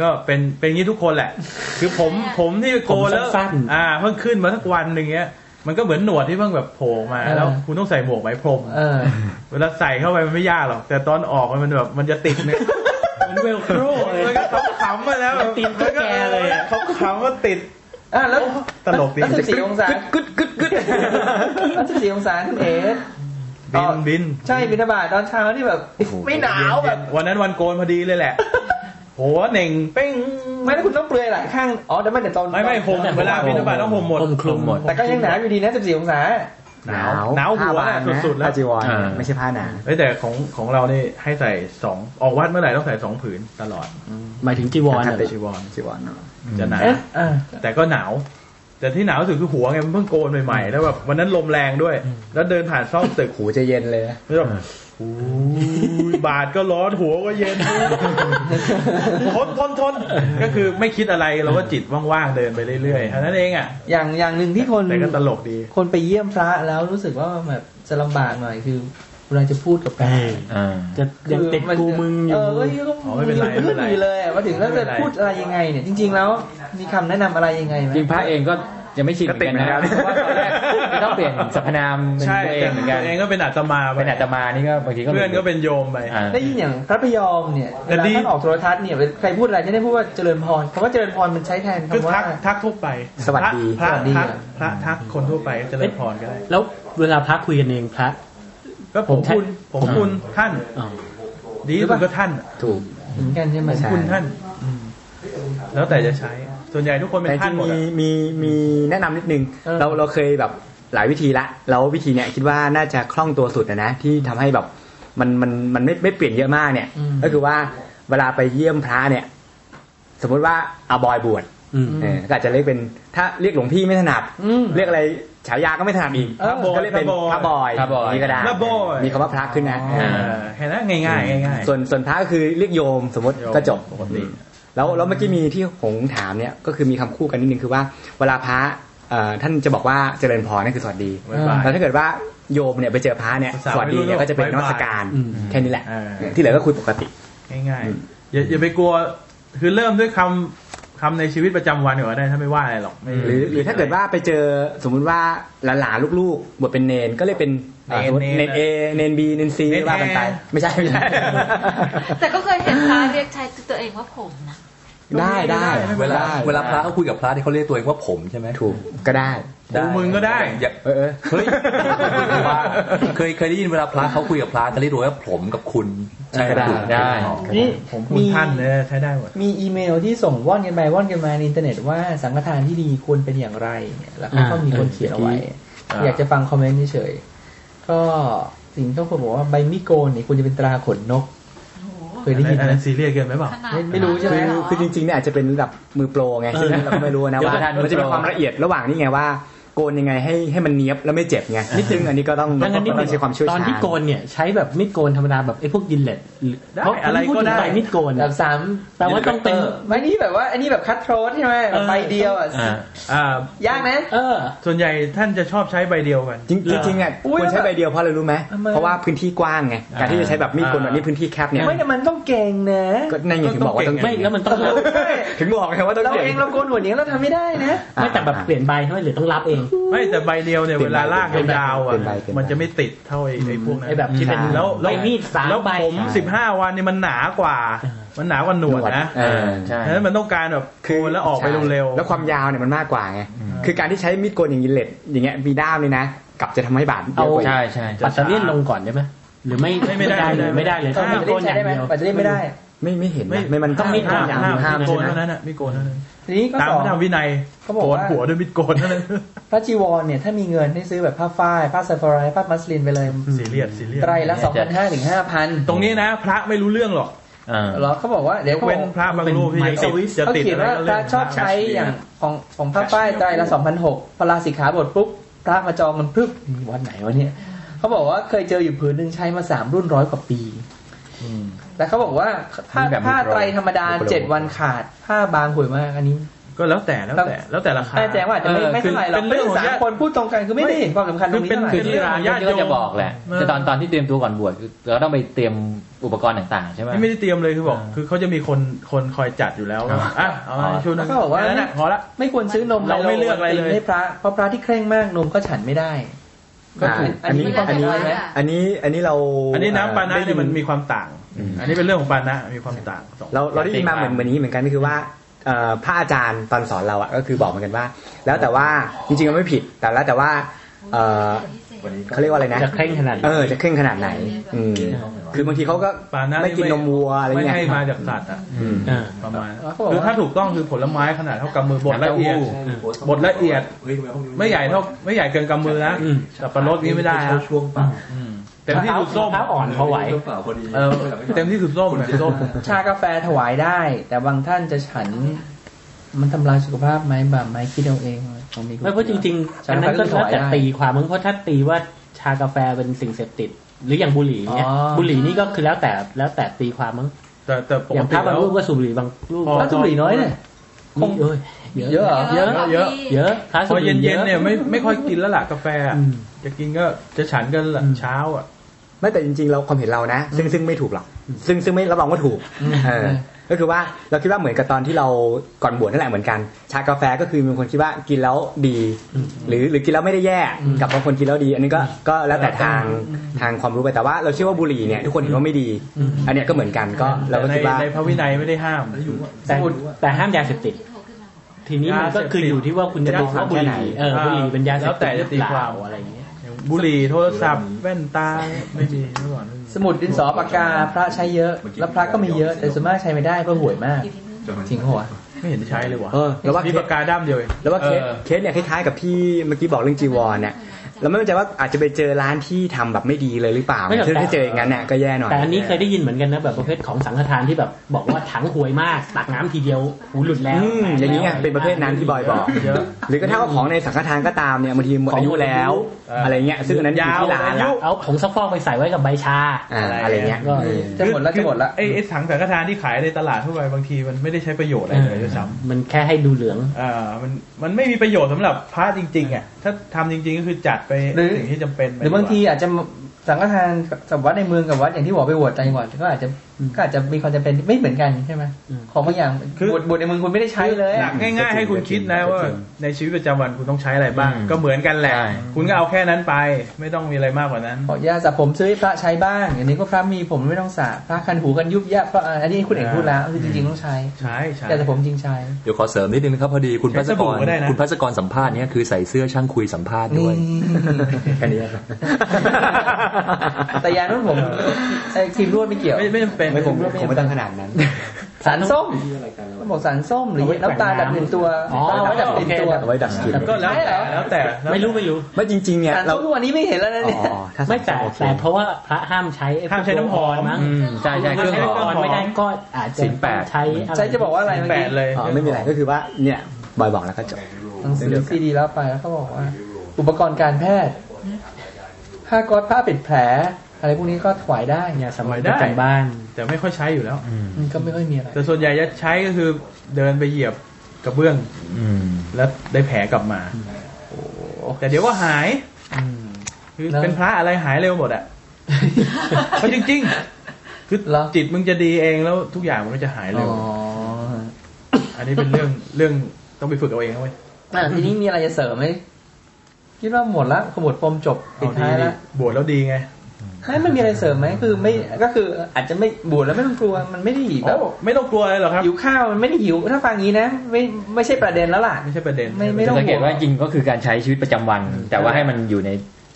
ก็เป็นเป็นอย่างนี้ทุกคนแหละ คือผมผมที่โกนแล้ว
ผมสั้นๆ
อ่าเพิ่งขึ้นมาสักวันหนึ่งเงี้ย มันก็เหมือนหนวดที่เพิ่งแบบโผล่มา
เออ
แล้วคุณต้องใส่หมวกไหมพรม
เออ
เวลาใส่เข้าไปมันไม่ยากหรอก แต่ตอนออกมันแบบมันจะติดเนี่ย
มันเวลโครเลย
มันก็ขำๆมาแล้ว
มันติดตุ๊กแกเลยอะ
เขาขำๆว่าติด
อ่ะแล้ว
ตลกดี
แล้ว14องศา
กุดกึดกึด
แล้ว14องศาคุณเอ๋ อ๋
บิ
อ
นบิน
ใช่บิณฑบาตตอนเช้าที่แบบไม่หนาวแบบ
วันนั้นวันโกนพอดีเลยแหละ โหเหน่งเป้ง
ไม่แล้วคุณต้องเปลือยหลายข้าง อ๋อแต่ไม่แต่ตอน
ไม่ไม่ผมเวลาบินบาตต้องผมหมด
ผมคลุมหมด
แต่ก็ยังหนาวอยู่ดีนะ 14 องศา
หนาวหนาวหัวน่ะสุดๆแล้ว
ผ้าจีวร
อ่า
ไม่ใช่ผ้าหนา
เอ้ยแต่ของของเรานี่ให้ใส่สองออกวัดเมื่อไหร่ต้องใส่สองผืนตลอด
หมายถึงจีวรน่ะเหรอ
จีวรจีวรเนอะ
จะหนาว
เอ๊ะอ่า
แต่ก็หนาว แต่ที่หนาวที่สุดคือหัวไงมันเพิ่งโกนใหม่ๆแล้วแบบวันนั้นลมแรงด้วย แล้วเดินผ่านซอกตึก
หูจะเย็นเลยนะ
ไม่ต้องอุ้ยบาทก็ร้อนหัวก็เย็นทนทนทนก็คือไม่คิดอะไรเราก็จิตว่างๆเดินไปเรื่อยๆเท่านั้นเองอ่ะ
อย่างอย่างหนึ่งที่คน
แต่ก็ตลกดี
คนไปเยี่ยมพระแล้วรู้สึกว่าแบบจะลำบากหน่อยคือเวลาจะพูดกับพระ
อ่า
จะยังติดกูมึงอยู่
เออเอ้ยก็
อ๋อไม่เป็นไร
ยังขึ้นอยู่เลยอะว่าถึงแล้ว
ไม่เป็
จะ
นไร
พูดอะไรยังไงเนี่ยจริง ๆ แล้วมีคำแนะนำอะไรยังไงไหม
จริงพระเองก็ยังไม่ชินเหมือนกันนะ
ก็ติดเหมือนกัน
เพราะว่าตอนแรกก็ต้องเปลี่ยน สรรพนามเป็น
ใช่
ตัวเองเหมือนกัน
ตัวเองก็เป็นอาตมาไป
เป็นอาตมานี่ก็บางทีก็
เพื่อนก็เป็นโยมไป
อ่า
ได้ยินอย่างพระพยอมเนี่ยเวลา
แต่ดี
ท่านออกโทรทัศน์เนี่ยใครพูดอะไรจะได้พูดว่าเจริญพรคำว่าเจริญพรมันใช้แทน
คือ
คำว่า
ทักทักทั่วไป
สวัสดี
พระ
สวัสดี
พระ
อะ
พระพระทักคนทั่วไปก็เจริญพรก็ได้
แล้วเวลาพระคุยกันเองพระ
ก็ผม
ผมทัก
คุณผมคุณท่าน
อ๋อ
ดีที่สุดก็ท่าน
ถูก
เหมือนกันใช่ไหม
ใช่
คุณท่านอืมแล้วแต่จะใช้ ส่วนใหญ่ทุกคนเป็น
แต่จ
ท่า
ริ
นห
ง
มด
มี
อะ
มีมีแนะนำนิดนึง
เออ
เราเราเคยแบบหลายวิธีละแล้ววิธีเนี้ยคิดว่าน่าจะคล่องตัวสุดนะนะที่ทำให้แบบมันมันมันไม่ไม่เปลี่ยนเยอะมากเนี่ย
อืม
ก็คือว่าเวลาไปเยี่ยมพระเนี่ย สมมติว่าอาบอยบวช
อืม
เออก็อาจจะเรียกเป็นถ้าเรียกหลวงพี่ไม่ถนัด
อืม
เรียกอะไรฉายาก็ไม่ถนัดอีก
เออ
ก็เรียกเป็นพระบอย
พระบอย
นี่ก็ได้
พระบอย
มีคำว่าพระขึ้นนะเอ
อ่า
อ
เห็นไหมง่ายง่ายๆง่ายๆ
ส่วนส่วนพระก็คือเรียกโยมสมมติ
โยม
ก็จบ
ปกติ
แล้วแล้วเมื่อกี้มีที่ผมถามเนี่ยก็คือมีคำคู่กันนิดนึงคือว่า เวลาพระเอ่อท่านจะบอกว่าเจริญพรนั่นคือสวัสดี
บ๊ายบาย
แล้วถ้าเกิดว่าโยมเนี่ยไปเจอพระเนี่ย
ภาษา
สวัสดีเนี่ยก็จะเป็นนมัสการ
อืม
แค่นี้แหละ
เออ
ที่เหลือก็คุยปกติ
ง่าย
อืม
ๆอย่าอย่าไปกลัว คือเริ่มด้วยคำคำในชีวิตประจำวันก่อนได้ถ้าไม่ว่าอะไรหรอกไม่
หรือหรือถ้าเกิดว่าไปเจอสมมุติว่าหลานๆลูกๆบวชเป็นเนนก็เลยกเป็นเอ่อเนนเอเนนบีเนนซีว่ากันไปไม่ใช่ไม่ใช่
แต่ก็เคยเห็นพระเรียกใช้ตัวเองว่าผมนะ
ได้ได้
เวลา
ได้
เวลาพระเขาคุยกับพระเนี่ยเขาเรียกตัวเองว่าผมใช่ไหม
ถูกก็ได้
ได้
กูมึงก็ได้
อย่า
เออเออ
เฮ้ยว่าเคยเคยได้ยินเวลาพระเขาคุยกับพระจะเรียกตัวว่าผมกับคุณใช่ไหม
ได้ได้
นี่
ผมคุณ
มี
ท่านเนี่ยใช้ได้หมด
มีอีเมลที่ส่งว่อนกันไปว่อนกันมาในอินเทอร์เน็ตว่าสังฆทานที่ดีควรเป็นอย่างไรเนี่ยแล้วเขาก็
อ่ามี
มีคนเขียนเอาไว้
เออเมื่อกี้
อยากจะฟังคอมเมนต์เฉยๆก็ สิ่งที่คนบอกว่าใบมิโกนเนี่ยควรจะเป็นตราขนนก
โอ้โห
เคยได้ยิน
อัน
ไหม
นั้นซีเรียสเกินไหมเปล่า
ขนาด
ไม่ไม่รู้ใช่ไหม
นั้นเลยเหรอ
คือจริงๆเนี่ยอาจจะเป็นระดับมือโปรไงซึ่งเราก็ไม่รู้นะ
เดี๋ยว
ว่า
ประธานมือโปร
มันจะเป็นความละเอียดระหว่างนี่ไงว่าโกนยังไงให้ให้มันเนี้ยบแล้วไม่เจ็บไงนิดนึงอันนี้ก็ต้อง
ดังนั้นนี่
ต้องใช้ความเช่วย
ตอน
ชา
ที่
ญ
โกนเนี่ยใช้แบบมีดโกนธรรมดาแบบไอ้พวกดินเล็ต
ได้
เพราะ
อะไรก็ได้
พูถึงใบมีดโกน
แบบสาม
แต่ว่าต้องเป็น
ไม่นี่แบบว่าอันนี้แบบคัตโทรสใช่ไหมแบบใบเดียวอ่ะ
อ่า
อ่า
ยากนะ
เออ
ส่วนใหญ่ท่านจะชอบใช้ใบเดียวกัน
จริงจริงๆเนี่ย
อุ๊
ค
ยว
รใช้ใบเดียวเพราะอะไรรู้ไหม
ทำไม
เพราะว่าพื้นที่กว้างไงการที่จะใช้แบบมีดโกนแบบนี้พื้นที่แคบเนี่ย
ไม่แต่มันต้องเก่งนะ
ก็ในนไงถึงบอกว่าต้อง
ไม่แล้วมันต้องรับ
ถึงบอกไงว่าต้อง
เราเองเราโกนหัวอย่างนี้เราทำไม่ได้นะ
ไม่แต่แบบเปลี่ยนใบใช่ไหมหรือต้องรับเอง
ไม่แต่ใบเดียวเนี่ยเวลาลากยาวๆอ่ะ
เป็นใบเป็นใบ
มันจะไม่ติดเท่าไอ้ไอ้พวกนั้น
ไอ้แบบที่เป็น
แล้วแล้ว
ใบมีดสาม
แล้ว
ใบ
ผมสิบห้าวันเนี่ยมันหนากว่า มันหนากว่าหนวดนะ
เออ
ฉะนั้นมันต้องการแบบโคนแล้วออกไปเร็วๆ
แล้วความยาวเนี่ยมันมากกว่าไง คือการที่ใช้มีดโกนอย่างนี้เหล็ดอย่างเงี้ยมีด้ามเลยนะ กลับจะทำให้บาดเยอะกว่า
ใช่ใช่
ปัตตาเลียนลงก่อนได้ไหมหรือไม่
ไม่ไม่ได้
เลย
ไม่
ไม่
ได้
ได้เลย
ปั
ต้อง
จ
มี
จุ
โก
บั
น
น
อ
ใช้
ย่าง
ได้ไหม
เดียว
ปัจจุบันไม่ได้
ไม่ไม่เห็นนะ
ไม่
ไม่มัน
ต้องมีด
ห้าม
อย่
ห้าม
ง
ห้าม
ห้าม
โกน
ใช่ไหม
เท่านั้นนะมีดโกนเท่านั้น
ทีนี้ก็
ตาม
บอ
พ
ก
ระธรรมวินัย
เขาบอก
โกน
ว่า
หัวด้วยมีดโกนเท่านั้น
พระจีวรเนี่ยถ้ามีเงินให้ซื้อแบบผ้าฝ้ายผ้าซาฟรายผ้ามัสลินไปเลย
ซีเรียสซีเรียส
ไตรละสองพันห้าถึงห้าพัน
ตรงนี้นะ พระไม่รู้เรื่องหรอก
อ่า
เหรอเขาบอกว่าเดี๋ยวเขาบ
เว้
อนก
พระบางรูปที่จะติดจะ
เขา
ติด
เขียน
อะไร
ว่า
ก็
พ
เรื่
ระ
อง
ชอบใช้อย่างของของผ้าฝ้ายไตรละสองพันหกพอลาสิกขาบทปุ๊บพระมาจองมันปึ๊บวันไหนวะเนี่ยเขาบอกว่าเคยเจออยู่ผืนหนึ่งใช้มาสามรุ่นร้อยกว่าปีแต่เขาบอกว่าผ้า
แบบมี
ผ้า
โปร
ไตรธรรมดาเจ็ดวันขาดผ้าบางห่วยมากอันนี้
ก็แล้วแต่แล้วแต่แล้วแต่ราคา
แต่แจงว่าอาจจะไม่ไม่เท่าไหร่หรอก
เป็น
ไม่
เรื่อง
ได้
ข
สาม
องญาติ
คนพูดตรงกันคือไม่ได้เห็นความสำคัญตรงนี้
คือเป็น
เท่าไหร่
คื
คือที่ร้านเนี่ยก็จะบอกแหละ
เออ
แต่ตอนตอนที่เตรียมตัวก่อนบวชคือเราต้องไปเตรียมอุปกรณ์ต่างๆ ใช่ไหม
นี่ไม่ได้เตรียมเลยคือบอก
อ่า
คือเขาจะมีคนคนคอยจัดอยู่แล้ว
ครับ
อ่ะเอามาชุดหนึ
แล้ว
ง
ก็บอกว่า
แค่นั้นน่ะพอละ
ไม่ควรซื้อนม
เราไม่เลือกอะไรเลย
ให้พระเพราะพระที่เคร่งมากนมก็ฉันไม่ได้
อ่าอันนี้
ก็ถูก
อันนี้
อันนี้
อันนี้อันนี้เรา
อันนี้น้ำปานะ
ได้
เนี่ยมัน
ยิ
มีความต่าง
อืม
อันนี้เป็นเรื่องของปานะมีความต่างสอง
เราเราได้ยินมาเหมือนเหมือนนี้เหมือนกันก็คือว่าเอ่อพระอาจารย์ตอนสอนเราอะก็คือบอกเหมือนกันว่า แล้วแต่ว่าจริงๆมันไม่ผิดแต่แล้วแต่ว่าเอ่อเขาเรียกว่าอะไรนะ
จะเคร่งขนาดไหน
เออจะเคร่งขนาดไหนอืมคือบางทีเขาก็
ปานะ
ไม่กินนมวัวอะไร
ไม่
เงี้ย
ให้มาจากสัตว์อ่ะ
อืม
เออ
ประมาณนั้น
แล้วเขาบอก
คือ
ว่า
ถ้าถูกต้องคือผลไม้ขนาดเท่ากำมือบดละเอียดบดละเอียด ไม่ใหญ่เท่าไม่ใหญ่เกินกำมือนะ
อืม
แต่ปลารสนี้ไม่ได้นะ
ช่วงป่า
อืมเต็มที่สุดส้ม
เท้าอ่อนพอไหว
ช่วงป่าพอดี
เออเต็มที่สุดส้มสีส้ม
ชากาแฟถวายได้ แต่บางท่านจะฉัน มันทำลายสุขภาพไหมบาปไหมคิดเอาเองผม
ไม่เพราะจริงๆอันนั้นก็แล้วแต่ตีความมั้งเพราะถ้าตีว่าชากาแฟเป็นสิ่งเสพติด หรืออย่างบุหรี่เนี่ยบุหรี่นี่ก็คือแล้วแต่แล้วแต่ตีความมั้ง
แต่แต่ป
อก ย่างพ
ติ
ระบาง
แล้ว
รูปก็สูบบุหรี่บางรูป
พอ
ๆถ้าตุหรี่น้อยเนี่ย
มีเอ้ยเยอะ
เยอะเหรอ
เยอะเยอะ
เยอะพระ
พ
สูบ
อ
บุห
เย็
รี่
น
เย
เย็น
อะ
เนี่ยไม่ไม่ค่อยกินแล้วล่ะกาแฟอะ
อืม
จะกินก็จะฉันกันหลัง
อืม
เช้าอ่ะ
ไม่แต่จริงๆเราความเห็นเรานะ ซึ่งซึ่งไม่ถูกหรอกซึ่งซึ่งไม่รับรองว่าถูกเออก็คือว่าเราคิดว่าเหมือนกับตอนที่เราก่อนบวชนั่นแหละเหมือนกัน ชากาแฟก็คือมีคนคิดว่ากินแล้วดี หรือหรือกินแล้วไม่ได้แย่กับบางคนกินแล้วดี อันนี้ก็ก็แล้วแต่ทางทางความรู้ไปแต่ว่า เราเชื่อว่าบุหรี่เนี่ยทุกคนเห็นว่าไม่ดี อันเนี้ยก็เหมือนกันก็เราก็
ใน
คิดว่า
ในพระวินัยไม่ได้ห้าม
แต่แต่ห้ามยาเสพติด
ที่โทรขึ้นมาบอกว่า
ทีนี้มันก็คืออยู่ที่ว่าคุณจะตีความว่าบุหรี่เออบุหรี่เป็นยาเสพติดหรือเปล่าอะไรอย่างเงี้ย
บุหรี่โทรศัพท์แว่นตาไม่มีเมื่อก่อนไม่มี
สมุดดินสอปากกาพระใช้เยอะ แล้วพระก็มีเยอะ แต่ส่วนมากใช้ไม่ได้เพราะห่วยมาก
อยู่ที่นู่น
จริงหัวะ
ไม่เห็นใช้เลยวะ
เออแล้วว่า
มีปากกาด้ามเดียวเอง
แล้วว่าเคส
เออ
เคสเนี่ยคล้ายๆกับที่เมื่อกี้บอกเรื่องจีวรเนี่ยเราไม่แน่ใจว่าอาจจะไปเจอร้านที่ทำแบบไม่ดีเลยหรือเปล่า
ไม่หรอก
ซึ่งถ้าเจออย่างนั้นเนี่ยก็แย่หน่อย
แต่อันนี้เคยได้ยินเหมือนกันนะแบบประเภทของสังฆทานที่แบบบอกว่าถังหวยมากตักน้ำทีเดียวหูหลุดแล้ว
อืมอย่างนี้ไงเป็นประเภทนั้นที่บอยบอก
เยอะ
หรือกระทั่งว่าของในสังฆทานก็ตามเนี่ยบางทีหมดอายุแล้ว
เอออ
อะไรเงี้ยซึ่งอันนั้นอยู่ที่ร้านละ
เอาผงซักฟอกไปใส่ไว้กับใบชา
อ่าอะไรเงี้ย
ก็
เออ
จะหมดแล้วจะหมดแล้ว
ไอ้ไอ้ถังสังฆทานที่ขายในตลาดทั่วไปบางทีมันไม่ได้ใช้ประโยชน์อะไรเลยด้วยซ้
มันแค่ให้ดูเหลือง
ำอ่ามันมันไม่มีประโยชน์สำหรับพระจริงๆอ่ะถ้าทำจริงๆก็คือจัดไป
หรือ
สิ่งที่จำเป็นไป
หรือบางทีอาจจะสังฆทานกับวัดในเมืองกับวัดอย่างที่บอกไปบวชต่างจังหวัดก็อาจจะก็อาจจะมีความจำเป็นไม่เหมือนกันใช่ไหม
อืม
ของบางอย่างบวชบวชในเมืองคุณไม่ได้ใช้เลย
หลักง่ายๆให้คุณคิดนะว่าในชีวิตประจำวันคุณต้องใช้อะไรบ้าง ก็เหมือนกันแหละ
ใช่
คุณก็เอาแค่นั้นไป ไม่ต้องมีอะไรมากกว่านั้น
ขอกยาสระผมซื้อให้พระใช้บ้างอย่างนี้ก็พระมีผมไม่ต้องสระพระคันหูกันยุบยับพระอันนี้คุณเอกพูดแล้วคือจริงๆต้องใช้
ใช่ใช่
แต่ผมจริงใช้
เดี๋ยวขอเสริมนิดนึงนะครับพอดีคุณ
ใช้
พัศ
ส
ก
บู่
ร
ก็ได้นะ
คุณพัศกรสัมภาษณ์เนี่ยคือใส่เสื้อช่างคุยสัมภาษณ์ด้วย
แค่นี้ครับ
แต่ยานุ่นผมไอ้ครีมนวดไม่เกี่ยว
ไม่ไม่จำเป็น
ไม่ผม
ไม่
ผมไม่ต้องขนาดนั้น
สารส้ม
รายการเรา
เขาบอกสารส้มหรือน้ำตาลดับกลิ่นตัว
อ๋อไว้ดับกลิ่นตัว
ไว้ดับกลิ่น
แต่ก็แล้ว
ใช่เหรอ
แต่แล้วแต่แล้วแต่
ไม่รู้ไม่รู้
ไม่จริงๆเนี่ย
สาร
เรา
ส้มทุกวันนี้ไม่เห็นแล้วนะเนี่ย
อ๋อถ้า
ไม่แต่
โอเค
แต่เพราะว่าพระห้ามใช้ไ
ห้ามใช้น้ำหอม
มั้ง
อืมใช่ใช่เครื่องหอ
ห้าม มใช้น้ำหอมไม่ได้ก็อาจจะ
ศีลแปด
ใช้ไร
ใช่จะบอกว่าอะไร
แป
เมื่อ
ด
กี้
เลย
อ๋อไม่มีอะไรก็คือว่าเนี่ยบอยบอกแล้วก็จบ
หนังสือซีดีแล้วไปแล้วเขาบอกว่า อุปกรณ์การแพทย์ผ้าก๊อซผ้าปิดแผล อะไรพวกนี้ก็ถวายได้
อย่าสมัยประจำบ้าน
แต่ไม่ค่อยใช้อยู่แล้ว
มันก็ไม่ค่อยมีอะไร
แต่ส่วนใหญ่จะใช้ก็คือเดินไปเหยียบกระเบื้อง
อืม
แล้วได้แผลกลับมาแต่เดี๋ยวก็หายคือ
นะ
เป็นพระอะไรหายเร็วหมดอ่ะ เพราะจริงๆ คือ
เหรอ
จิตมึงจะดีเองแล้วทุกอย่างมันก็จะหาย
อ๋
เร็
อ
ว อันนี้เป็นเรื่องเรื่องต้องไปฝึกเอาเองนะเว้ย
อ่ะทีนี้มีอะไรจะเสริมไหมคิดว่าหมดละขมวดปมจบปิด
เอาดี
ท้าย
ดี
ละ
บวชแล้วดีไง
ไม่ไม่มีอะไรเสริมไหมคือไม่ก็คืออาจจะไม่บวชแล้วไม่ต้องกลัวมันไม่ได้หิว
โอ้ไม่ต้องกลัวอะไรหรอกครับ
หิวข้าวมันไม่ได้หิว ถ้าฟังงี้นะไม่ไม่ใช่ประเด็นแล้วล่ะ
ไม่ใช่ประเด็น
ไม่ไม่ต้อง
สังเกต
ห่วง
ว่าจริงก็คือการใช้ชีวิตประจำวัน แต่ว่าให้มันอยู่ใน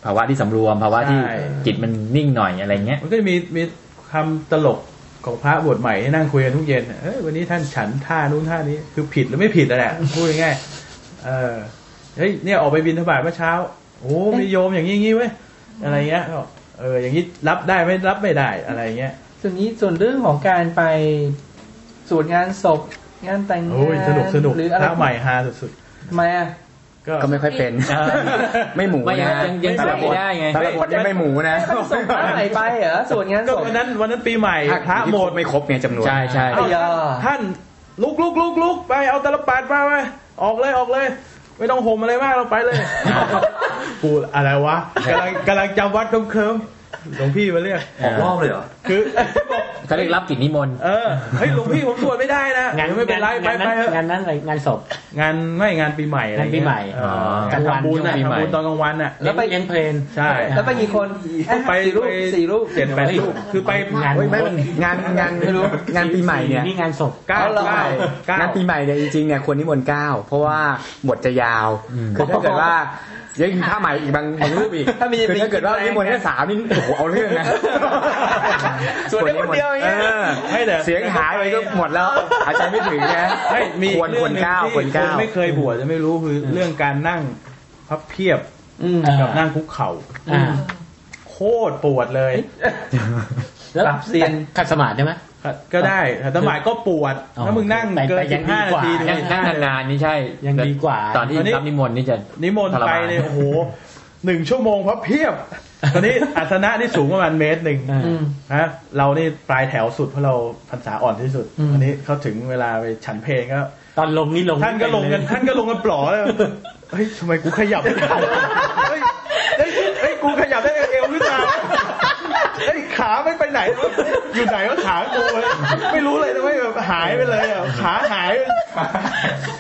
ภาวะที่สำรวม ภาวะที่
ใช่
จิตมันนิ่งหน่อยอะไรเงี้ย
มันก็จะมีมีคำตลกของพระบวชใหม่ที่นั่งคุยกันทุกเย็นน่ะเอ้ยวันนี้ท่านฉันท่านู้นท่านี้คือผิดหรือไม่ผิดนั่นแหละ พูดง่ายๆเออเฮ้ยเนี่ยออกไปบินทบาทเมื่อเช้า โอ้มีโยมอย่างนี้งี้เว้ยอะไรเงี้ยก็บอกเอออย่างนี้รับได้ไหม่รับไม่ได้อะไรเงี้ย
ส่วนนี้ส่วนเรื่องของการไปสวดงานศพงานแต่งงาน
โอ้ยสนุกสนุก
หรืออะไร
พระใหม่ฮาสุด
ทำไมอ่ะ
ๆก็
ก็ไม่ค่อยเป็น ไม่หมู
ไม่
นะ
ยังยัง
แต่ละบ
ใส่
ท
ได้ไง
แต่ละบทยังไม่หมูนะ
ส่งพระใหม่ไปเหรอสวดงาน
ก็
ศพ
วันนั้นวันนั้นปีใหม่ พระ
ที่
โหมด
ไม่ครบไงจำนวน
ใช่ใช่
อ้ยา
ท่านลุกลุกลุกลุกไปเอาตะลปัดมาไปออกเลยออกเลย ไม่ต้องห่มอะไรมากเราไปเลย กูอะไรวะกำลังกำลังจำวัดเคลิ้มๆหลวงพี่มาเรียก
ออกรอบเลยเหรอ
คือบอก
เขาเรียกรับกิจนิมนต์
เออเฮ้ยหลวงพี่ผมสวดไม่ได้นะ
งาน
ไม่เป็นไรไป
งาน
ไป
นั้น
เถอะ
งานนั้นอะไรงานศพ
งานไม่งานปีใหม่อะไร
งานปีใหม่
เงี้ย
ก
กา
ลา
รงทำ
วัน
บุญนะ
ปีให
ทำ
ม่
บุญตอนกลางวันน่ะ
แล้วไป
เลี้ยงเพลน
ใช่
แล้วไปกี่คน
ไป
สี่รูป
ไป
สี่รูป
เจ็ดแปดรูปคือไป
งาน
เฮ้ยไม่มันงานงาน
ไม่รู้
งานปีใหม่เนี่ย
นี่งานศพ
เก้า
เอาละ
เก้าเก้าง
านปีใหม่เนี่ยจริงๆเนี่ยควรนิมนต์เก้าเพราะว่าบทจะยาวคือถ้าเกิดว่ายังมีผ้าใหม่อีกบางบางรูปอีก
ถ้ามี
คือถ้าเกิดว่านิมนต์แค่สามนี่โอ้โหเอาเรื่องนะ
ส่วนได้คนเดียวอย่างเงี้ย
ออ
ให้แต่
เสียงหายไปก็หมดแล้วหายใจไม่ถึงนะ
เฮ้ยมี
ควรควรเก้าควร
ค
เก้าน
ไม่เคยบวชจะไม่รู้คือเรื่องการนั่งพับเพียบ
อืม
กับนั่งคุกเข่า
อ่า
โคตรปวดเลย
แล้ว
ปรับเซียน
ขัดสมาธิได้ไหม
ก็ได้แต่สมัยก็ปวด
อ๋อ
ถ้ามึงนั่ง
แต่
เกิ
แต่
น
ยั
สิ
ง
บ
ดี
ห้าก นา
ว่า
ที
นั่งนั่งนานๆนี่ใช่
ยังดีกว่า
ตอนที่รับนิมนต์นี่จะ
นิมนต์ไปเลย
ทรมาน
โอ้โหหนึ่งชั่วโมงพับเพียบ ตอนนี้อาสนะที่สูงประมาณเมตรหนึ่ง
อ่า
อืม
ฮะเรานี่ปลายแถวสุดเพราะเราพรรษาอ่อนที่สุด
อืม
อันนี้เขาถึงเวลาไปฉันเพลงก็
ตอนลงนี่ลง
ท่านก็ลงกันท่านก็ลงกันปลอเลยเฮ้ยทำไมกูขยับไม่ได้เฮ้ยเฮ้ยเฮ้ยกูขยับได้เอวหรือเปล่าเฮ้ยขาไม่ไปไหนวะอยู่ไหนวะขากูวะไม่รู้เลยนะเว้ยแบบหายไปเลยอะขาหาย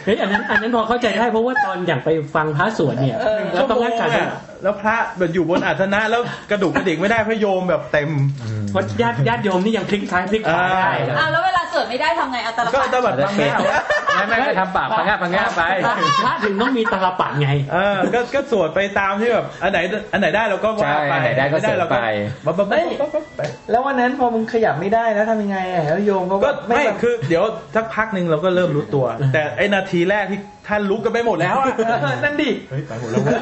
เฮ้ยอันนั้นอันนั้นพอเข้าใจได้เพราะว่าตอนอย่างไปฟังพระสวดเนี่ยเราต้องรักษา
ชั่วโมะแล้วพระแบบอยู่บนอาสนะแล้วกระดูกกระดิกไม่ได้เพราะโยมแบบเต็ม
เพราะญาติญาติโยมนี่ยังพลิกซ้ายพลิกขวาได้เลย
อ่ะแล้วเวลาสวดไม่ได้ทำไงเอาตะล
ก็
ปัด
จะแบบบังหน้าไว้
ไม่ไม่ก็ทำปากพังงาพังงาไป
พระพระถึงต้องมีตาลปัดไง
เออก็ก็สวดไปตามที่แบบอันไหนอันไหนได้เราก็ว่าไป
ใช่อันไหนได้ก็
ม่เรา
สวดไป
บับบับบับบับบับไป
แล้ววันนั้นพอมึงขยับไม่ได้นะทำยังไงอ่ะแล้วโยมเขา
ก็
ก็
ไม่
แบบ
คือเดี๋ยวสักพักหนึ่งเราก็เริ่มรู้ตัว แต่ไอนาทีแรกที่ท่านลุกกันไปหมดแล้วอะ
เออนั่นดิ
เฮ้ยไปหมดแล้วเว้ย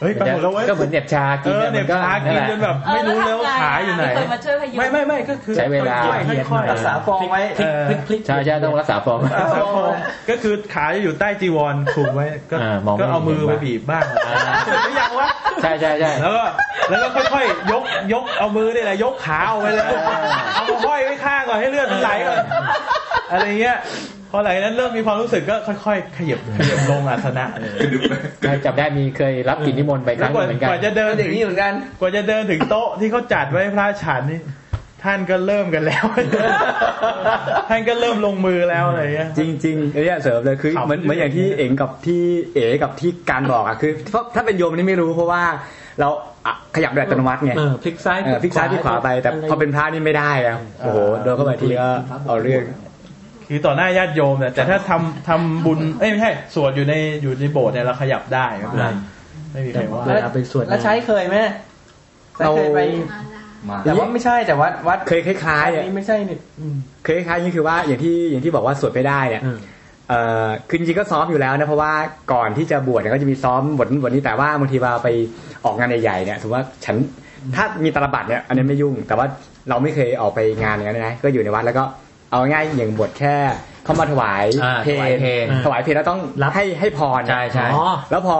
เฮ้ยไปหมดแล้วเว้ย
ก็เหมือนเหน็บชา
เอ
กิน
อ
มั
เนี่ย
ก็
ชากิน
แหละ
จนแบบไม่รู้แล้ว
เออแล้วทำไงอะ
ขาอยู่ไหน
มีคนมาช่วยพยุ ง
ไม่ไม่ไม่ก็คือ
ใช้เวลา
ค่อยๆค่อยๆ
รักษาฟองไว้
พลิกพลิกพลิก
ใช่ใช่ต้องรักษาฟอ ร์ม
อาสาพงศ์ก็คือขาจะอยู่ใต้จีวรถูกไว้ก็
อ่ามองไม่
ก็เอา
เห็น
มือไป
บ้าง
บีบบ้าง
อ่า
สวยหรือยังวะ
ใช่ใช่ใช่
แล้วก็แล้วก็ค่อยๆยกยกเอามือนี่แหละยกขาเอาไว้เลยเอามาห้อยไว้ข้างก่อนให้เลือดมันไหลก่อนอะไรเงี้ยพอหลังจากนั้นเริ่มมีความรู้สึกก็ค่อยๆขยับขยับลงอาสนะเลย
จำได้มีเคยรับกิจนิมนต์ไปค
แล้
รั้
ว
งห
กว่าง
นึ่เหมือนกัน
กว่าจะเดิน
เด็
ถึ
ก
ง
นี่เหมือนกัน
กว่าจะเดินถึงโต๊ะที่เขาจัดไว้ให้พระฉันนี่ท่านก็เริ่มกันแล้ว ท่านก็เริ่มลงมือแล้วอะไรเงี้ย
จริงๆอันเนี้ยเสริมเลยคือ
ขำ
เหมือนเหมือนอย่างที่เอ๋งกับที่เอ๋กับที่การบอกอะคือเพราะถ้าเป็นโยมนี่ไม่รู้เพราะว่าเราอะขยับโดยอัตโนมัติไง
เออพลิกซ้าย
เออพลิกซ้ายพลิกขวาไปแต่พอเป็นพระนี่ไม่ได้แล้วโอ้โหโดนเข้าไปทีก็เอาเรื่อง
คือต่อหน้าญาติโยมเนี่ยแต่ถ้าทำทำบุญเอ้ยไม่ใช่สวดอยู่ในอยู่ในโบสถ์เนี่ยเราขยับได้ไม่เป็นไรไม่มีใครว่า
เวลาไปสวด
แล้วใช้เคยไหมใช้เคยไป
มา
แต่ว่าไม่ใช่แต่วัดวัด
เคยคล้ายๆเนี่ย
นี้ไม่ใช่เนี่ย
เคยคล้ายๆอย่างนี้คือว่าอย่างที่อย่างที่บอกว่าสวดไม่ได้เนี่ย เอ่อคือจริงๆก็ซ้อมอยู่แล้วนะเพราะว่าก่อนที่จะบวชเนี่ยก็จะมีซ้อมบทนู้นบทนี้แต่ว่าบางทีเราไปออกงานใหญ่ๆเนี่ยสมมติว่าฉันถ้ามีตลบัดเนี่ยอันนี้ไม่ยุ่ง แต่ว่าเราไม่เคยออกไปงานอย่างนั้นนะก็อยู่ในวัดแล้วก็เอาง่ายๆอย่างบวชแค่เข้ามาถวาย
อ่า
เพล
ถวายเพล
ง
ง
ถวายเพลงแล้วต้อง
รับ
ให้ให้พรนะ
ใช่ใช่
อ๋อแล้วพอ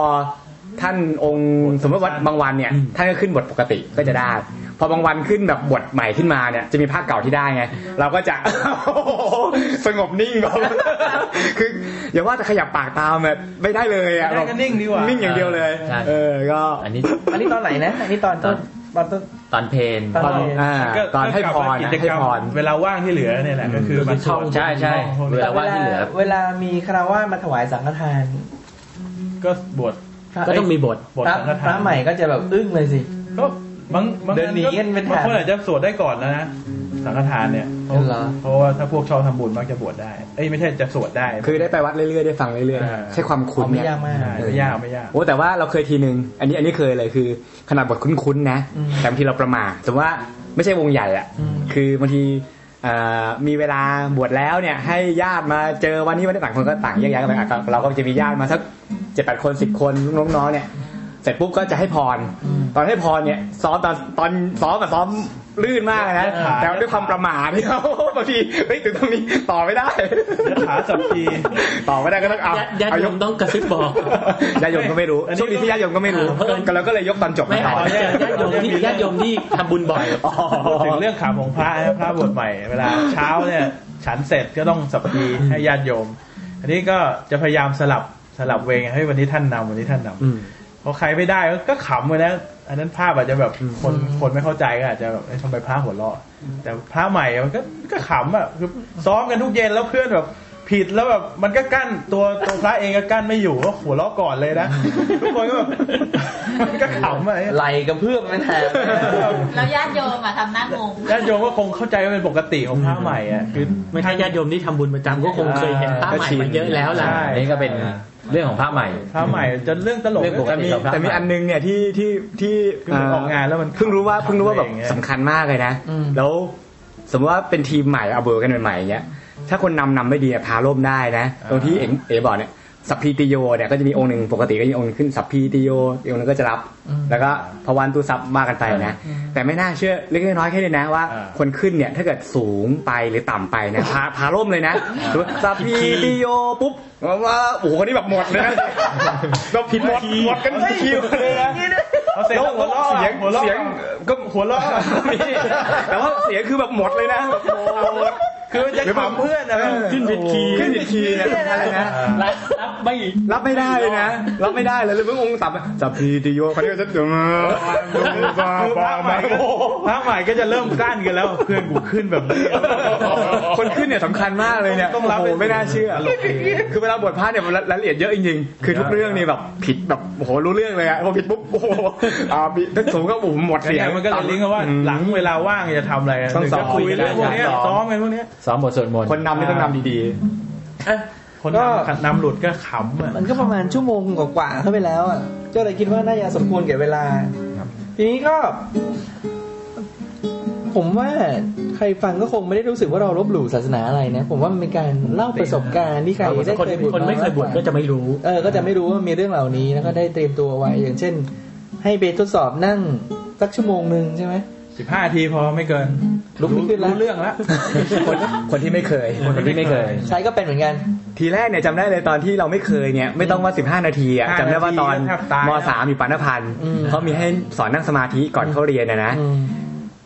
ท่านองค์สมมติว่าบางวันเนี่ยท่านก็ขึ้นบทปกติก็จะได้ พอบางวันขึ้นแบบบทใหม่ขึ้นมาเนี่ยจะมีภาคเก่าที่ได้ไง เราก็จะ สงบ นิ่งก่อน คืออย่าว่าจะขยับปากตามแบบไม่ได้เลยอ่ะ
ไม่ได้ก็นิ่งดีกว่า
นิ่งอย่างเดียวเลย
ใช่
เออก็
อันนี้
อันนี้ตอนไหนนะอันนี้ตอนต้นตอนต้น
ตอนเพลง
ตอน
อ่า
ก็
ตอนให้พร
กิ
นะ
จ
ให้
กรรม
พร
เวลาว่างที่เหลือเนี่ยแหละก็คือมาช่อง
ใช่ใช่ เวลาว่างที่เหลือ
เวลามีคารวะมาถวายสังฆทาน
ก็บวช
พระ
ก็ต้องมีบท
บวช
พระ
สังฆ
พ
ทา
ระ
น
ใหม่ก็จะแบบอึ้งเลยสิ
ก็บางบาง
เดินหนีกันเป็น
บาง
ทาง
คนอาจจะสวดได้ก่อนแล้วนะสังฆทานเนี่ยเพราะ
เหรอ
เพราะว่าถ้าพวกชอบทำบุญมักจะบวชได้เอ้ยไม่ใช่จะสวดได้
คือได้ไปวัดเรื่อยๆได้ฟังเรื่อย
อ่า
ๆใช้ความคุ้น
เอาไม่
เนี่ย
ยากมาก
ใช่ไม่ยากไม่ยาก
โอ้แต่ว่าเราเคยทีนึง อันนี้อันนี้เคยเลยคือ ขนาดบทคุ้นๆนะ
อืม
แต่บางทีเราประมาทแต่ว่าไม่ใช่วงใหญ่อ่ะ
อืม
คือบางทีเอ่อมีเวลาบวชแล้วเนี่ย ให้ญาติมาเจอวันนี้วันนี้ต่างคนก็ต่างแยกย้ายกันไปอ่ะก็เราก็จะมีญาติมาสักเจ็ดแปดคนสิบคนลูกน้องๆเนี่ย เสร็จปุ๊บก็จะให้พร
อืม
ตอนให้พรเนี่ยซ้อมตอนตอนซ้อมกับซ้อมลื่นมากเลยนะ
อ่า
แต่ด้วยความประมาทเนี่ย บางทีเฮ้ยถึงตรงนี้ต่อไม่ได้
ยถาสัมพี
ต่อไม่ได้ก็ต้องเอา
ญาติญาติโยมต้องกระซิบบอก
ญาติโยมก็ไม่รู้
อันนี้
โชคดีที่ญาติโยมก็ไม่รู้
เออเพิ่ง
ก็เราก็เลยยกตอนจบ
ไม่
มาต่
เอา
อ
ญาติญาติโยมที่ญาติโยมที่ทำบุญบ่อย
อ๋อ
พูดถึงเรื่องขำของพระนะพระบวชใหม่เวลาเช้าเนี่ย ฉันเสร็จก็ต้องสับดีให้ญาติโยม อันนี้ก็จะพยายามสลับสลับเวงให้วันนี้ท่านนำวันนี้ท่านนำพอใครไม่ได้ก็ขำไปนะอันนั้นภาพอาจจะแบบคนคนไม่เข้าใจก็อาจจะแบบเอ๊ะทำไมพระหัวเราะแต่พระใหม่มันก็ก็ขำอ่ะคือซ้อมกันทุกเย็นแล้วเพื่อนแบบผิดแล้วแบบมันก็กั้นตัวตัวพระเองก็กั้นไม่อยู่ก็หัวเราะก่อนเลยนะทุกคนก็แบบ มันก็ขำอะไร
ไหลกับเพื่อมนั่นแหละ
แล้วญาติโยมอ่ะทำหน้างง
ญาติโยมก็คงเข้าใจว่าเป็นปกติของพระใหม่อะคือ
ไม่ใช่ญาติโยมที่ทำบุญประจำก็คงเคยเห็นพระใหม่มาเยอะแล้วล่ะ
ใช่
อันนี้ก็เป็นเรื่องของพระใหม่
พระใหม่จะเรื่องตลก
เรื่องปก
แต่
ติ
มี
ของพระ
แต่มีอันนึงเนี่ยที่ที่ที่
คือมันออกงานแล้วมัน
เพิ่งรู้ว่าเพิ่งรู้ว่าแบบ
อะไรอย่างเงี้ย
สำคัญมากเลยนะ แล้ว สมมติว่าเป็นทีมใหม่เอาเบอร์กันใหม่ๆอย่างเงี้ย ถ้าคนนำนำไม่ดีอะพาล่มได้นะ ตรงที่เอ๋งเอ๋บอกเนี่ยสัพพีติโยเนี่ยก็จะมีองค์หนึ่งปกติก็จะมีองค์หนึ่งขึ้นสัพพีติโยอีกองค์หนึงก็จะรับ แล้วก็พวันตุสัพมากันไปนะ แต่ไม่น่าเชื่อเล็กๆน้อยๆแค่นี้นะว่า
อ่า
คนขึ้นเนี่ยถ้าเกิดสูงไปหรือต่ำไปนะพาพาล่มเลยนะสมมุติสัพพีติโยปุ๊บว่าโอ้โหคนนี้แบบหมดเลย นะเราผิดหมดหมดกันทั้งคิวเลยนะ
เอาเสียงหัวเราะ
เสียง
หัวเราะ
เสียง
ก็หัวเราะ
มีแต่ว่าเสียงคือแบบหมดเลยนะหมด
คือจะขำเพื่อนอะไร
ขึ้นผิดคีย์ขึ้นผิดคีย์อะไรนะ
รับรับไม่
รับไม่ได้เลยนะรับไม่ได้เลยเลยเพิ่งองค์ต่ำจับพีติโยเขาเรียกจะดึงบา
คือพ
บา
ระใหม่ก็พระใหม่ก็จะเริ่มกั้นกันแล้ว เพื่อนกูขึ้นแบบนี้
คนขึ้นเนี่ยสำคัญมากเลยเนี่ย
ต้องรับ
โโห
เป็น
ไม่น่าเชื่อ
ตลกดี
คือเวลาบวชพระเนี่ยมันรายละเอียดเยอะจริงๆคือทุกเรื่องนี่แบบผิดแบบโอ้โหรู้เรื่องเลยอะพอผิดปุ๊บโอ้โหอ่ามีทั้งสูงก็บุ๋มหมด
เสี
เสี
ย
ย
ง
ง
มันก็เลยลิงก์กันว่าหลังเวลาว่างจะทำอะไรกัน
ต้อง
ถึ
ซ้อ
จะ
ม
คุยเรื่องพวกเนี้ยซ้อมกันพวกเนี้ย
ซ้อมบทสวดมนต์
คนนำนี่ต้องนำดี
คนนำนำหลุดก็ขำอะ
มันก็ประมาณชั่วโมงกว่าๆเข้าไปแล้วอ่ะก็เลยคิดว่าน่าจะสมควรแก่เวลา ทีนี้ก็ ผมว่าใครฟังก็คงไม่ได้รู้สึกว่าเราลบหลู่ศาสนาอะไรนะ ผมว่ามันเป็นการเล่าประสบการณ์ที่ใครได้
คน
เคยบวช
คนไม่เคยบวชก็จะไม่รู้
เออก็จะไม่รู้ว่ามีเรื่องเหล่านี้แล้วก็ได้เตรียมตัวไว้ อย่างเช่น ให้ไปทดสอบนั่งสักชั่วโมงหนึ่งใช่ไหม
สิบห้านาทีพอไม่เกิน
ลุกไม่ขึ้นแล้ว
รู้เรื่องแล้ว
ๆคนคนที่ไม่เคย
คนที่ไม่เคย
ใช้ก็เป็นเหมือนกัน
ทีแรกเนี่ยจำได้เลยตอนที่เราไม่เคยเนี่ยไม่ต้องว่า 15 นาทีอ่ะ
ห้า
จำได้ว่าตอน
นาทีแทบตาย
ม3อยู่ปานพันธ์
อืม
เขามีให้สอนนั่งสมาธิก่อนเข้าเรียนนะนะ
อืม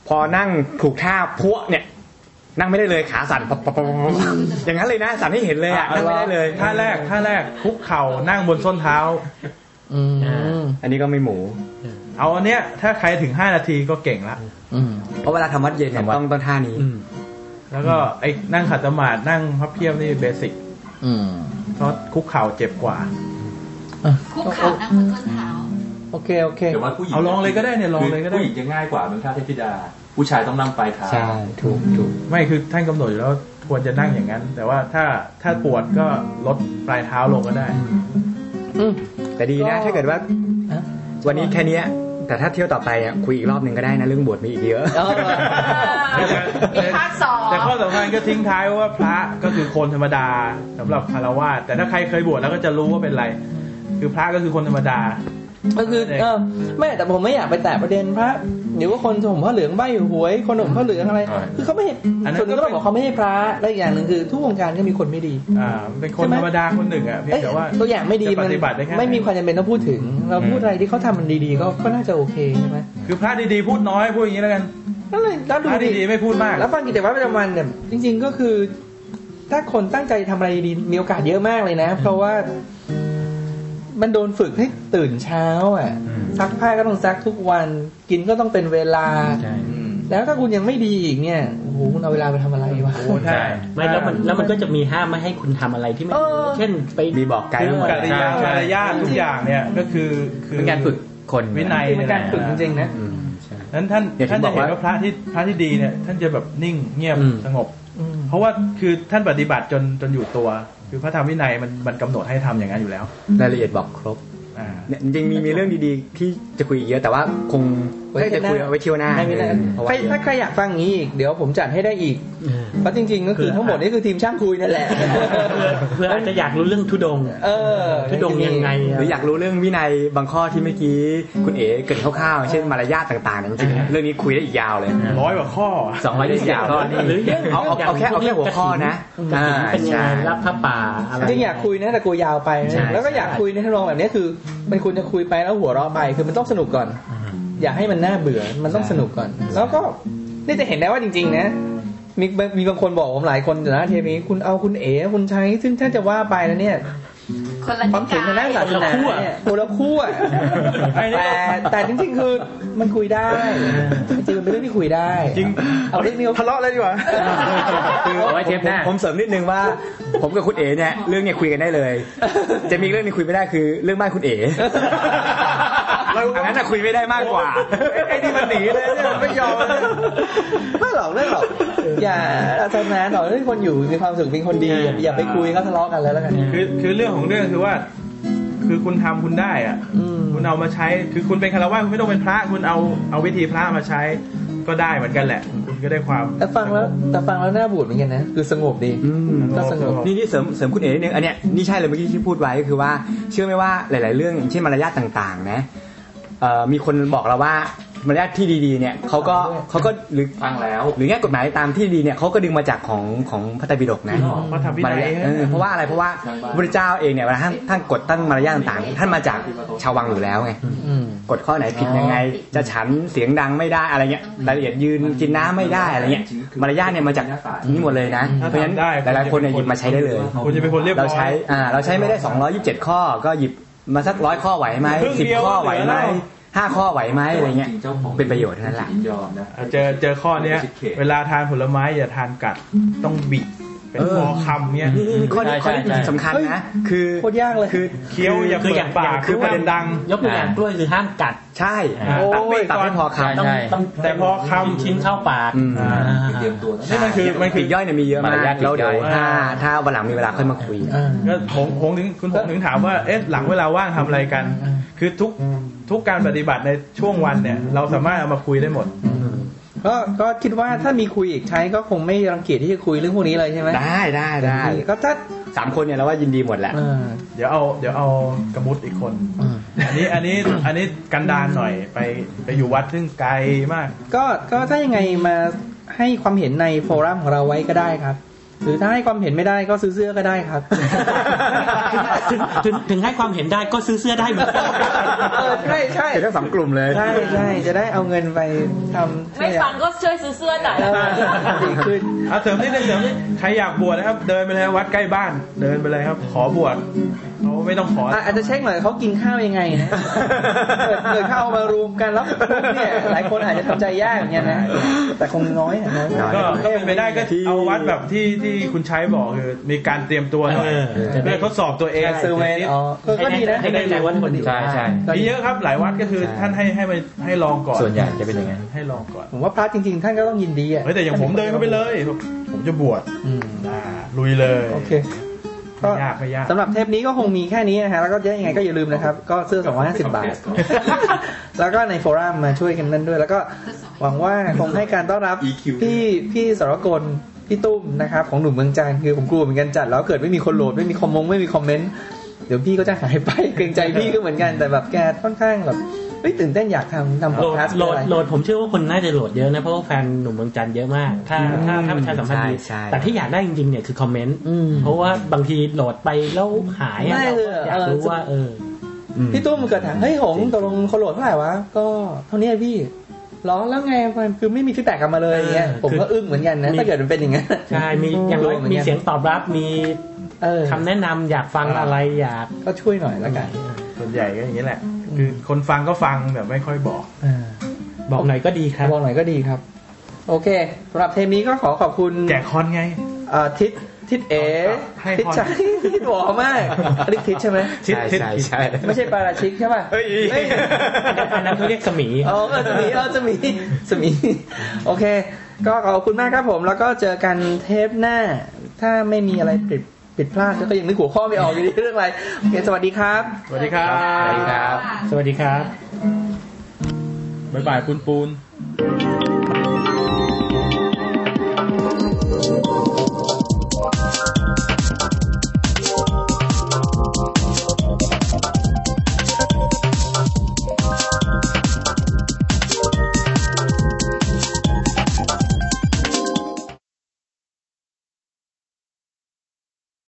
พอนั่งถูกท่าพวเนี่ย นั่งไม่ได้เลยขาสั่นปั๊บปั๊บปั๊บปั๊บอย่างนั้นเลยนะสั่นให้เห็นเลยอ่ะ
อ่ะ
นั่งไม่ได้เลย
ท่าแรกท่าแรกคุกเข่านั่งบนส้นเท้า
อืม
อันนี้ก็ไม่หมู
เอาอันเนี้ยถ้าใครถึง 5 นาทีก็เก่งละ
อืม
เพราะเวลาทำวัดเย็นเนี่ย
ทำวัด
ต้องต้องท่านี้
แล้วก็ไอ้นั่งขัดสมาธินั่งพับเพียบนี่เบสิก
อืม
เพราะคุกเข่าเจ็บกว่า
อ่ะ
คุกเข่านั่งบนส้นเท้า
โอเคโอเค
แต่ว่าผู้หญิง
เอาลองเลยก็ได้เนี่ยลองเลยก็ได้
ผู้หญิงจะง่ายกว่าเป็นท่าเทพธิดา ผู้ชายต้องนั่งปลายเท้า
ใช่ ถูกถูก
ไม่คือท่านกำหนดอยู่แล้วควรจะนั่งอย่างนั้น แต่ว่าถ้าถ้าปวดก็ลดปลายเท้าลงก็ได้
อืม
แต่ดีนะ
ก็
ถ้าเกิดว่า
ฮะ
วันนี้แค่เนี้ย แต่ถ้าเที่ยวต่อไปเนี่ยคุยอีกรอบหนึ่งก็ได้นะเรื่องบวชมีอีกเยอะ
เออ
มีภาคสอง
แต่ข้อสำคัญก็ทิ้งท้ายว่าพระก็คือคนธรรมดาสำหรับคารวาสแต่ถ้าใครเคยบวชแล้วก็จะรู้ว่าเป็นไร คือพระก็คือคนธรรมดา
ก็คือเออไม่แต่ผมไม่อยากไปแตะประเด็นพระหรือว่าคนผมผ้าเหลืองใบหวย คนผมผ้าเหลืองอะไร
ใช่
คือเขาไม่
อันนั้น
ส่วนหนึงก็ต้องบ
ก็เป็น
อกเขาไม่ใช่พระและอีกอย่างหนึ่งคือทุกวงการก็มีคนไม่ดี
อ่าเป็นคนธรรมดาคนหนึ่งอ่ะเพียง
เอ้ย
แต่ว่า
ตัวอย่างไม่ดี
จะ
มั
ป
น
ฏิบัติได้แค่ไหน
ไม่มีความจำเป็นต้องพูดถึง เราพูดอะไรที่เขาทำมันดีๆก็ก็น่าจะโอเคใช่ไหม
คือพระดีๆพูดน้อยพูดอย่างนี้แล้วกัน
นั่นเลยแล้วดู
พระ
ดิ
ดีๆไม่พูดมาก
แล้วฟังกิจวัตรประจำวันเนี่ยจริง ๆก็คือ ถ้าคนตั้งใจทำอะไรดีมีโอกาสเยอะมากเลยนะ เพราะว่า มันโดนฝึกให้ตื่นเช้า อ่ะ
อืม
ซักผ้าก็ต้องซักทุกวัน กินก็ต้องเป็นเวลา
ใช่
แล้วถ้าคุณยังไม่ดีอีกเนี่ย โอ้โหคุณเอาเวลาไปทำอะไรวะ
โอ้ใช่
ไม่แล้วมันแล้วมันก็จะมีห้ามไม่ให้คุณทำอะไรที่ไม่ดี
เออ
เช่นไป
มีบอกไกด์ทั้งหมด
กิริยา
ใช่
มารยาททุกอย่างเนี่ยก็คือคือ
เป็นการฝึกคน
วินัย
คือมันการฝึกจริงๆนะ
อืมใช่
นั้นท่าน
อย่างที่
ท่านจะ
บอก
เห็น
ว่า
ว่าพระที่พระที่ดีเนี่ย ท่านจะแบบนิ่งเงียบ
อืม
สงบ
อืม
เพราะว่าคือท่านปฏิบัติจนจนอยู่ตัว คือพระธรรมวินัยมันมันกำหนดให้ทำอย่างนั้นอยู่แล้ว
รายละเอียดบอกครบ
อ่า
เนี่ยจริงๆมีมีเรื่องดีๆ ที่จะคุยเยอะแต่ว่าคงได้จะคุยเอาไว้เที่ยวหน้า
ไม่มีแล้ว
เพราะ
ใค
ว่าร
ถ้าใครอยากฟังอย่างนี้อีก เดี๋ยวผมจัดให้ได้อีก เพราะจริง ๆ ก็คือทั้งหมดนี่คือทีมช่างคุยนั่นแหละ
เพื่ออาจจะอยากรู้เรื่องทุดงค์
เออ
ทุดงค์ยังไง
หรืออยากรู้เรื่องวินัยบางข้อที่เมื่อกี้คุณเอ๋เกรินคร่าวๆเช่นมารยาทต่างๆเนี่ยจริงๆเรื่องนี้คุยได้อีกยาวเลย
ร้อยกว่าข้อ
สองร้อยยี่สิบ
ยาว
ก้อน
หรือ
นี่
อยาก
เอาเอาเอาแค่เอาแค่หัวข้อนะ
กฐิน
อ่า
เป็นยัง
ใช่
ไงรับพระป่าอะไร
จริงๆอยากคุยนะแต่กลัวยาวไปนะ
ใช่
แล้วก็อยากคุยในทำนองแบบนี้คือ มันควรจะคุยไปแล้วหัวเราะไปคือมันต้องสนุกก่อน อย่าให้มันน่าเบื่อ มันต้องสนุกก่อน แล้วก็นี่จะเห็นได้ว่าจริง ๆ นะ มีมีบางคนบอกผมหลายคนอยู่นะเทปนี้คุณเอาคุณเอ๋คุณใช้ ซึ่งถ้าจะว่าไปแล้วเนี่ย
คนละ
ความเห็นทางด้านศาสนาเนี่ยคนละขั้วแต่แต่จริงๆคือมันคุยได้ จริงๆมันเป็นเรื่องที่คุยได้
จริง
เอาเรื่องนี้ทะเลาะเลยดี กว่า
เอาไว้เทปหน้า
ผมผมเสริมนิดนึงว่า ผมกับคุณเอ๋เนี่ย เรื่องเนี่ยคุยกันได้เลย จะมีเรื่องนึงคุยไม่ได้คือเรื่องบ้านคุณเอ๋อันนั้นน่ะคุยไม่ได้มากกว่าไอ้นี่มันหนีเลยเนี่ยมันไม่ยอมเลย
ไม่หรอกเรื่องหรอกอย่าศาสนาหรอกเรื่องคนอยู่มีความสุขเป็นคนดีอย่าอย่าไปคุยเขาทะเลาะกันเลยแล้วกัน
คือคือเรื่องของเรื่องคือว่า คือคุณทำคุณได้อ่ะ
อืม
คุณเอามาใช้ คือคุณเป็นคารวะคุณไม่ต้องเป็นพระคุณเอาเอาวิธีพระมาใช้ก็ได้เหมือนกันแหละ คุณก็ได้ความ
แต่ฟังแล้วแต่ฟังแล้วน่าบูดเหมือนกันนะ คือสงบดี ก็สงบ
นี่นี่เสริมเสริมคุณเอ๋นิดนึงอันเนี้ยนี่ใช่เลยเมื่อกี้ที่พูดไว้ก็คือว่า เชื่อไหมว่าหลาย ๆ เรื่องอย่างเช่นมารยาทต่างๆ นะเอ่อมีคนบอกเราว่ามารยาทที่ดีๆ เนี่ยเขาก็เขาก็หรือ
ฟังแล้ว
หรือแง่กฎหมายตามที่ดีเนี่ยเขาก็ดึงมาจากของของพระไตรปิฎกนะ
ของพระธรรมวิ
มาร
นัย
ยาทเออเพราะว่าอะไรเพราะว่าพระเจ้าเองเนี่ยเวลาท่านท่านกฎตั้งมารยาทต่างๆ ท่านมาจากชาววังอยู่แล้วไง
อืม
กฎข้อไหนผิดยังไง จะฉันเสียงดังไม่ได้อะไรเงี้ยรายละเอียดยืนกินน้ำไม่ได้อะไรเงี้ยมารยาทเนี่ยมาจากนี่หมดเลยนะเพราะฉะนั้นหลายๆคนเนี่ยหยิบมาใช้ได้เลย
คุณจะเป็นคนเรียบร้อย
เราใช้อ่าเราใช้ไม่ได้ 227 ข้อก็หยิบมาสักร้อยข้อไหวไหมสิบข้อไหวไหมห้าข้อไหวไหมอะไรเงี้ยเป็นประโยชน์เท่านั้นแหละ
ยอมนะ
อ่ะเจอเจอข้อเนี้ย เวลาทานผลไม้อย่าทานกัดต้องบิดเป็น
เออ
พอคำเนี่ย
นี่ๆๆข้อนี้ข้อนี้
ใช่ใช่
สำคัญ
เฮ้ย
นะคือ
โคตรยากเลย
คือ
เคี้ยวอย่า
คื
เปิ
ออ
ด
ยาก
ปากคือประเด็นดัง
ยกตัวอย่างกล้วยคือห้ามกัด
ใช่
อ่า
ตัดไม่ตัดไม่พอคำ
ใช่
ต้อง
ใช่
ต้อง
แต่พอคำ
ชิ้นเข้าปาก
อืม
อ่า
เตรียมตัวนะ
นี่มันคือมัน
ป
คื
ลี
อ
กย่อยเนี่ยมีเยอะมาก
มารยาท
แล้วเดี๋ยว
ปลีกย่อย
ถ้าถ้าวันหลังมีเวลาค่อยมาคุย
อ่า
ก็หงหงถึงคุณหงถึงถามว่าเอ๊ะหลังเวลาว่างทำอะไรกัน คือทุกทุกการปฏิบัติในช่วงวันเนี่ย เราสามารถเอามาคุยได้หมด
ก็ก็คิดว่าถ้ามีคุยอีกใช้ก็คงไม่รังเกียจที่จะคุยเรื่องพวกนี้เลยใช่ไหม
ได้ได้ได้
ก็ถ้า
สามคนเนี่ยเราว่ายินดีหมดแหละ
เออ
เดี๋ยวเอาเดี๋ยวเอากระมุดอีกคน
อืม
อันนี้อันนี้อันนี้กันดานหน่อยไปไปอยู่วัดซึ่งไกลมาก
ก็ก็ถ้ายังไงมาให้ความเห็นในโฟรัมของเราไว้ก็ได้ครับ หรือถ้าให้ความเห็นไม่ได้ก็ซื้อเสื้อก็ได้ ครับ
ถึงถึงถึงให้ความเห็นได้ก็ซื้อเสื้อได้เหมือนกัน
เออใช่ใช่
เห็นทั้งสามกลุ่มเลย
ใช่ใช่จะได้เอาเงินไปทำ
ไม่ฟังก็ช่วยซื้อเสื้อหน่อย
เออดีขึ้น
เอาเสริมนิดนึงเสริมนิดใครอยากบวชนะครับ เดินไปเลยวัดใกล้บ้าน เดินไปเลยครับ ขอบวชเขาไม่ต้องขอ
อ่ะอาจจะเช็คหน่อยเขากินข้าวยังไงนะเกิดเกิดเข้าวมารวมกันแล้วปุ๊บเนี่ยหลายคนอาจจะทำใจยากอย่างเงี้ยนะ แต่คงน้อยอะน้อยมาก
ก็ก็เป็นไปได้ก็เอาวัดแบบที่ที่คุณใช้บอกคือมีการเตรียมตัวหน่อย
เออจะได้
เพื่อทดสอบตัวเอง
การซื้อเวนอ๋อเออก็ดีนะ
ให้แน่ใจว่าคนอยู่
ใช่ใช่
มีเยอะครับหลายวัดก็คือท่านให้ให้มาให้ลองก่อน
ส่วนใหญ่จะเป็นอย่างนั้น
ให้ลองก่อน
ผมว่าพระจริง ๆ ท่านก็ต้องยินดีอ่ะ
เฮ้ยแต่อย่างผมเดินเข้าไปเลย ผมจะบวช
อืม
อ่าลุยเลย
โอเค ก็
ไม่ยากไม่ยาก
สำหรับเทปนี้ก็คงมีแค่นี้นะฮะแล้วก็ยังไงก็อย่าลืมนะครับ ก็เสื้อ 250 บาท แล้วก็ในโฟรัมมาช่วยกันนั่นด้วย แล้วก็หวังว่าคงให้การต้อนรับ
EQ
พี่พี่สรกลพี่ตุ้มนะครับของหนุ่มเมืองจันทร์คือผมกลัวเหมือนกันจัด แล้วเกิดไม่มีคนโหลดไม่มีคอมมงไม่มีคอมเมนต์เดี๋ยวพี่ก็จะหายไป เกรงใจพี่ก็เหมือนกันแต่แบบแกค่อนข้างแบบเฮ้ยตื่นเต้นอยากทำทำพ
โห
อด
ลด
แคสต์
โหลด
อะไร
โหลดผมเชื่อว่าคนน่าจะโหลดเยอะนะ เพราะว่าแฟนหนุ่มเมืองจันทร์เยอะมาก ถ้าถ้าถ้าประชาสัมพันธ์ดี
ใช่ใช่
แต่ที่อยากได้จริงๆเนี่ยคือคอมเมนต์
อืม
เพราะว่าบางทีโหลดไปแล้วหายอะ
ไม่
เรา
เลย
ก็อยากรู้
เออ
ว่าเออ
อืม
พี่ตุ้มเกิดถามเฮ้ยหงส์ตกลงคนโหลดเท่าไหร่วะ ก็เท่านี้พี่เหรอแล้วไงมันคือไม่มีฟีดแบ็กกลับมาเลยอย่างเงี้ย
เออ
ผมก็อึ้งเหมือนกันนะ
มี
ถ้าเกิดมันเป็นอย่างนั้น
ใช่มีอย่างน้อย
โหลดเหมือนกัน
มีเสียงตอบรับมี
เออ
คำแนะนำอยากฟังอะไรอยาก
ก็ช่วยหน่อยละกัน
ส่วนใหญ่ก็อย่างนี้แหละ คือคนฟังก็ฟังแบบไม่ค่อยบอก
อ่า
บอกหน่อยก็ดีครับ
บอกหน่อยก็ดีครับ โอเคสำหรับเทปนี้ก็ขอขอบคุณ
แจกคอนไง
เอ่อทิศทิศเอ
ให้
ทิศ
พร
ชัยทิศหวอมากอันนี้ทิศใช่ไหม
ทิศ
ใช่
ทิศ
ใช่ใช่
ไม่ใช่ปาราชิกใช่ป่ะ
เฮ้ย
เฮ้ย
อันนั้นเขาเรียกสมี
อ๋อเออจะมีเออจะมีจะมี โอเค ก็ขอบคุณมากครับผม แล้วก็เจอกันเทปหน้า ถ้าไม่มีอะไรผิดผิดพลาดแล้วก็ยังนึกหัวข้อไม่ออกอยู่ดี เรื่องอะไรโอเคสวัสดีครับ
สวัสดีครับ
สวัสดีครับ
สวัสดีครับ
บ๊ายบายคุณปูน
บ